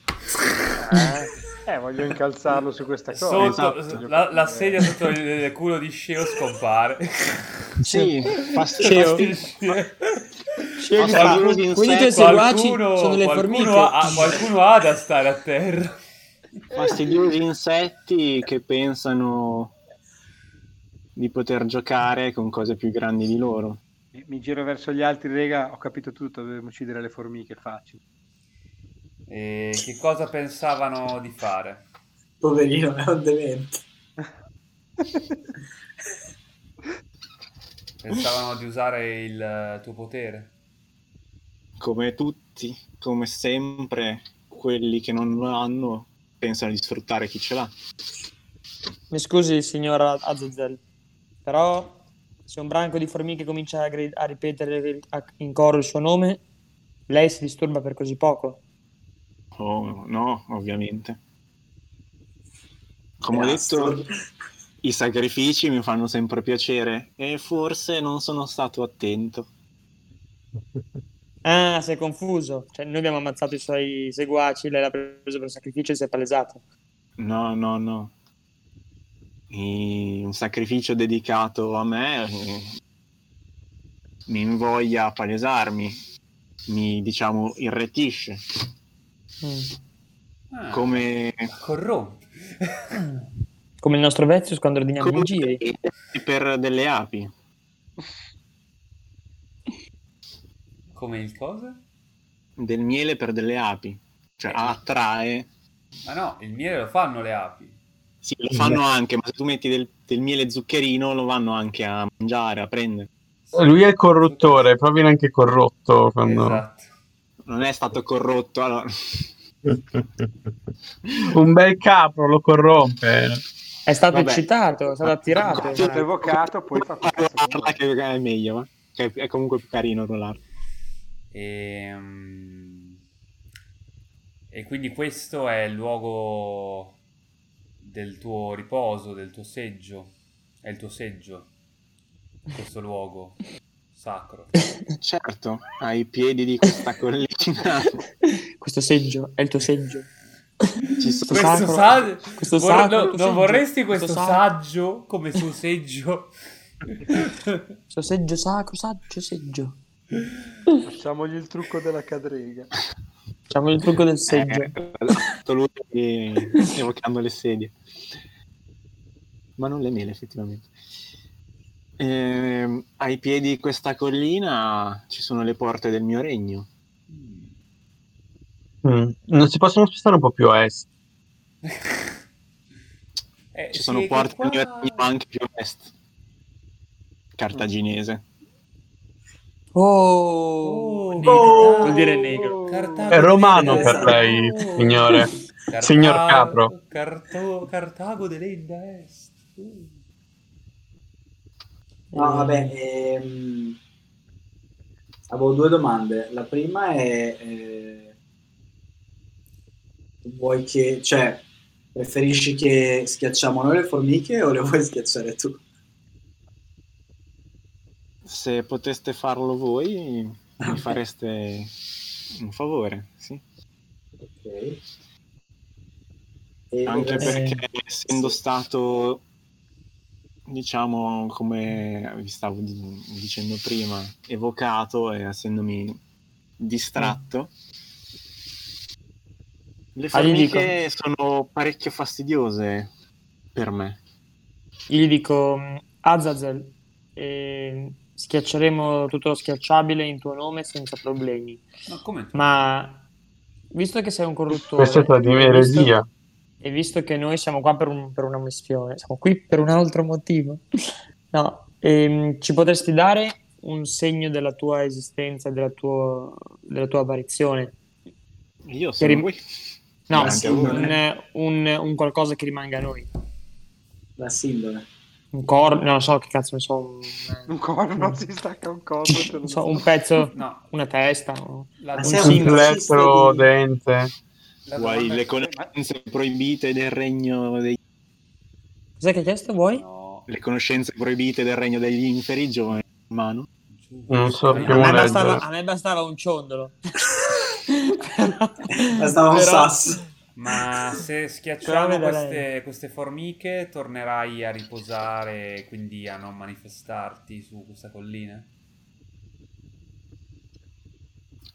C: Eh, eh, voglio incalzarlo su questa cosa.
A: Cioè,
C: Eh,
A: sotto-
D: esatto.
A: la, la sedia sotto il, il culo di Sceo scompare.
D: Sì, fast-
F: Sceo.
D: Sceo che fa così in
F: Quindi i tuoi
D: secco.
F: seguaci
A: Qualcuno,
F: sono le formiche.
A: qualcuno, ha, ha- qualcuno ha da stare a terra.
D: fastidiosi insetti che pensano di poter giocare con cose più grandi di loro.
C: Mi- Mi giro verso gli altri, rega, ho capito tutto, dobbiamo uccidere le formiche, facile.
A: E che cosa pensavano di fare?
B: Poverino, è un demente.
A: Pensavano di usare il eh, tuo potere?
D: Come tutti, come sempre, quelli che non lo hanno pensano di sfruttare chi ce l'ha.
F: Mi scusi, signora Azazel, però se un branco di formiche comincia a, gri- a ripetere a- in coro il suo nome, lei si disturba per così poco.
D: Oh, no, ovviamente. Come ho
B: Astro.
D: detto, i sacrifici mi fanno sempre piacere e forse non sono stato attento.
F: Ah, sei confuso. Cioè, noi abbiamo ammazzato i suoi seguaci, lei l'ha preso per sacrificio e si è palesata.
D: No, no, no. E un sacrificio dedicato a me eh, mi invoglia a palesarmi, mi diciamo irretisce,
A: Ah,
D: come,
A: Corrompe.
F: Come il nostro Vezius quando ordiniamo
D: come
F: i giri.
D: per delle api.
A: Come il cosa?
D: del miele per delle api, cioè
A: Eh.
D: attrae.
A: Ma Ah, no, il miele lo fanno le api.
D: Sì, lo fanno anche, ma se tu metti del, del miele zuccherino lo vanno anche a mangiare, a prendere.
H: Lui è il corruttore, proprio neanche corrotto. Quando...
A: Esatto.
D: Non è stato corrotto, allora Esatto.
H: Un bel capro lo corrompe.
F: È stato
D: Vabbè.
F: eccitato, è stato attirato.
C: È stato evocato, poi fa
D: Parla-
C: cazzo.
D: parla che è meglio, ma- che è comunque più carino rollare.
A: Ehm, E, quindi questo è il luogo del tuo riposo, del tuo seggio. È il tuo seggio, questo luogo sacro.
D: Certo, ai piedi di questa collina
F: Questo seggio è il tuo seggio.
D: ci sono
A: Questo,
F: sacro-
A: sa-
F: questo
A: vor-
F: sacro-
A: no,
F: questo
A: non
F: seggio-
A: vorresti questo,
F: questo sa-
A: saggio come suo seggio?
F: Questo seggio sacro, saggio, seggio.
C: Facciamogli il trucco della cadrega.
F: Facciamo il trucco del seggio.
D: Eh, esatto, lui che- evocando le sedie. Ma non le mele, effettivamente. Ehm, ai piedi di questa collina ci sono le porte del mio regno.
H: Mm. Non si possono spostare un po' più a est.
A: Eh,
D: Ci
A: sì,
D: sono
A: che
D: porte
A: qua-
D: del mio regno anche più a est. Cartaginese.
F: Oh,
A: Oh,
F: Oh!
A: Nero.
F: vuol dire nero.
A: Cartago
H: È romano
A: di
H: per
D: Esatto.
A: Lenda.
H: lei, signore.
A: Carta-
H: Signor Capro.
A: Carto- Cartago de Lenda Est. Uh.
B: No, vabbè, ehm, avevo due domande. La prima è, eh, vuoi che, cioè, preferisci che schiacciamo noi le formiche o le vuoi schiacciare tu?
D: Se poteste farlo voi,
F: Ah.
D: mi fareste un favore, sì.
B: Ok. E-
D: anche
B: eh,
D: perché essendo stato diciamo come vi stavo di- dicendo prima evocato e essendomi distratto le
F: Ah, gli dico.
D: formiche sono parecchio fastidiose per me
F: Io gli dico, Azazel, eh, schiacceremo tutto lo schiacciabile in tuo nome senza problemi.
A: Ma come?
F: Ma visto che sei un corruttore...
H: Questa è tradimento,
F: e visto-
H: eresia.
F: E visto che noi siamo qua per, un- per una missione, siamo qui per un altro motivo. No, ehm, ci potresti dare un segno della tua esistenza, della tua, della tua apparizione?
D: io sono
F: rim-
D: qui
F: No,
B: Anche a voi.
F: un, un- un qualcosa che rimanga a noi.
B: La sindone.
F: Un corno, non so che cazzo, ne so, un, eh,
C: Un corno si stacca un coso. te lo
F: non so,
C: dico.
F: un pezzo,
A: No,
F: una testa. o-
A: la
B: Ma
A: domanda-
B: sei
H: Un
B: un
H: plettro
B: fascista
H: dente.
A: la
D: vuoi
A: domanda-
D: le conoscenze proibite del regno dei-
F: Cos'è che hai chiesto voi?
A: No,
D: le conoscenze proibite del regno degli inferi giovane mano
A: giù.
H: Non so
A: Eh,
H: più
F: A me,
H: leggere.
F: bastava, a me bastava un ciondolo.
B: Bastava un
F: Però-
B: sasso.
A: Ma se
F: Però
A: schiacciamo
F: me la
A: queste, queste formiche tornerai a riposare, quindi a non manifestarti su questa collina?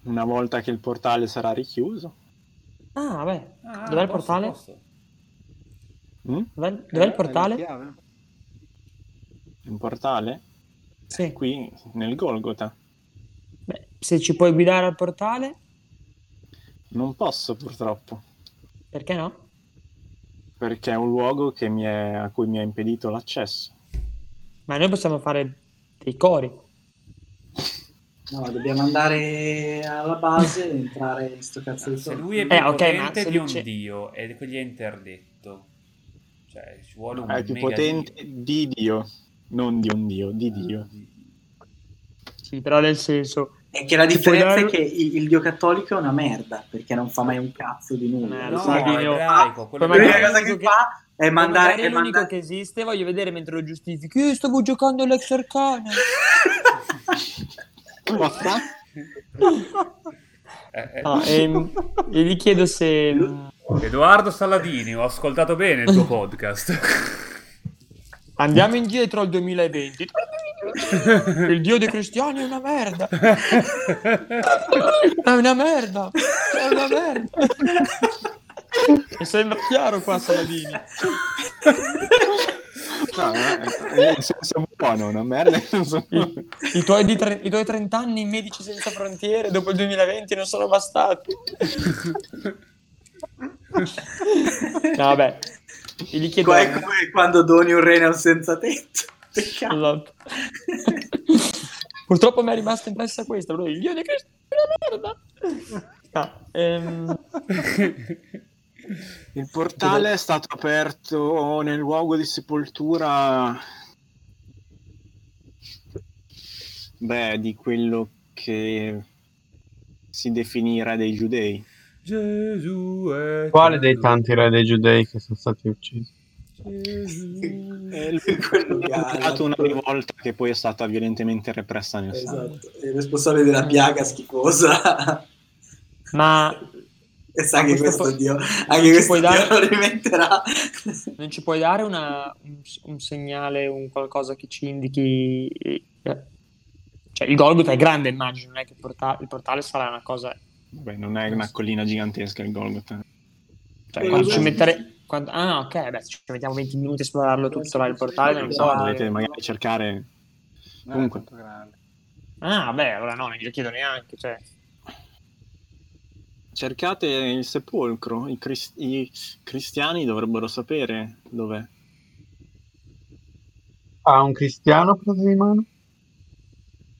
D: una volta che il portale sarà richiuso
F: Ah, beh,
A: Ah,
F: Dov'è il
A: posso,
F: portale?
A: posso.
D: Mm?
F: dov'è, dov'è il
C: È la
F: portale?
C: chiave.
D: il portale
F: Sì.
D: qui nel Golgota
F: Beh, se ci puoi guidare al portale,
D: Non posso purtroppo,
F: perché no?
D: perché è un luogo che mi è- a cui mi ha impedito l'accesso.
F: Ma noi possiamo fare dei cori.
B: No, dobbiamo andare alla base e entrare in sto cazzo di
A: Se
B: torno.
A: lui è più
F: Eh, ok, ma
A: potente
F: se
A: di
F: lui
A: un
F: c'è-
A: dio e quindi è interdetto, cioè ci vuole un
D: Ah, È più
A: mega
D: potente
A: dio.
D: di Dio, non di un Dio, di Dio.
A: Ah.
F: Sì, però nel senso...
B: È che la
F: Ci
B: differenza
F: puoi
B: è
F: dare-
B: che il, il dio cattolico è una merda, perché non fa mai un cazzo di nulla.
F: Eh,
A: No,
F: lo sa
A: è
F: che io-
A: ebraico, quello
F: Poi
A: che-
B: L'unica
F: magari-
B: cosa che
F: l'unico che-
B: fa è mandare...
F: è
B: è
F: l'unico
B: mandare-
F: che esiste, voglio vedere mentre lo giustifichi. Io stavo giocando all'ex arcana.
A: Eh, eh, Eh,
F: Ah. No, ehm, e gli chiedo se...
A: Edoardo Saladini, ho ascoltato bene il tuo podcast.
F: Andiamo indietro al 2020. Il dio dei cristiani è una merda. È una merda. È una merda. Mi sembra chiaro qua, Saladini.
D: No, eh, eh, se- se è buono, una merda. non so.
F: I, i tuoi, di tre- i tuoi 30 anni in Medici Senza Frontiere dopo il 2020 non sono bastati. No, vabbè, gli chiedo...
B: Qua è come quando doni un rene a un senza tetto. Peccato.
F: Esatto. Purtroppo mi è rimasta impressa questa, però il dio di Cristo è una merda. No, ehm,
D: Il portale è stato aperto nel luogo di sepoltura. Beh, di quello che si definirà dei giudei.
A: Gesù è
H: Quale
A: tanto-
H: dei tanti re dei giudei che sono stati uccisi?
A: Gesù.
D: È lui
B: Quello che
D: che ha
B: ha-
D: dato una rivolta che poi è stata violentemente repressa nel sangue.
B: Esatto. È il responsabile della piaga schifosa.
F: ma
B: e sa che
F: questo
B: questo
F: poi-
B: dio, anche questo
F: puoi
B: dio
F: dare-
B: lo rimetterà.
F: non ci puoi dare una- un, un segnale, un qualcosa che ci indichi... eh, Cioè, il Golgotha è grande, immagino, non è che il porta- il portale sarà una cosa
D: Vabbè, non è una collina gigantesca il Golgotha.
F: Cioè,
B: Eh,
F: quando ci
B: esatto.
F: mettere... quando- Ah, no, ok, beh, se ci mettiamo 20 minuti a esplorarlo tutto là il portale, non
D: Non
F: lo
D: so,
F: so.
D: dovete magari cercare.
C: Non è
D: Comunque.
C: eh, tanto grande.
F: Ah, beh, allora no, non glielo chiedo neanche, cioè.
D: Cercate il sepolcro. I, cris- i cristiani dovrebbero sapere dov'è.
H: Ha un cristiano preso di mano?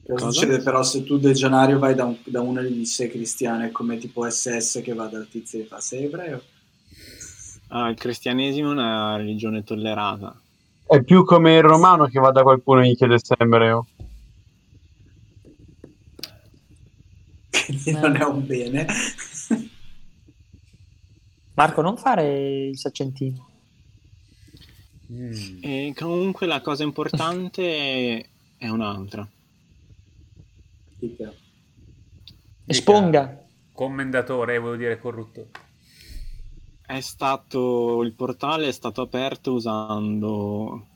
B: Cosa
D: Cosa?
B: succede però se tu legionario vai da, un- da uno e gli dici sei cristiano è come tipo SS che va dal tizio e gli fa sei ebreo?
D: Ah, il cristianesimo è una religione tollerata.
H: È più come il romano che va da qualcuno e gli chiede se è ebreo.
B: Quindi non è un bene.
F: Marco, non fare il saccentino.
A: Mm.
D: E comunque la cosa importante è un'altra.
B: Tipo,
F: Esponga.
A: Commendatore, volevo dire corrutto.
D: È stato il portale è stato aperto usando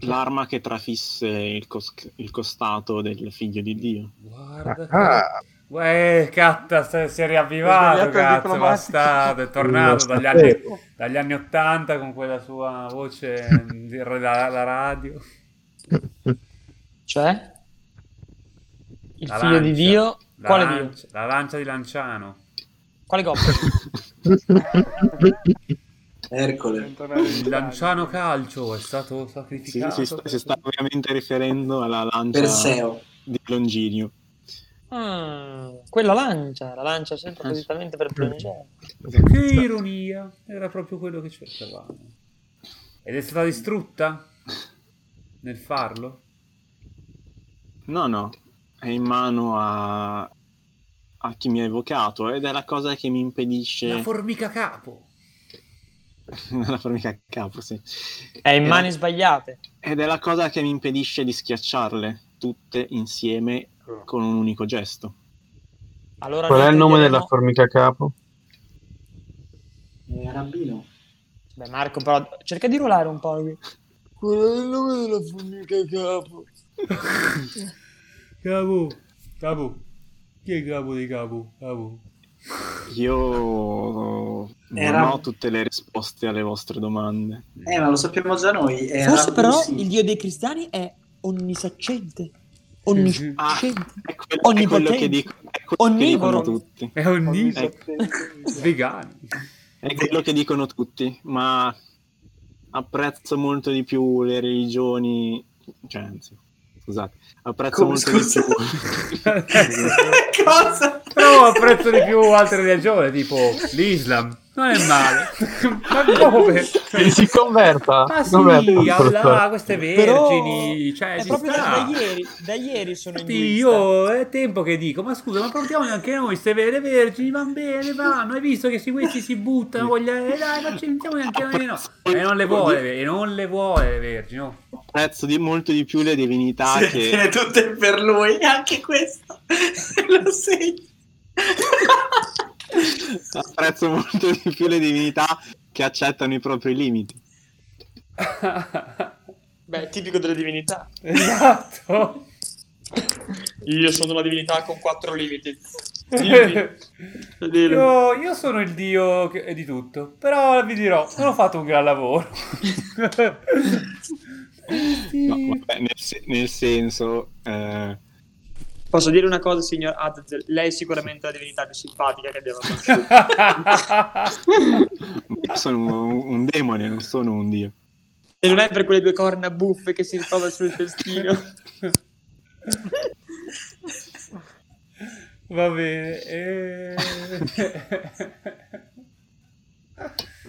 D: l'arma che trafisse il, cos- il costato del figlio di Dio.
A: Guarda. Uè, catta, sta- si è
C: Ho
A: riavvivato,
C: Ah. sbagliato il
A: cazzo,
C: diplomatico.
A: bastardo, è tornato
H: Non
A: dagli
H: lo
A: anni,
H: sapevo.
A: dagli anni 80 con quella sua voce di- la, la radio.
F: Cioè? Il
A: La
F: figlio di
A: lancia.
F: Dio?
A: La
F: Quale Dio?
A: lancia, la lancia di Lanciano.
F: Quale gobbo?
B: Ercole.
C: Bentornati in
A: Il
C: Italia.
A: Lanciano Calcio è stato
D: Si,
A: sacrificato.
D: si sta, si sta ovviamente riferendo alla lancia
B: Perseo.
D: di Longinio.
F: Ah, quella lancia, la lancia sempre
A: Ah,
F: appositamente
A: Mm.
F: per plungere.
A: Che ironia, era proprio quello che cercavamo. Ed è stata distrutta nel farlo?
D: No, no, è in mano a, a chi mi ha evocato ed è la cosa che mi impedisce...
A: La formica capo.
D: la formica a capo, sì.
F: È in
A: Eh.
D: Ed-
F: mani sbagliate.
D: Ed è la cosa che mi impedisce di schiacciarle tutte insieme con un unico gesto.
F: Allora
H: Qual è
F: noi
H: il nome
F: toglieremo-
H: della formica capo?
B: Eh, rabbino.
F: Beh, Marco, però cerca di ruolare un po'. lui. Qual è il nome della formica capo?
A: Capo, capo. Chi è il capo di capo? Capo.
D: Io non
B: Era-
D: ho tutte le risposte alle vostre domande.
B: Eh, ma lo sappiamo già noi. È
F: Forse però
B: Rabbino, sì.
F: il dio dei cristiani è onnisacente, onnisciente,
D: Ah, è quello, è quello
F: Onnipotente.
D: che dico- è quello che
F: Onnivoro.
D: dicono tutti.
A: È un
C: Ogni
A: niso.
H: Ecco.
C: saccente.
A: Vegani.
D: È quello che dicono tutti, ma apprezzo molto di più le religioni... Cioè, anzi, scusate. Apprezzo
B: Come,
D: molto
B: scusa?
D: di più...
B: Ah. Cosa?
A: Però apprezzo di più altre religioni, tipo l'Islam. Non è male. Ma dove?
H: Si converta?
A: Ah sì,
H: Dov'è il
A: Allah,
H: portale?
A: queste
F: Però
A: vergini, cioè
F: è
A: ci
F: proprio
A: sta.
F: da, da ieri, da ieri sono in
A: Infatti io è tempo che dico, ma scusa, ma portiamo anche noi queste vere vergini, van bene, vanno, hai visto che si, questi si buttano, voglio, eh, dai, facciamo anche noi, no. E non le vuole, e non le vuole le vergini, no.
D: apprezzo di molto di più le divinità
B: Ah, Sì,
D: che...
B: tiene tutte per lui, anche questo. lo segno.
D: apprezzo molto di più le divinità che accettano i propri limiti.
F: Beh, tipico delle divinità.
A: Esatto.
F: Io sono la divinità con quattro limiti. Dimmi. Dillo.
A: Io, io sono il dio che- di tutto, però vi dirò, non ho fatto un gran lavoro.
D: No, vabbè, nel, se- nel senso, eh,
F: Posso dire una cosa, signor Adzel? Lei è sicuramente la divinità più simpatica che abbiamo conosciuto.
D: io sono un, un demone, non sono un dio.
F: E non è per quelle due corna buffe che si ritrova sul festino.
A: Va bene. eh.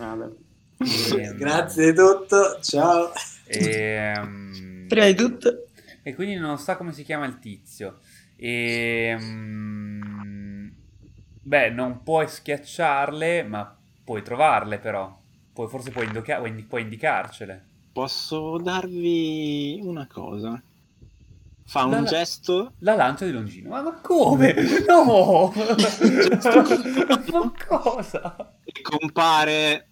A: Ehm,
B: Grazie di tutto, ciao.
A: ehm,
F: Prima di tutto,
A: E quindi non sa come si chiama il tizio. Ehm, Beh, non puoi schiacciarle, ma puoi trovarle però. Puoi, forse puoi, indoca- puoi indi- puoi indicarcele.
D: Posso darvi una cosa? Fa un
A: Dalla-
D: gesto
A: La lancia di Longino. Ma, ma come? No! ma cosa?
D: e compare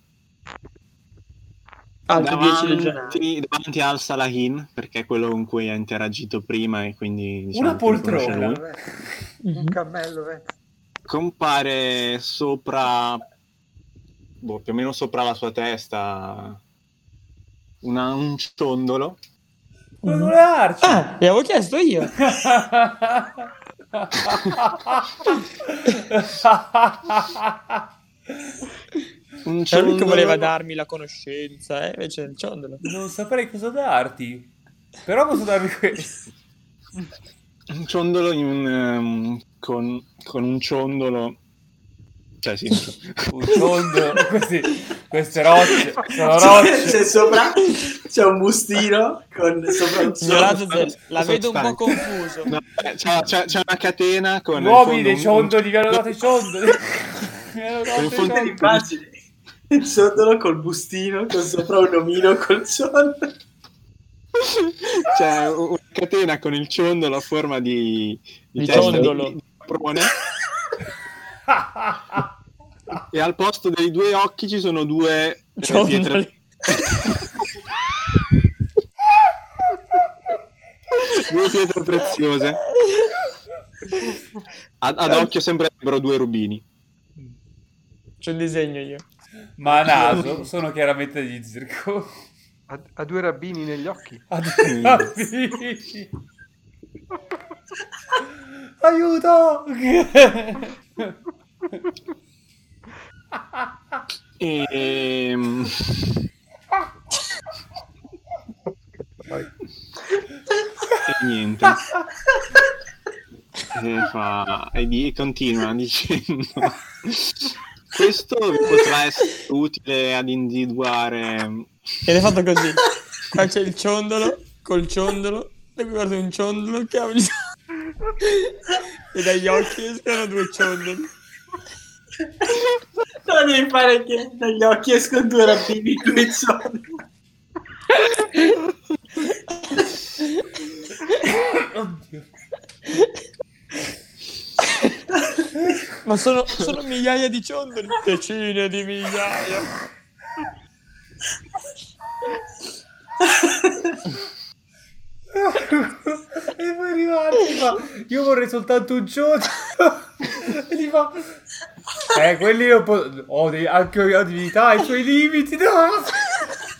F: altri 10 legionari.
D: davanti, davanti al Salahin, perché è quello con cui ha interagito prima e quindi... diciamo,
A: Una
D: che riconosce
A: poltrona.
D: lui.
C: eh.
F: Mhm.
C: Un cammello, eh.
D: compare sopra boh, più o meno sopra la sua testa una- un ciondolo
A: Quello con le arci.
F: Ah, l'avevo chiesto io.
D: un
F: C'era lui che
D: ciondolo
F: voleva darmi la conoscenza, eh? invece il ciondolo.
A: non saprei cosa darti. Però posso darvi questo.
D: un ciondolo in un, ehm, con, con un ciondolo cioè sì, un ciondolo.
A: Un tondo. Questi, queste rocce. Sono
D: Cioè,
B: C'è,
A: rocce.
B: c'è sopra c'è un bustino con sopra un
F: Signor Adzel, la
D: Sono
F: vedo un po'
D: stanco.
F: confuso.
D: No, eh, c'è, c'è- c'è una catena con
A: Uomini dei
D: in fondo un-
A: ciondoli, vi hanno dato i ciondoli. Vi hanno dato i
D: Con fonte
A: ciondoli.
D: di
B: Immagini il ciondolo col bustino con sopra un omino col ciondolo.
D: c'è una catena con il ciondolo a forma di,
F: Di
D: testa
F: ciondolo.
D: di caprone. e al posto dei due occhi ci sono due eh, pietre
F: Ciondoli.
D: due pietre preziose. Ad,
F: Eh.
D: ad occhio sembrerebbero due rubini.
F: C'ho un disegno io.
A: Ma a naso sono chiaramente degli zirco.
C: Ha, ha due rabbini negli occhi.
A: Aiuto!
D: E... e niente. E, fa- e di- continua dicendo questo vi potrà essere utile ad individuare ehm,
F: Ed è fatto così. Qua c'è il ciondolo, col ciondolo, e qui guardo un ciondolo che ha un... E dagli occhi escono due ciondoli.
B: Non devi fare che dagli occhi escono due rabbini con il ciondolo.
A: Oddio.
F: Ma sono, sono migliaia di ciondoli. Decine di migliaia.
A: e poi rimane fa io vorrei soltanto un ciotto e gli fa eh quelli non po- ho dei- anche la divinità i suoi limiti no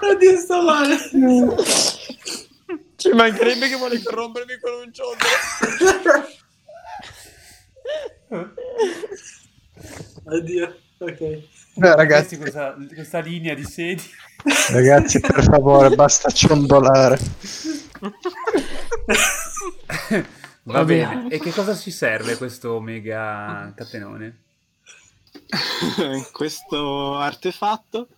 B: Oddio, sto male.
F: Ci Cioè, mancherebbe che vuole corrompermi con un ciondolo.
B: Oddio, ok.
E: Beh,
A: ragazzi
E: ragazzi,
A: questa, questa linea di sedi
E: ragazzi, per favore, basta ciondolare.
A: va bene e che cosa ci serve questo mega catenone
D: questo artefatto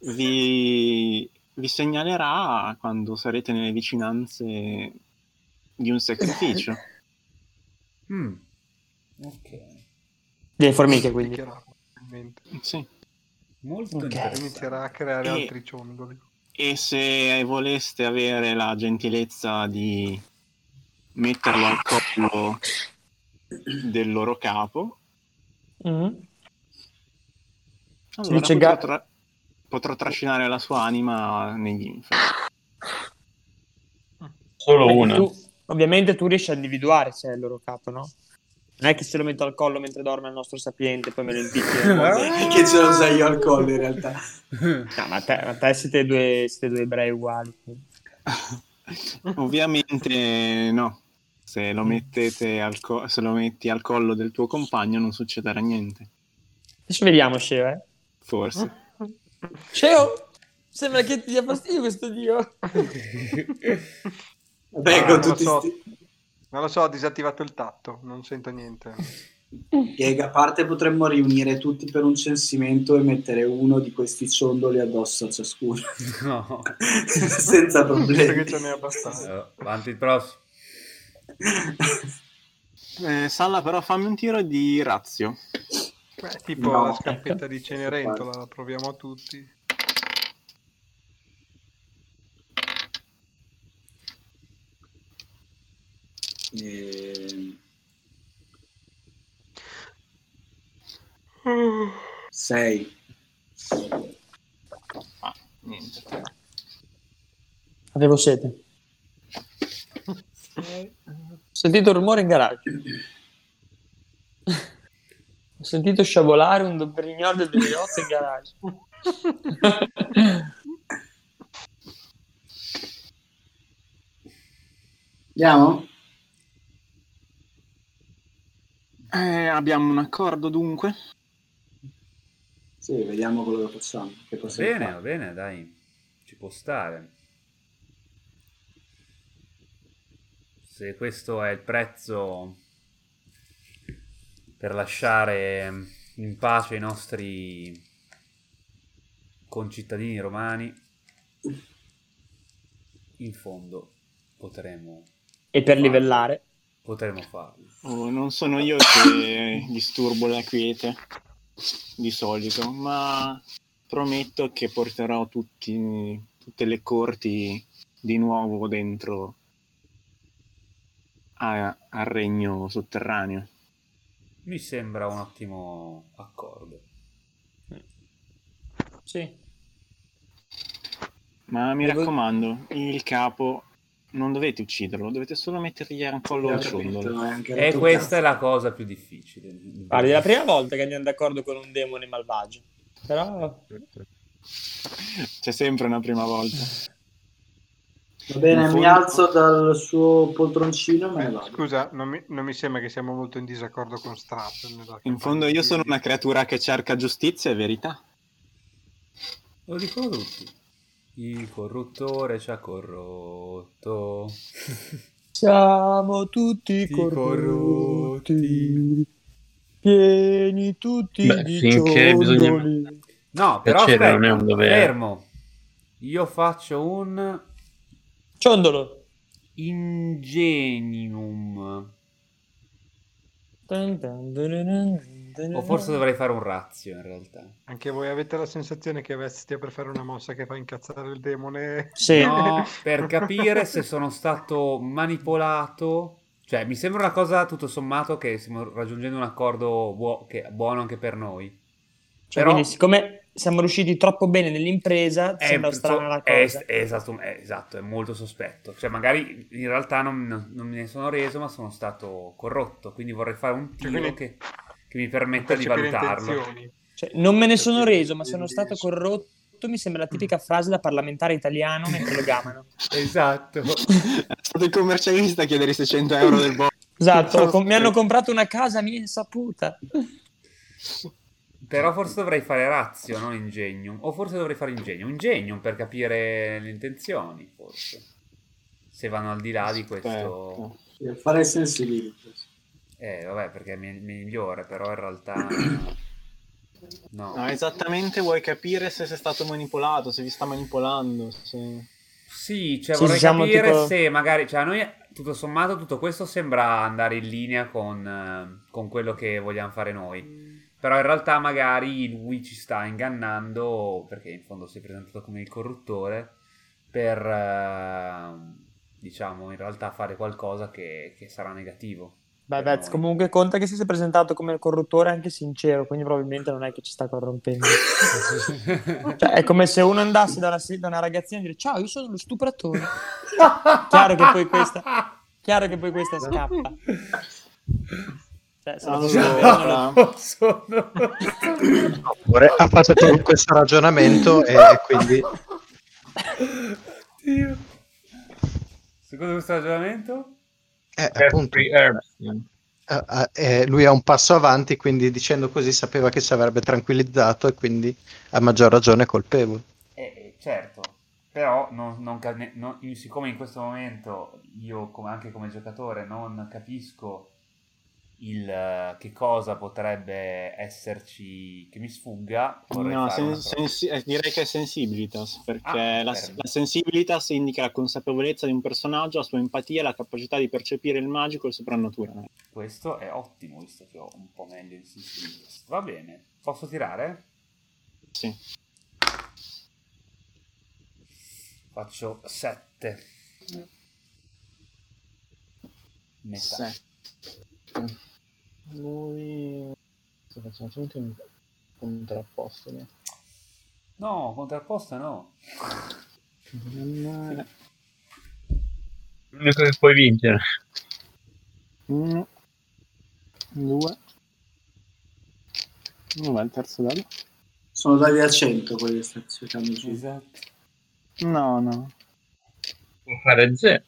D: vi, vi segnalerà quando sarete nelle vicinanze di un sacrificio.
A: Mm. ok
F: Delle formiche, quindi.
C: Picchierà, probabilmente.
D: Sì.
A: molto
F: Ok.
A: interessante
C: Inizierà a creare
D: E-
C: altri ciondoli.
D: E se voleste avere la gentilezza di metterlo al collo del loro capo.
F: Mhm.
D: Allora
F: dice
D: potrò,
F: Ga-
D: tra- potrò trascinare la sua anima negli inferi.
G: Solo
F: Beh,
G: una.
F: tu- ovviamente tu riesci a individuare se è il loro capo, no? Non è che se lo metto al collo mentre dorme il nostro sapiente, poi me lo impicchio.
C: Ah.
B: che ce lo sai io al collo in realtà.
F: No, ma te, ma te siete, due, siete due ebrei uguali.
D: Ovviamente no. Se lo, mettete al co- se lo metti al collo del tuo compagno non succederà niente.
F: Adesso vediamo, Sceo. Eh.
D: Forse.
F: Sceo, sembra che ti dia fastidio questo dio.
B: Vabbè,
C: Ah, non
B: con
C: lo
B: tutti
C: so.
B: sti-
C: Non lo so, ho disattivato il tatto, non sento niente.
B: Piega, a parte potremmo riunire tutti per un censimento e mettere uno di questi ciondoli addosso a ciascuno.
A: No.
C: Visto
B: Senza problemi.
C: che ce n'è abbastanza.
A: Allora, avanti il prossimo.
D: Eh, Salla però fammi un tiro di razio.
C: Beh, tipo
B: No.
C: la scappetta di Cenerentola, la proviamo a tutti.
B: Ehm, Sei.
D: Ah, niente.
F: Avevo sete. Ho sentito rumore in garage. Ho sentito sciabolare un dobrignol del 2008 in garage.
B: Andiamo?
D: Eh, abbiamo un accordo dunque.
B: Sì, vediamo quello che facciamo. Che
A: Va
B: possiamo
A: bene, va
B: fare.
A: bene, dai. Ci può stare. Se questo è il prezzo per lasciare in pace i nostri concittadini romani, in fondo potremo,
F: e per livellare.
A: potremo farlo.
D: Oh, non sono io che disturbo la quiete di solito, ma prometto che porterò tutti, tutte le corti di nuovo dentro a- al regno sotterraneo.
A: Mi sembra un ottimo accordo.
F: Sì.
D: Ma mi
F: Devo-
D: raccomando, il capo non dovete ucciderlo, dovete solo mettergli al collo
B: Abbiamo
D: il
B: capito,
D: ciondolo.
B: è anche
A: E
B: tutto.
A: questa è la cosa più difficile.
F: Guardi, è la prima volta che andiamo d'accordo con un demone malvagio. Però
D: C'è sempre una prima volta.
B: Va bene,
D: In
B: mi
D: fondo-
B: alzo dal suo poltroncino e me ne vado.
C: Eh, Scusa, non mi, non mi sembra che siamo molto in disaccordo con Strat. nella
D: In fondo
C: campagna,
D: io sono
C: quindi-
D: una creatura che cerca giustizia e verità.
A: Lo dicono tutti. Il corruttore ci ha corrotto.
F: siamo tutti
A: Tutti
F: corrotti.
A: corrotti.
F: Pieni tutti
G: Beh,
F: di
G: finché bisogna-
F: ciondoli.
A: No, però
G: Piacere
A: aspetta,
G: non è un dovere.
A: fermo. Io faccio un
F: Ciondolo.
A: ingenium. O
F: O
A: forse dovrei fare un razio in realtà.
C: Anche voi avete la sensazione che Vest stia per fare una mossa che fa incazzare il demone?
F: Sì. cioè,
A: No, per capire se sono stato manipolato. Cioè, mi sembra una cosa tutto sommato che stiamo raggiungendo un accordo buo- che è buono anche per noi.
F: Cioè,
A: però- Eh,
F: quindi, siccome siamo riusciti troppo bene nell'impresa,
A: È
F: sembra
A: un-
F: strana la
A: è-
F: cosa.
A: è esatto, è esatto, è molto sospetto. Cioè, magari in realtà non, non me ne sono reso, ma sono stato corrotto. Quindi vorrei fare un
C: Cioè,
A: tiro
C: quindi-
A: che, che mi permetta
C: Per
A: di
C: capire
A: valutarlo.
C: intenzioni.
F: Cioè, non me ne sono reso, ma sono stato corrotto. Mi sembra
A: Mm.
F: la tipica frase da parlamentare italiano mentre lo gamano.
A: Esatto.
D: È stato il commercialista a chiedere i 600 euro del bo-
F: Esatto, ho com- mi hanno comprato una casa a mia insaputa.
A: Però forse dovrei fare razio, non ingenium. O forse dovrei fare ingenium. Ingenium per capire le intenzioni, forse. Se vanno al di là di questo...
D: Aspetta.
B: Per Fare sensibilità.
A: Eh, vabbè, perché mi mi migliore, però in realtà... No.
D: No, esattamente vuoi capire se sei stato manipolato, se vi sta manipolando. se-
A: Sì, cioè
F: Sì,
A: vorrei
F: diciamo,
A: capire
F: tipo-
A: se magari, cioè a noi tutto sommato tutto questo sembra andare in linea con, eh, con quello che vogliamo fare noi, però in realtà magari lui ci sta ingannando perché in fondo si è presentato come il corruttore per, eh, diciamo, in realtà fare qualcosa che, che sarà negativo.
F: Beh, Vez, comunque conta che si sia presentato come corruttore anche sincero, quindi probabilmente non è che ci sta corrompendo. cioè, è come se uno andasse da una, da una ragazzina e dire ciao, io sono lo stupratore. chiaro, che poi questa, chiaro che poi questa scappa. Cioè, se la
A: Ah, No,
F: facciamo vedere,
A: no, sono-
E: Oppure ha fatto tutto questo ragionamento e, e quindi
A: Oddio. Secondo questo ragionamento?
E: eh, appunto, eh, eh, eh, lui ha un passo avanti, quindi dicendo così sapeva che si avrebbe tranquillizzato e quindi a maggior ragione è colpevole.
A: Eh, eh, certo, però non- non ca- ne- non- in- siccome in questo momento io come, anche come giocatore non capisco il, eh, che cosa potrebbe esserci che mi sfugga, vorrei
D: No,
A: fare
D: sen-
A: una prova.
D: sensi- eh, direi che è sensibilitas, perché
A: Ah,
D: la,
A: fermo.
D: la sensibilitas indica la consapevolezza di un personaggio, la sua empatia, la capacità di percepire il magico e il soprannaturale.
A: Questo è ottimo, visto che ho un po' meglio il sistema. Va bene, posso tirare?
D: Sì.
A: Faccio 7. Metà.
D: Sette. Lui... Sono tutto in contrapposto. no?
A: No, contrapposta no.
D: Non-
G: L'unico che puoi vincere.
D: Uno, due. Non va il terzo dado?
B: Sono dati a 100 quelli che stai cercando di dire.
A: Esatto.
D: No, no.
G: Può fare zero.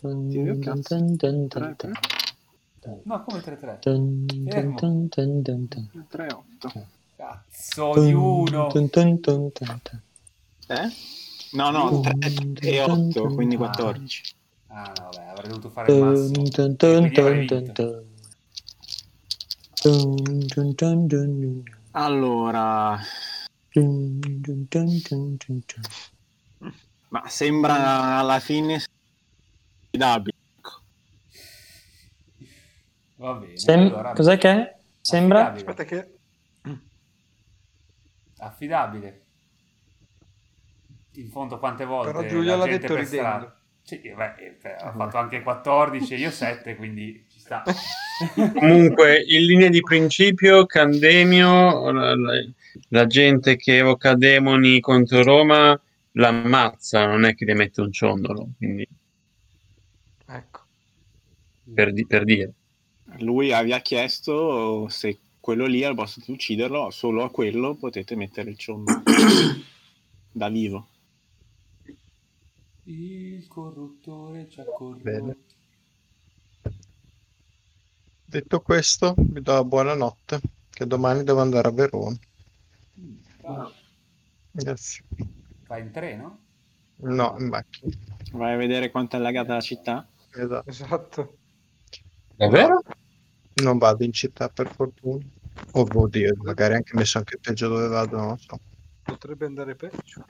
D: Dio,
F: dun,
D: cazzo.
F: dun, dun, dun,
D: Tre,
F: dun,
A: No, come 3-3.
F: dun, dun,
A: Fermo.
F: dun, dun, dun, dun.
D: 3, 8.
A: Cazzo di Eh. uno.
F: Dun, dun, dun, dun, dun.
D: Eh? No, no, 3 e 8, quindi
F: Ah.
D: 14.
A: Ah, no, vabbè, avrei dovuto fare il
F: Dun,
A: massimo.
F: dun, dun,
A: Quindi avrei
F: dun,
A: vinto.
F: dun, dun. Dun, dun, dun, dun, dun,
D: Allora,
F: dun, dun, dun, dun, dun, dun.
D: ma sembra alla fine affidabile.
A: Va bene.
F: Sem-
A: allora-
F: cos'è che è? Sembra?
C: Aspetta
A: Affidabile.
C: che...
A: Affidabile. In fondo quante volte
C: Però Giulia
A: la
C: l'ha
A: gente
C: detto
A: per
C: ridendo.
A: strada- Sì, eh, beh, eh, cioè,
F: Ah.
A: ha fatto anche 14 e io 7, quindi ci sta.
G: Comunque, in linea di principio, Candemio, la, la- la gente che evoca demoni contro Roma, l'ammazza, non è che le mette un ciondolo, quindi,
C: Ecco.
G: per, di- per dire.
D: Lui aveva chiesto se quello lì al posto di ucciderlo, solo a quello potete mettere il ciombo da vivo.
A: Il corruttore ci ha corrotto.
E: Bene. Detto questo, vi do la buonanotte, che domani devo andare a Verona.
A: Ah,
E: Grazie.
A: Vai in treno?
E: No, in macchina.
D: Vai a vedere quanto è allagata la città.
E: Esatto.
C: Esatto.
G: Davvero?
E: Non vado in città per fortuna. Oh, oddio, magari anche messo anche peggio dove vado, non lo so.
C: Potrebbe andare peggio.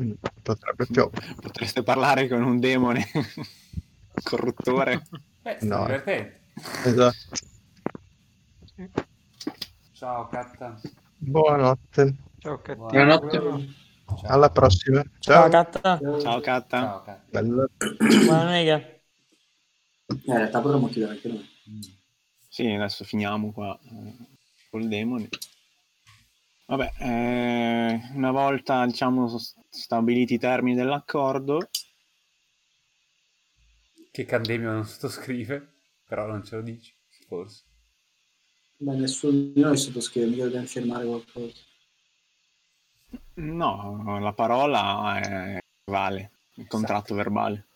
E: Mm, Potrebbe piovere.
D: Potreste parlare con un demone corruttore.
A: Beh, sta
E: No.
A: divertente.
E: Esatto.
A: Ciao, Catta.
E: Buonanotte.
C: Ciao, cattivo.
G: Buonanotte.
A: Ciao.
E: Alla prossima. Ciao.
F: Ciao, Catta.
D: Ciao Catta.
A: Ciao, Catta.
E: Bella.
F: Buona nega.
B: Eh, in realtà potremmo chiudere anche noi.
A: Mm.
D: Sì, adesso finiamo qua eh, col demone. Vabbè, eh, una volta diciamo s- stabiliti i termini dell'accordo,
A: Che Candemio non sottoscrive, però non ce lo dici, forse.
B: Beh, nessuno di noi sottoscrive, mica dobbiamo firmare qualcosa.
C: Eh,
D: no, la parola eh, vale, il contratto verbale.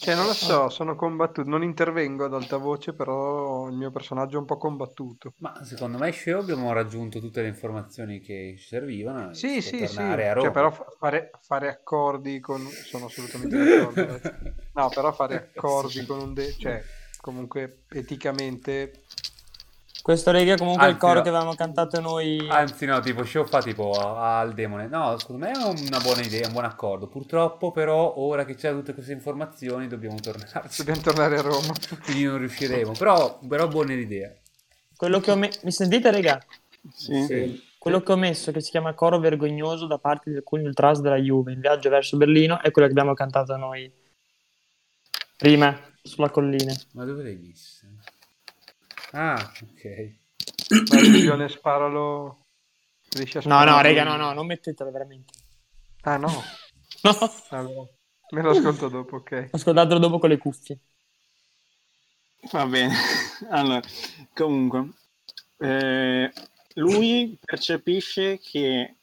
C: Cioè, non lo so, sono combattuto. Non intervengo ad alta voce, però il mio personaggio è un po' combattuto.
A: Ma secondo me, Sceo, abbiamo raggiunto tutte le informazioni che ci servivano. e
C: Sì,
A: per
C: sì, sì.
A: tornare a
C: Cioè,
A: Roma.
C: però fa- fare, fare accordi con... Sono assolutamente d'accordo. eh. No, però fare accordi con un... De... Cioè, comunque, eticamente...
F: Questo rega comunque è il
A: Anzi,
F: coro
A: no.
F: che avevamo cantato noi.
A: Anzi, no, tipo show fa tipo a- al demone. No, secondo me è una buona idea, un buon accordo. Purtroppo, però, ora che c'è tutte queste informazioni, dobbiamo tornarci.
C: Dobbiamo tornare a Roma.
A: Quindi non riusciremo. Però, però buona idea.
F: Quello che ho me- Mi sentite, rega?
D: Sì.
A: Sì.
F: Quello che ho messo, che si chiama Coro Vergognoso da parte di alcuni ultras della Juve in viaggio verso Berlino, è quello che abbiamo cantato noi prima sulla collina.
A: Ma dove l'hai vista? Ah, ok.
C: Vai, Giulione, sparalo. Riesci a
F: No, no,
C: spararlo?
F: raga, no, no, non mettetelo veramente.
C: Ah, no.
F: No,
C: Allora, me lo ascolto dopo, ok.
F: ascoltatelo dopo con le cuffie.
D: Va bene. Allora, comunque, eh, lui percepisce che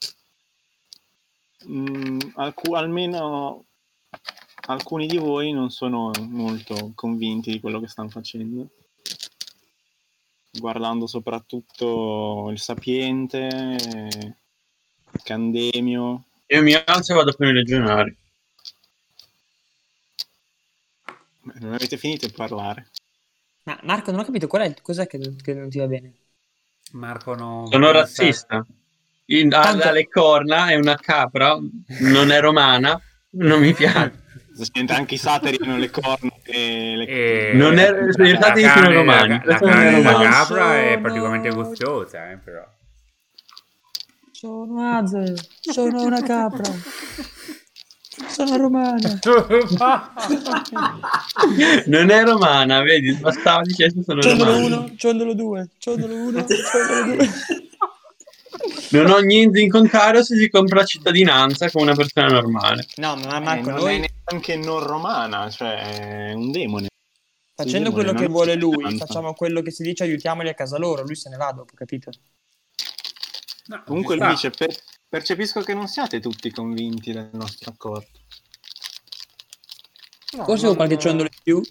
D: mm, alcu- almeno alcuni di voi non sono molto convinti di quello che stanno facendo. Guardando soprattutto il Sapiente, eh, Candemio,
G: Io mi alzo e vado con i legionari.
D: Beh, non avete finito di parlare.
F: Ma Marco, non ho capito qual è il- cos'è che, non- che non ti va bene.
A: Marco non pensa-
G: Sono razzista. In, ha
F: Tanto-
G: ha le corna, è una capra, non è romana, non mi piace.
D: Si sente anche i satiri hanno le corna e le
A: E-
G: Non è-
A: Eh, la
G: in realtà
A: carne-
G: dicono
A: la-
G: romani.
A: La,
F: Eh,
G: Questo
A: carne
G: non è
A: della
G: romano.
A: capra è
F: Sono-
A: praticamente goziosa, eh, però.
F: Sono Aze, sono una capra. Sono romana.
G: Non è romana, vedi, bastava dire che sono
F: Ciondolo
G: romani.
F: 1, ciondolo 2, ciondolo 1, ciondolo 2.
G: Non ho niente in contrario se si compra cittadinanza come una persona normale.
F: No, ma
D: Eh,
F: Marco,
D: non
F: noi
D: è neanche non romana, cioè è un demone.
F: facendo
D: Sì,
F: quello
D: ma
F: che
D: non
F: vuole
D: c'è
F: lui,
D: tanto.
F: facciamo quello che si dice, aiutiamoli a casa loro, lui se ne va dopo, capito?
A: No,
D: Comunque
A: ci
D: lui
A: sta.
D: dice, "Per- percepisco che non siate tutti convinti del nostro accordo.
C: No,
F: Forse
C: non-
F: con qualche ciondolo in più.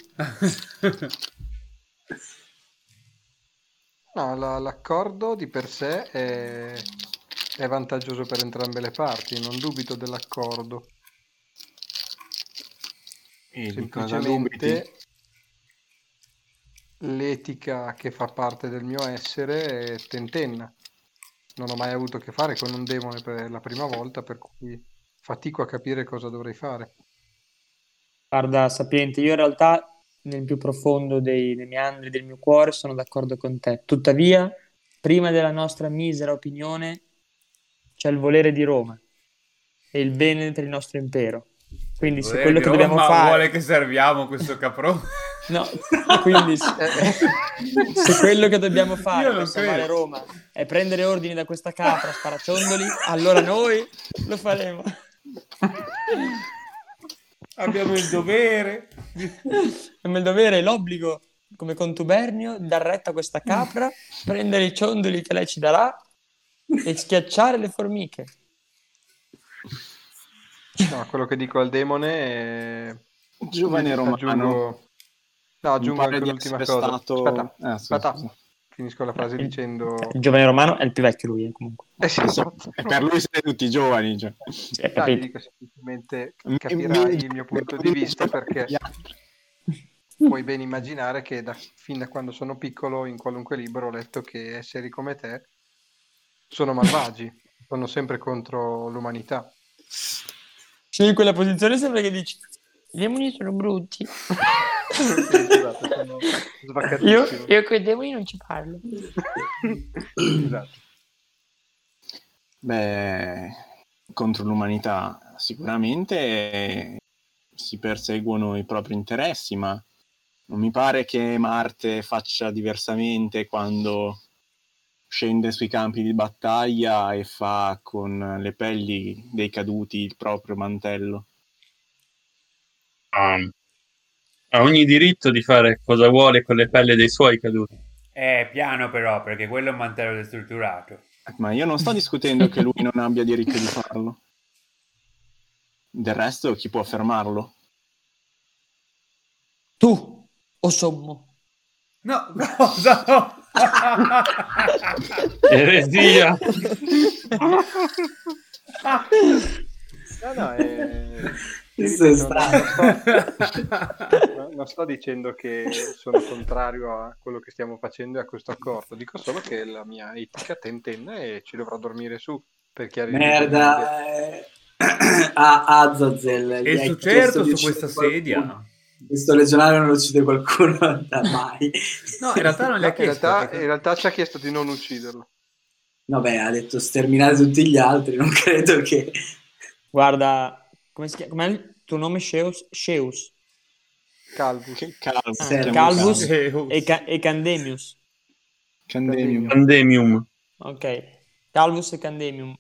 C: No, la- l'accordo di per sé è... è vantaggioso per entrambe le parti, non dubito dell'accordo.
D: E di cosa dubiti?
C: Semplicemente l'etica che fa parte del mio essere è tentenna. Non ho mai avuto a che fare con un demone per la prima volta, per cui fatico a capire cosa dovrei fare.
F: Guarda, sapiente, io in realtà nel più profondo dei, dei meandri del mio cuore sono d'accordo con te. Tuttavia, prima della nostra misera opinione c'è il volere di Roma e il bene per il nostro impero. Quindi se quello che
A: Roma
F: dobbiamo fare...
A: vuole che serviamo questo caprone.
F: No, quindi se, se quello che dobbiamo fare
A: Io non
F: per salvare
A: credo.
F: Roma è prendere ordini da questa capra sparaciondoli, allora noi lo faremo.
A: Abbiamo il dovere.
F: È mio dovere, è l'obbligo, come contubernio, di dar retta a questa capra, prendere i ciondoli che lei ci darà e schiacciare le formiche.
C: No, quello che dico al demone è...
D: Giovane romano.
C: Aggiungo... No, aggiungo
D: mi pare
C: anche
D: di
C: l'ultima
D: essere
C: cosa.
D: stato-
C: Aspetta,
D: Ah, scusa,
C: aspetta.
D: scusa.
C: finisco la
D: Eh,
C: frase dicendo...
F: Il giovane romano è il più vecchio lui, eh, comunque.
C: Eh sì, esatto.
D: E per lui siete tutti giovani. Cioè.
F: Sì,
C: Dai, gli
F: hai capito?
C: dico semplicemente
D: Mi-
C: capirai
D: mi-
C: il mio punto di vista perché
D: Gli altri.
C: puoi ben immaginare che da- fin da quando sono piccolo in qualunque libro ho letto che esseri come te sono malvagi, sono sempre contro l'umanità.
F: Sì, in quella posizione sembra che dici i demoni sono brutti.
C: Sì, scusate, sono
F: Io,
C: svaccatissimo.
F: io con i demoni non ci parlo.
C: Scusate.
D: Beh, contro l'umanità sicuramente eh, si perseguono i propri interessi, ma non mi pare che Marte faccia diversamente quando scende sui campi di battaglia e fa con le pelli dei caduti il proprio mantello.
G: Ah. Ha ogni diritto di fare cosa vuole con le pelle dei suoi caduti.
A: Eh, piano però, perché quello è un mantello destrutturato.
D: Ma io non sto discutendo che lui non abbia diritto di farlo. Del resto, chi può fermarlo?
F: Tu, o sommo.
A: No, cosa?
G: Eresia!
C: No, no, è...
B: Questo è strano.
C: No, non sto dicendo che sono contrario a quello che stiamo facendo e a questo accordo, dico solo che la mia etica tentenna e ci dovrà dormire su per chiarire.
B: Merda. eh. A Azazel. gli
A: E
B: hai
A: su
B: chiesto
A: certo
B: di
A: su
B: uccidere
A: questa
B: qualcuno.
A: sedia.
B: Questo legionario non uccide qualcuno da mai.
A: No, in realtà non
C: No,
A: le ha
C: in,
A: chiesto.
C: realtà,
A: perché-
C: in realtà ci ha chiesto di non ucciderlo.
B: Vabbè, ha detto sterminare tutti gli altri, non credo che...
F: Guarda, come si chiama? Com'è il tuo nome? Sheus? Sheus.
C: Calvus.
D: Che calvo.
B: Sì,
D: chiamo
F: Calvus
D: calvo.
F: e, Ca- e Candemius.
D: Candemium.
G: Pandemium.
F: Ok. Calvus e Candemium.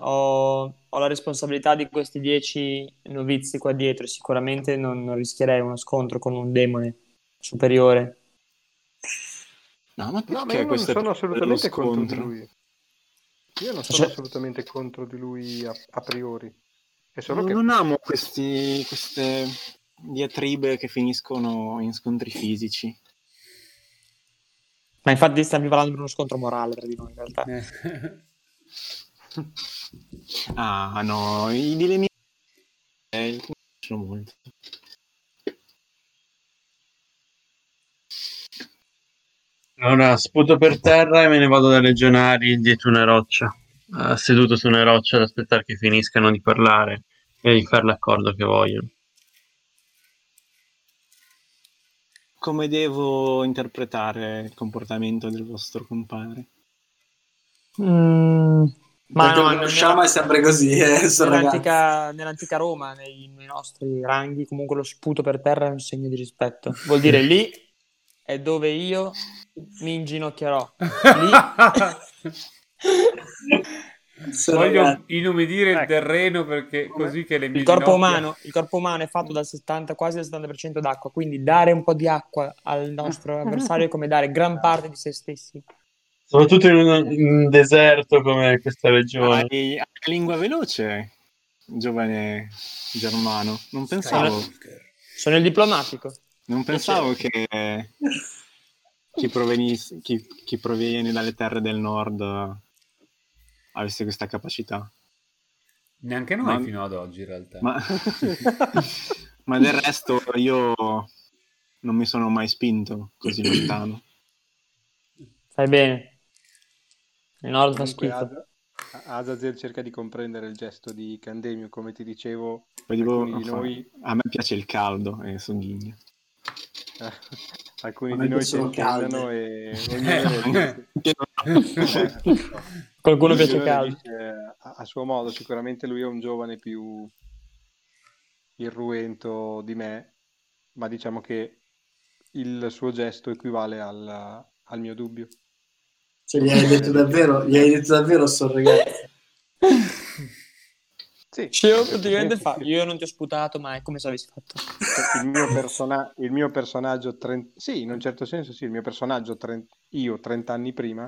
F: Ho, ho la responsabilità di questi dieci novizi qua dietro. Sicuramente non, non rischierei uno scontro con un demone superiore.
D: No, ma perché
C: No, ma io non
D: questa
C: sono assolutamente
D: lo
C: contro di
D: scontro?
C: lui. Io non
F: Cioè-
C: sono assolutamente contro di lui a, a priori. È solo
D: Non-
C: che
D: Non amo questi, queste diatribe che finiscono in scontri fisici.
F: Ma infatti stiamo parlando di uno scontro morale tra di noi in realtà.
B: Eh.
D: Ah no, i dilemmi eh, mi piacciono molto.
G: Allora, sputo per terra e me ne vado dai legionari dietro una roccia, eh, seduto su una roccia ad aspettare che finiscano di parlare e di fare l'accordo che vogliono.
D: Come devo interpretare il comportamento del vostro compare?
F: Mm, ma
B: Perché
F: no,
B: lo Sciama è sempre così, eh, sono ragazzi.
F: nell'antica, nell'antica Roma, nei, nei nostri ranghi, comunque lo sputo per terra è un segno di rispetto. Vuol dire lì è dove io mi inginocchierò.
B: Sono
A: Voglio
B: ragazzi.
A: inumidire il
F: Ecco.
A: terreno perché così che le mie
F: Il corpo,
A: ginocchia-
F: umano, il corpo umano è fatto dal 70, quasi dal 70% d'acqua, quindi dare un po' di acqua al nostro avversario è come dare gran parte di se stessi.
G: Soprattutto in un, in un deserto come questa
F: Ah, ecco.
G: regione.
D: Hai hai lingua veloce, giovane germano. Non pensavo,
F: Sono il diplomatico.
D: non pensavo che chi, provenisse- chi- chi proviene dalle terre del nord eh, avesse questa capacità.
A: Neanche noi
D: Ma-
A: fino ad oggi in realtà.
D: Ma... ma del resto io non mi sono mai spinto così lontano.
F: Fai bene. Il nord fa
C: comunque
F: schifo.
C: Aza- A- Azazel cerca di comprendere il gesto di Candemio, come ti dicevo,
D: Poi dico,
C: alcuni di noi,
D: a me piace il caldo e sogghigno.
C: alcuni
B: Ma
C: di noi si
B: sono calde.
C: incazzano e
A: Eh.
C: ognuno
F: Qualcuno
C: Ognuno
F: piace caldo.
C: dice, eh, a, a suo modo, sicuramente lui è un giovane più irruento di me, ma diciamo che il suo gesto equivale al, al mio dubbio.
B: Cioè, gli hai detto davvero, gli hai detto davvero, sono ragazzi.
C: Sì,
F: Sceo praticamente fa, io non ti ho sputato, ma è come se avessi fatto.
C: il mio, persona- il mio personaggio, tren- sì, in un certo senso sì, il mio personaggio, tren- io 30 anni prima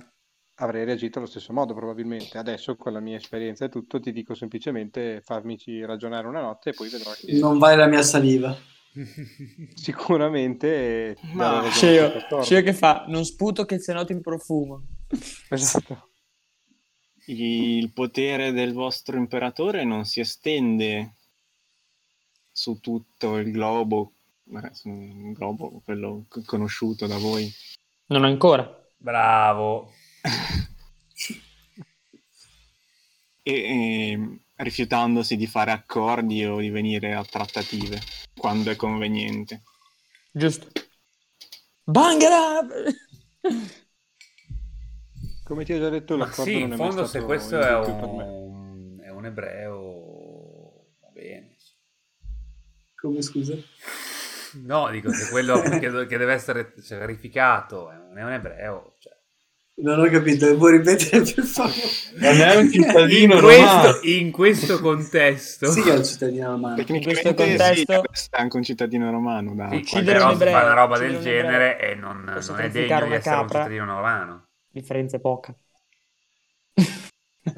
C: avrei reagito allo stesso modo probabilmente. Adesso con la mia esperienza e tutto ti dico semplicemente farmici ragionare una notte e poi vedrò che
B: Non vale la mia saliva.
C: sicuramente... ti
D: Ma-
C: darò ragione su questo
F: Sceo,
C: torno.
F: Sceo che fa, non sputo che se noti il profumo.
C: Esatto.
D: Il potere del vostro imperatore non si estende su tutto il globo, eh, su un globo quello c- conosciuto da voi.
F: Non ancora.
A: Bravo.
D: E, e, rifiutandosi di fare accordi o di venire a trattative quando è conveniente.
F: Giusto. Bangala!
C: Come ti ho già detto,
A: Ma
C: l'accordo
A: Ah, sì,
C: non
A: in
C: è
A: fondo
C: mai
A: se
C: stato
A: questo
C: in
A: è
C: tutto per me.
A: un, è un ebreo va bene.
B: Come scusa?
A: No, dico se quello che, che deve essere verificato è un, è un ebreo. cioè.
B: Non ho capito, puoi ripetere per favore?
G: Non è un
A: In,
G: cittadino romano.
A: questo, in questo contesto
B: Sì che è un cittadino romano.
D: Tecnicamente
F: questo
D: sì,
F: contesto-
D: questo è anche un cittadino romano da
A: sì,
F: uccidere
A: però si
F: un
A: fa
F: ebreo,
A: una roba
F: uccidere
A: del
F: un ebreo.
A: genere e non,
F: O
A: non è
F: sacrificare
A: degno di
F: una
A: essere un
F: capra.
A: cittadino romano.
F: Differenza è poca.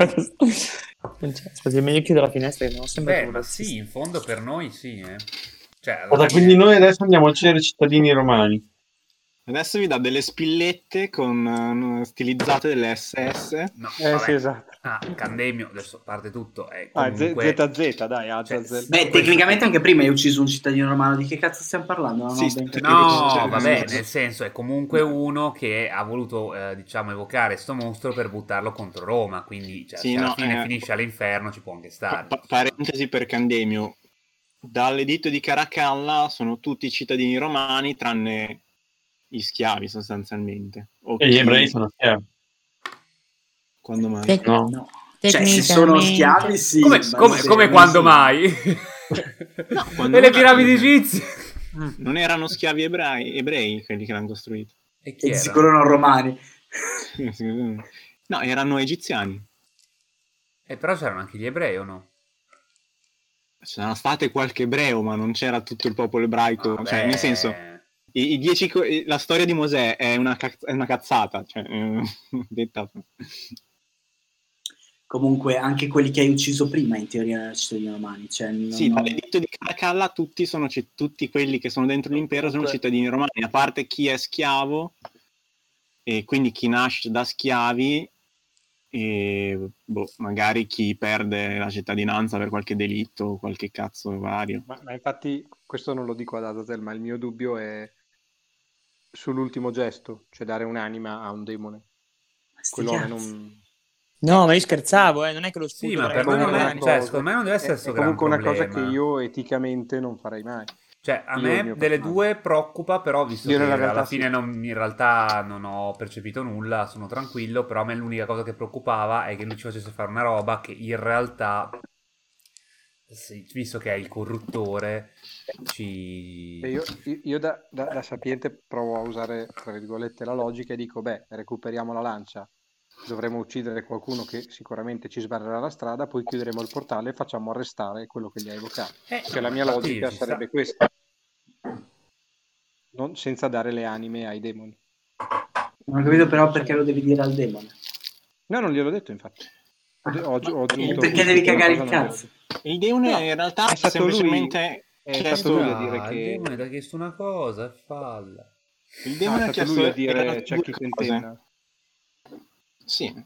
F: non c'è. Aspetta, è meglio chiudere la finestra che non sembra
A: Beh,
F: più
A: ma
F: razzista.
A: sì, in fondo per noi sì. Eh. Cioè, alla
G: Guarda,
A: fine-
G: quindi noi adesso andiamo a uccidere i cittadini romani.
D: Adesso vi dà delle spillette con eh, stilizzate delle SS.
A: No,
C: Eh
A: vabbè.
C: sì, esatto.
A: Ah, Candemio, adesso a parte tutto. È
C: Ah, Z-
A: comunque...
C: ZZ, dai,
A: Cioè,
C: Azazel.
B: Beh, tecnicamente anche prima hai ucciso un cittadino romano, di che cazzo stiamo parlando? Non ho
D: Sì,
B: ben
D: sì.
B: capito.
A: No,
D: Cioè,
A: vabbè,
D: sì.
A: nel senso è comunque uno che ha voluto, eh, diciamo, evocare sto mostro per buttarlo contro Roma, quindi cioè,
D: Sì,
A: se alla
D: no,
A: fine
D: eh.
A: finisce all'inferno ci può anche stare.
D: Pa- parentesi per Candemio. Dall'editto di Caracalla sono tutti cittadini romani tranne gli schiavi sostanzialmente. O
G: E gli
D: chi-
G: ebrei sono schiavi.
D: Quando mai?
J: Tec-
G: No.
B: No. Cioè, se sono schiavi, sì.
A: come,
B: ma
A: come-
B: se-
A: come quando mai?
D: Quando
A: e le
D: mai?
A: piramidi egizie?
D: Non erano schiavi ebrai- ebrei quelli che l'hanno costruito.
A: E chi
B: E di
A: era?
B: sicuro Eh, non romani.
D: No, erano egiziani.
A: Eh, però c'erano anche gli ebrei o no?
D: C'erano state qualche ebreo, ma non c'era tutto il popolo ebraico.
A: Vabbè.
D: Cioè, nel senso, i, i dieci co- eh, la storia di Mosè è una, caz- è una cazzata. Cioè, eh, detta-
B: Comunque, anche quelli che hai ucciso prima, in teoria, erano cittadini romani. Cioè, non-
D: sì,
B: non-
D: dall'editto di Caracalla tutti, sono ci- tutti quelli che sono dentro l'impero sono
J: Comunque-
D: cittadini romani, a parte chi è schiavo e quindi chi nasce da schiavi e boh, magari chi perde la cittadinanza per qualche delitto o qualche cazzo vario.
C: Ma, ma infatti questo non lo dico ad Azazel, ma il mio dubbio è sull'ultimo gesto, cioè dare un'anima a un demone.
B: Ma sti
C: Quello
B: cazzi.
C: non...
F: No, ma io scherzavo, eh, non è che lo sputo
A: Sì, ma
F: era
A: per me
F: contro
A: non è,
F: i romani.
A: cioè, secondo me non deve essere
C: è,
A: questo
C: è
A: gran
C: comunque una cosa che
A: problema.
C: io eticamente non farei mai.
A: Cioè, a
C: io,
A: me
C: il mio
A: delle
C: personaggio.
A: due preoccupa, però visto
C: Io
A: che
C: nella
A: alla
C: realtà
A: fine
C: sì.
A: non, in realtà non ho percepito nulla, sono tranquillo, però a me l'unica cosa che preoccupava è che lui ci facesse fare una roba che in realtà, sì, visto che è il corruttore, ci...
C: E io, io- io da, da- da sapiente provo a usare tra virgolette la logica e dico: beh, recuperiamo la lancia, dovremo uccidere qualcuno che sicuramente ci sbarrerà la strada, poi chiuderemo il portale e facciamo arrestare quello che li ha evocati.
A: Eh,
C: Cioè, la mia
A: infatti,
C: logica
A: ci sta.
C: sarebbe questa, non, senza dare le anime ai demoni.
B: Non ho capito, però, perché lo devi dire al demone.
C: No, non gliel'ho detto, infatti. Oggi, ho aggiunto
B: Perché devi
C: questa
B: cagare il
C: cosa, non
B: cazzo?
D: Il demone
C: No,
D: in realtà
C: è
D: ha
C: stato lui-
D: semplicemente
C: è
D: chiesto-
C: stato lui a
A: Ah,
C: dire che-
A: il demone ti ha chiesto una cosa e falla.
D: il
C: gliel'ho detto.
D: demone ha
C: No, è Ah, stato
D: chiesto
C: lui a
D: erano
C: dire c'è
D: due
C: chi
D: cose.
C: tentenna.
D: Sì,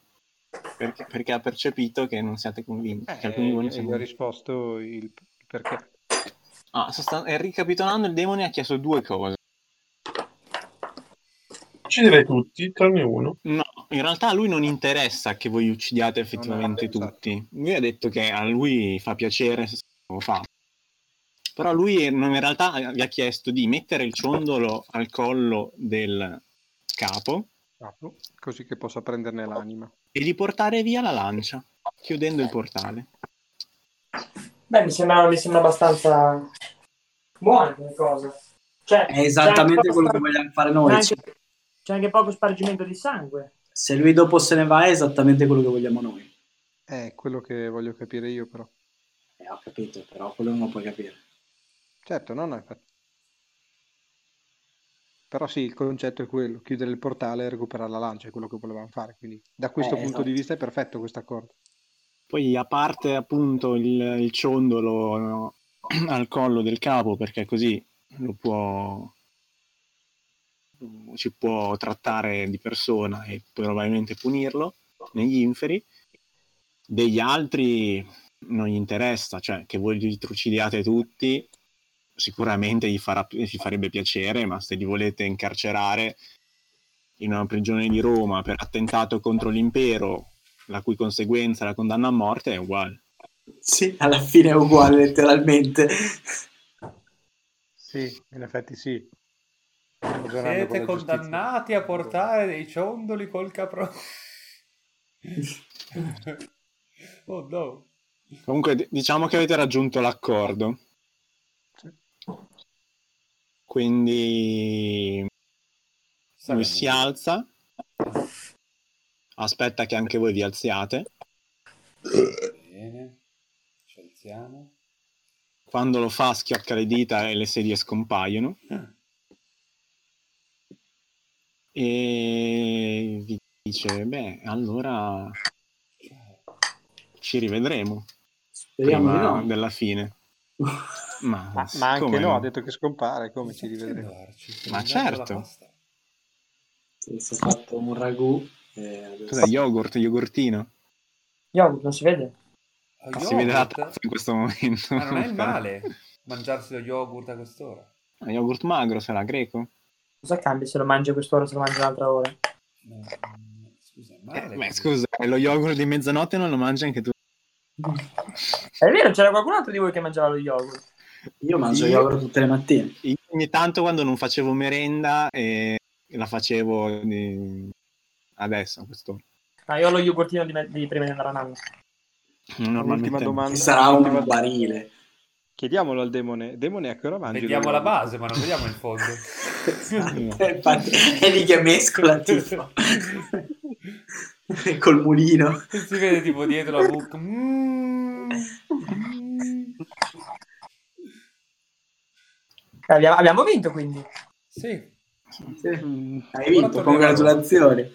D: perché, perché ha percepito che non siete convinti.
C: Eh,
D: che alcuni
C: e
D: demoni
C: gli ho
D: sono-
C: risposto il perché.
D: Ah, sostan- eh, ricapitolando, il demone ha chiesto due cose.
G: Uccidere tutti, tranne uno.
D: No, in realtà a lui non interessa che voi uccidiate effettivamente
C: No, esatto. no,
D: tutti. Lui ha detto che a lui fa piacere se lo fa. Però lui in in realtà vi ha chiesto di mettere il ciondolo al collo del capo
C: capo, così che possa prenderne l'anima.
D: e di portare via la lancia, chiudendo il portale.
J: Beh, mi sembra, mi sembra abbastanza buona come cosa. Cioè,
B: È esattamente quello che vogliamo fare noi. cioè,
J: c'è anche, c'è anche poco spargimento di sangue.
B: Se lui dopo se ne va, è esattamente quello che vogliamo noi.
C: È quello che voglio capire io, però.
B: Eh, ho capito, però quello non lo puoi capire.
C: Certo, no, no, infatti. Però sì, il concetto è quello, chiudere il portale e recuperare la lancia, è quello che volevamo fare, quindi da questo
B: Eh,
C: punto
B: esatto.
C: di vista è perfetto questo accordo.
D: Poi a parte appunto il, il ciondolo no, al collo del capo, perché così lo può ci può trattare di persona e probabilmente punirlo negli inferi. Degli altri non gli interessa, cioè che voi li trucidiate tutti, sicuramente gli, farà, gli farebbe piacere, ma se li volete incarcerare in una prigione di Roma per attentato contro l'impero, la cui conseguenza è la condanna a morte, è uguale.
B: Sì, alla fine è uguale, letteralmente.
C: Sì, in effetti sì.
A: Siete condannati a portare dei ciondoli col capro... oh no.
D: Comunque d- diciamo che avete raggiunto l'accordo. Quindi Lui si alza, aspetta che anche voi vi alziate.
A: Bene, ci alziamo.
D: Quando lo fa, schiocca le dita e le sedie scompaiono. E vi dice: Beh, allora ci rivedremo
B: Speriamo di
D: prima
B: no.
D: della fine. Ma,
C: Ma, ma anche
D: come
C: no, ha detto che scompare, come ci
A: Esatto.
C: rivedremo?
D: Ma certo.
B: Sì, Si è fatto un ragù. eh, adesso-
D: Cos'è? Yogurt, yogurtino?
J: Yogurt non si vede.
D: Ah, Si vede la tazza in questo momento.
A: Ma non è il male mangiarsi lo yogurt a quest'ora.
D: Però- Yogurt magro sarà greco?
J: Cosa cambia se lo mangi a quest'ora o se lo mangi un'altra ora?
A: No, Scusa, è
D: Eh,
A: male.
D: beh, scusa, lo yogurt di mezzanotte non lo mangi anche tu.
B: Mm.
J: È vero, c'era qualcun altro di voi che mangiava lo yogurt.
B: Io mangio yogurt tutte le mattine.
D: Io ogni tanto quando non facevo merenda e la facevo eh, adesso a quest'ora.
J: Ah, io ho lo yogurtino di, me- di prima di andare a nanna.
C: L'ultima domanda.
B: Che sarà un
C: L'ultima-
B: barile.
C: Chiediamolo al demone. Demone ecco, a che ora mangi?
A: Vediamo la
C: domani?
A: base, ma non vediamo il fondo.
B: Eh, infatti, è lì che mescola tipo. Col mulino.
A: si vede tipo dietro la bocca. Mm.
J: Eh, Abbiamo, abbiamo vinto quindi.
A: Sì, Mm.
B: Hai vinto, congratulazioni.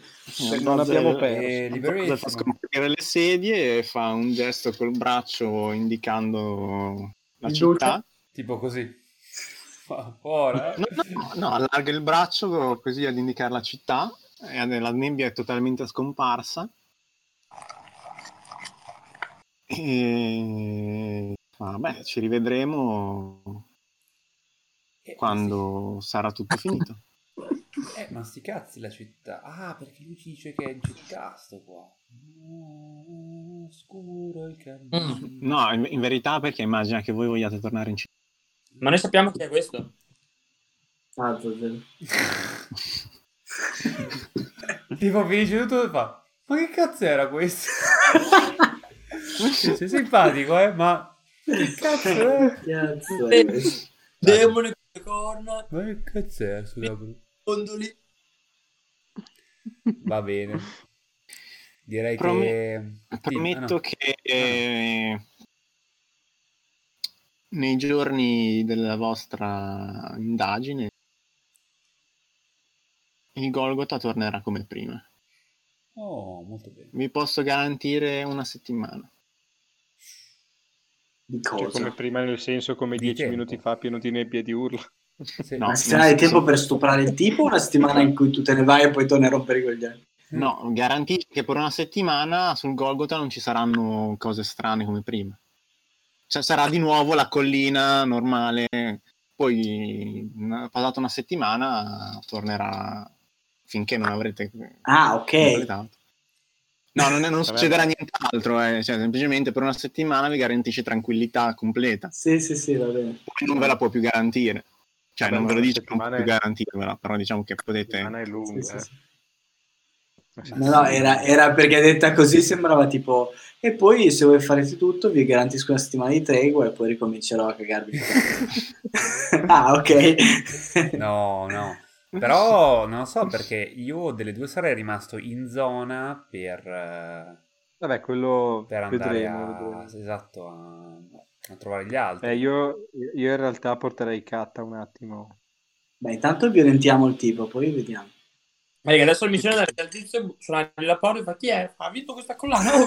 C: Non abbiamo
A: eh,
C: perso.
A: liberissimo.
D: fa scomparire le sedie e fa un gesto col braccio indicando la
J: Il
D: città.
A: tipo così. Ma Ora, eh.
D: No, no, no, allarga il braccio così ad indicare la città. e La nebbia è totalmente scomparsa. E... Vabbè, ci rivedremo
A: Eh,
D: quando sarà tutto finito.
A: Eh, ma sti cazzi la città. Ah, perché lui ci dice che è in città, sto qua. Oh, Oscuro il cammino.
D: Mm. No, in, in verità perché immagina che voi vogliate tornare in città.
F: Ma noi sappiamo chi è questo.
B: Azazel.
A: Tipo finisce tutto e fa. Ma che cazzo era questo? Sei simpatico, eh, ma... Che cazzo era?
B: Cazzo eh, è questo?
F: Demone con le corna,
A: Ma che cazzo era? Scusa, Bru.
F: condoli.
A: Va bene. Direi
D: Promi-
A: che... Sì,
D: Prometto
A: ah, no.
D: che eh, nei giorni della vostra indagine il Golgotha tornerà come prima.
A: Oh, molto bene.
D: Vi posso garantire una settimana.
B: Di
C: Cioè,
B: cosa?
C: come prima, nel senso, come
A: Di
C: dieci
A: tempo.
C: minuti fa, pieno di nebbia e di urla.
A: Sì.
D: No.
B: Ma sarai il tempo per stuprare il tipo o una settimana in cui tu te ne vai e poi torni a rompere i coglioni?
D: No, garantisco che per una settimana sul Golgotha non ci saranno cose strane come prima. Cioè sarà di nuovo la collina normale, poi n- passata una settimana tornerà finché non avrete
B: Ah, ok.
D: completato. No, non, è- non succederà nient'altro, eh. Cioè, semplicemente per una settimana vi garantisce tranquillità completa,
B: Sì, sì, sì, va bene.
D: poi non ve la può più garantire. Cioè
C: Vabbè,
D: non ve
C: ma
D: lo
C: la
D: dice, non può
C: settimana
D: più
C: è-
D: garantirvela, però diciamo che potete...
C: settimana è lunga.
B: Sì,
C: eh.
B: sì, sì. No, no, era, era perché detta così sembrava tipo... E poi se vuoi farete tutto vi garantisco una settimana di tregua e poi ricomincerò a cagarvi. ah, ok.
A: No, no. Però non lo so perché io delle due sarei rimasto in zona per, eh,
C: Vabbè, quello
A: per andare
C: vedremo.
A: a,
C: vedremo.
A: esatto, a, a trovare gli altri.
C: Eh, io, io in realtà porterei Katta un attimo.
B: Beh, intanto violentiamo il tipo, poi vediamo.
F: Ma raga, adesso il missionario del tizio suona la porta e fa chi è? Ha vinto questa collana?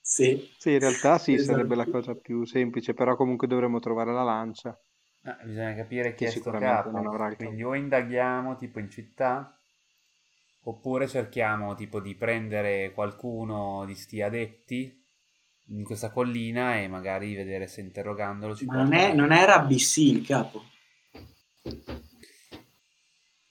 B: sì.
C: Sì, in realtà sì,
B: Esatto.
C: sarebbe la cosa più semplice, però comunque dovremmo trovare la lancia.
A: Ah, bisogna capire chi
C: Che
A: è sto
C: sicuramente
A: capo.
C: non avrà il capo.
A: Quindi o indaghiamo tipo in città, oppure cerchiamo tipo di prendere qualcuno di sti addetti in questa collina e magari vedere se interrogandolo ci
B: Ma
A: può
B: non, è- non era BC il capo.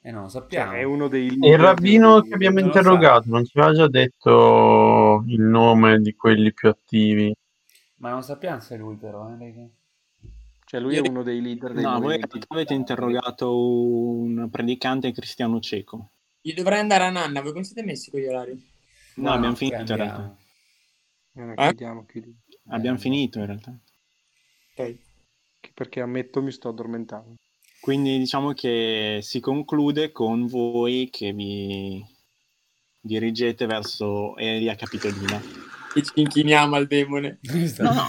A: E Eh, non lo
C: Cioè,
A: sappiamo.
C: è uno dei
H: E il rabbino
C: leader
H: che abbiamo
A: non lo
H: interrogato non ci aveva già detto il nome di quelli più attivi.
A: Ma non sappiamo se è lui però, eh, raga.
C: Cioè, lui è uno dei leader dei
D: No, voi in
C: movimenti.
D: realtà avete interrogato un predicante cristiano cieco.
F: Gli dovrei andare a nanna, voi come siete messi con gli orari?
D: No, abbiamo finito in
A: andiamo.
D: realtà.
C: Eh, no,
F: Eh?
C: chiudiamo, chiudiamo. Eh.
D: Abbiamo finito in realtà.
F: Ok.
C: Che- Perché ammetto mi sto addormentando.
D: Quindi diciamo che si conclude con voi che vi dirigete verso Elia Capitolina.
F: E ci inchiniamo al demone.
D: No, no.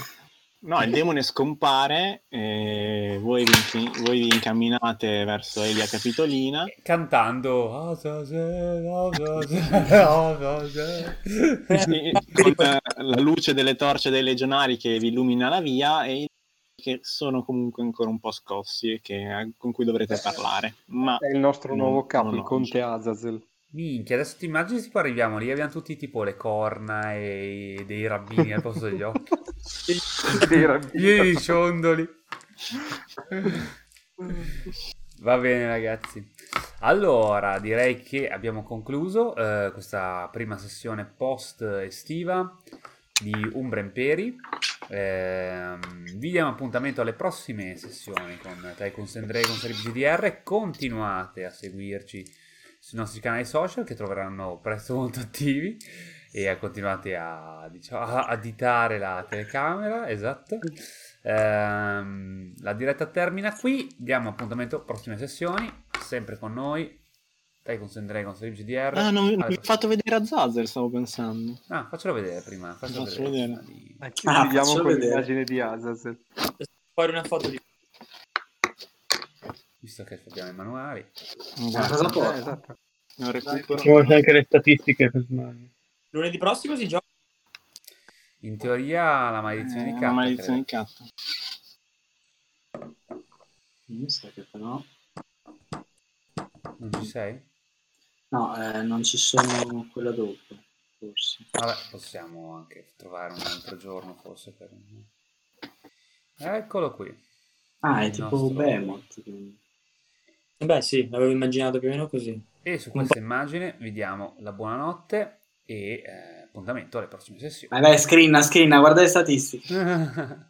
D: No, il demone scompare, e voi, vi inchi- voi vi incamminate verso Elia Capitolina.
A: cantando Azazel, Azazel, Azazel.
D: Sì, con eh, la luce delle torce dei legionari che vi illumina la via e che sono comunque ancora un po' scossi e che- con cui dovrete parlare. Ma
C: È il nostro
D: No,
C: nuovo capo,
D: no, no.
C: il conte Azazel.
A: Minchia, adesso ti immagini se poi arriviamo lì, abbiamo tutti tipo le corna e dei rabbini al posto degli occhi,
C: Dei rabbini.
A: pieni di ciondoli. Va bene ragazzi. Allora, direi che abbiamo concluso eh, questa prima sessione post estiva di Umbra Imperi. Ehm, vi diamo appuntamento alle prossime sessioni con Tycoons and Dragons e GDR. Continuate a seguirci sui nostri canali social che troveranno presto molto attivi e eh, continuate a, diciamo, a additare la telecamera, esatto. Ehm, la diretta termina qui, diamo appuntamento alle prossime sessioni, sempre con noi, Tycoons and Dragons, Rip GDR.
D: Ah, non, non
A: Alle
D: mi ha
A: prossime-
D: fatto vedere a Zazer, stavo pensando.
A: Ah, faccelo vedere prima, faccelo
D: Faccio
A: vedere.
D: vedere.
B: Ah,
C: Chiudiamo
B: faccio
C: con
B: vedere.
C: l'immagine di Azazel.
K: Fare una foto di...
A: Visto che abbiamo i manuali.
B: Ma cosa porta?
C: Eh, esatto.
D: Non recupero.
G: Ci vogliono anche le statistiche per Mario.
K: Lunedì prossimo si gioca.
A: In teoria la maledizione di
D: Eh,
A: K.
D: la maledizione di Kat.
B: Mi sa che però...
A: Non ci sei?
B: No, eh, non ci sono quella dopo, forse.
A: Vabbè, possiamo anche trovare un altro giorno forse per... Eccolo qui.
B: Ah, è
A: Il
B: tipo
A: nostro-
B: Behemoth. quindi.
K: Beh sì, l'avevo immaginato più o meno così.
A: E su questa immagine vi diamo la buonanotte e eh, appuntamento alle prossime sessioni.
B: Vai, vai, screenna, screenna, guarda le statistiche.
A: Ah.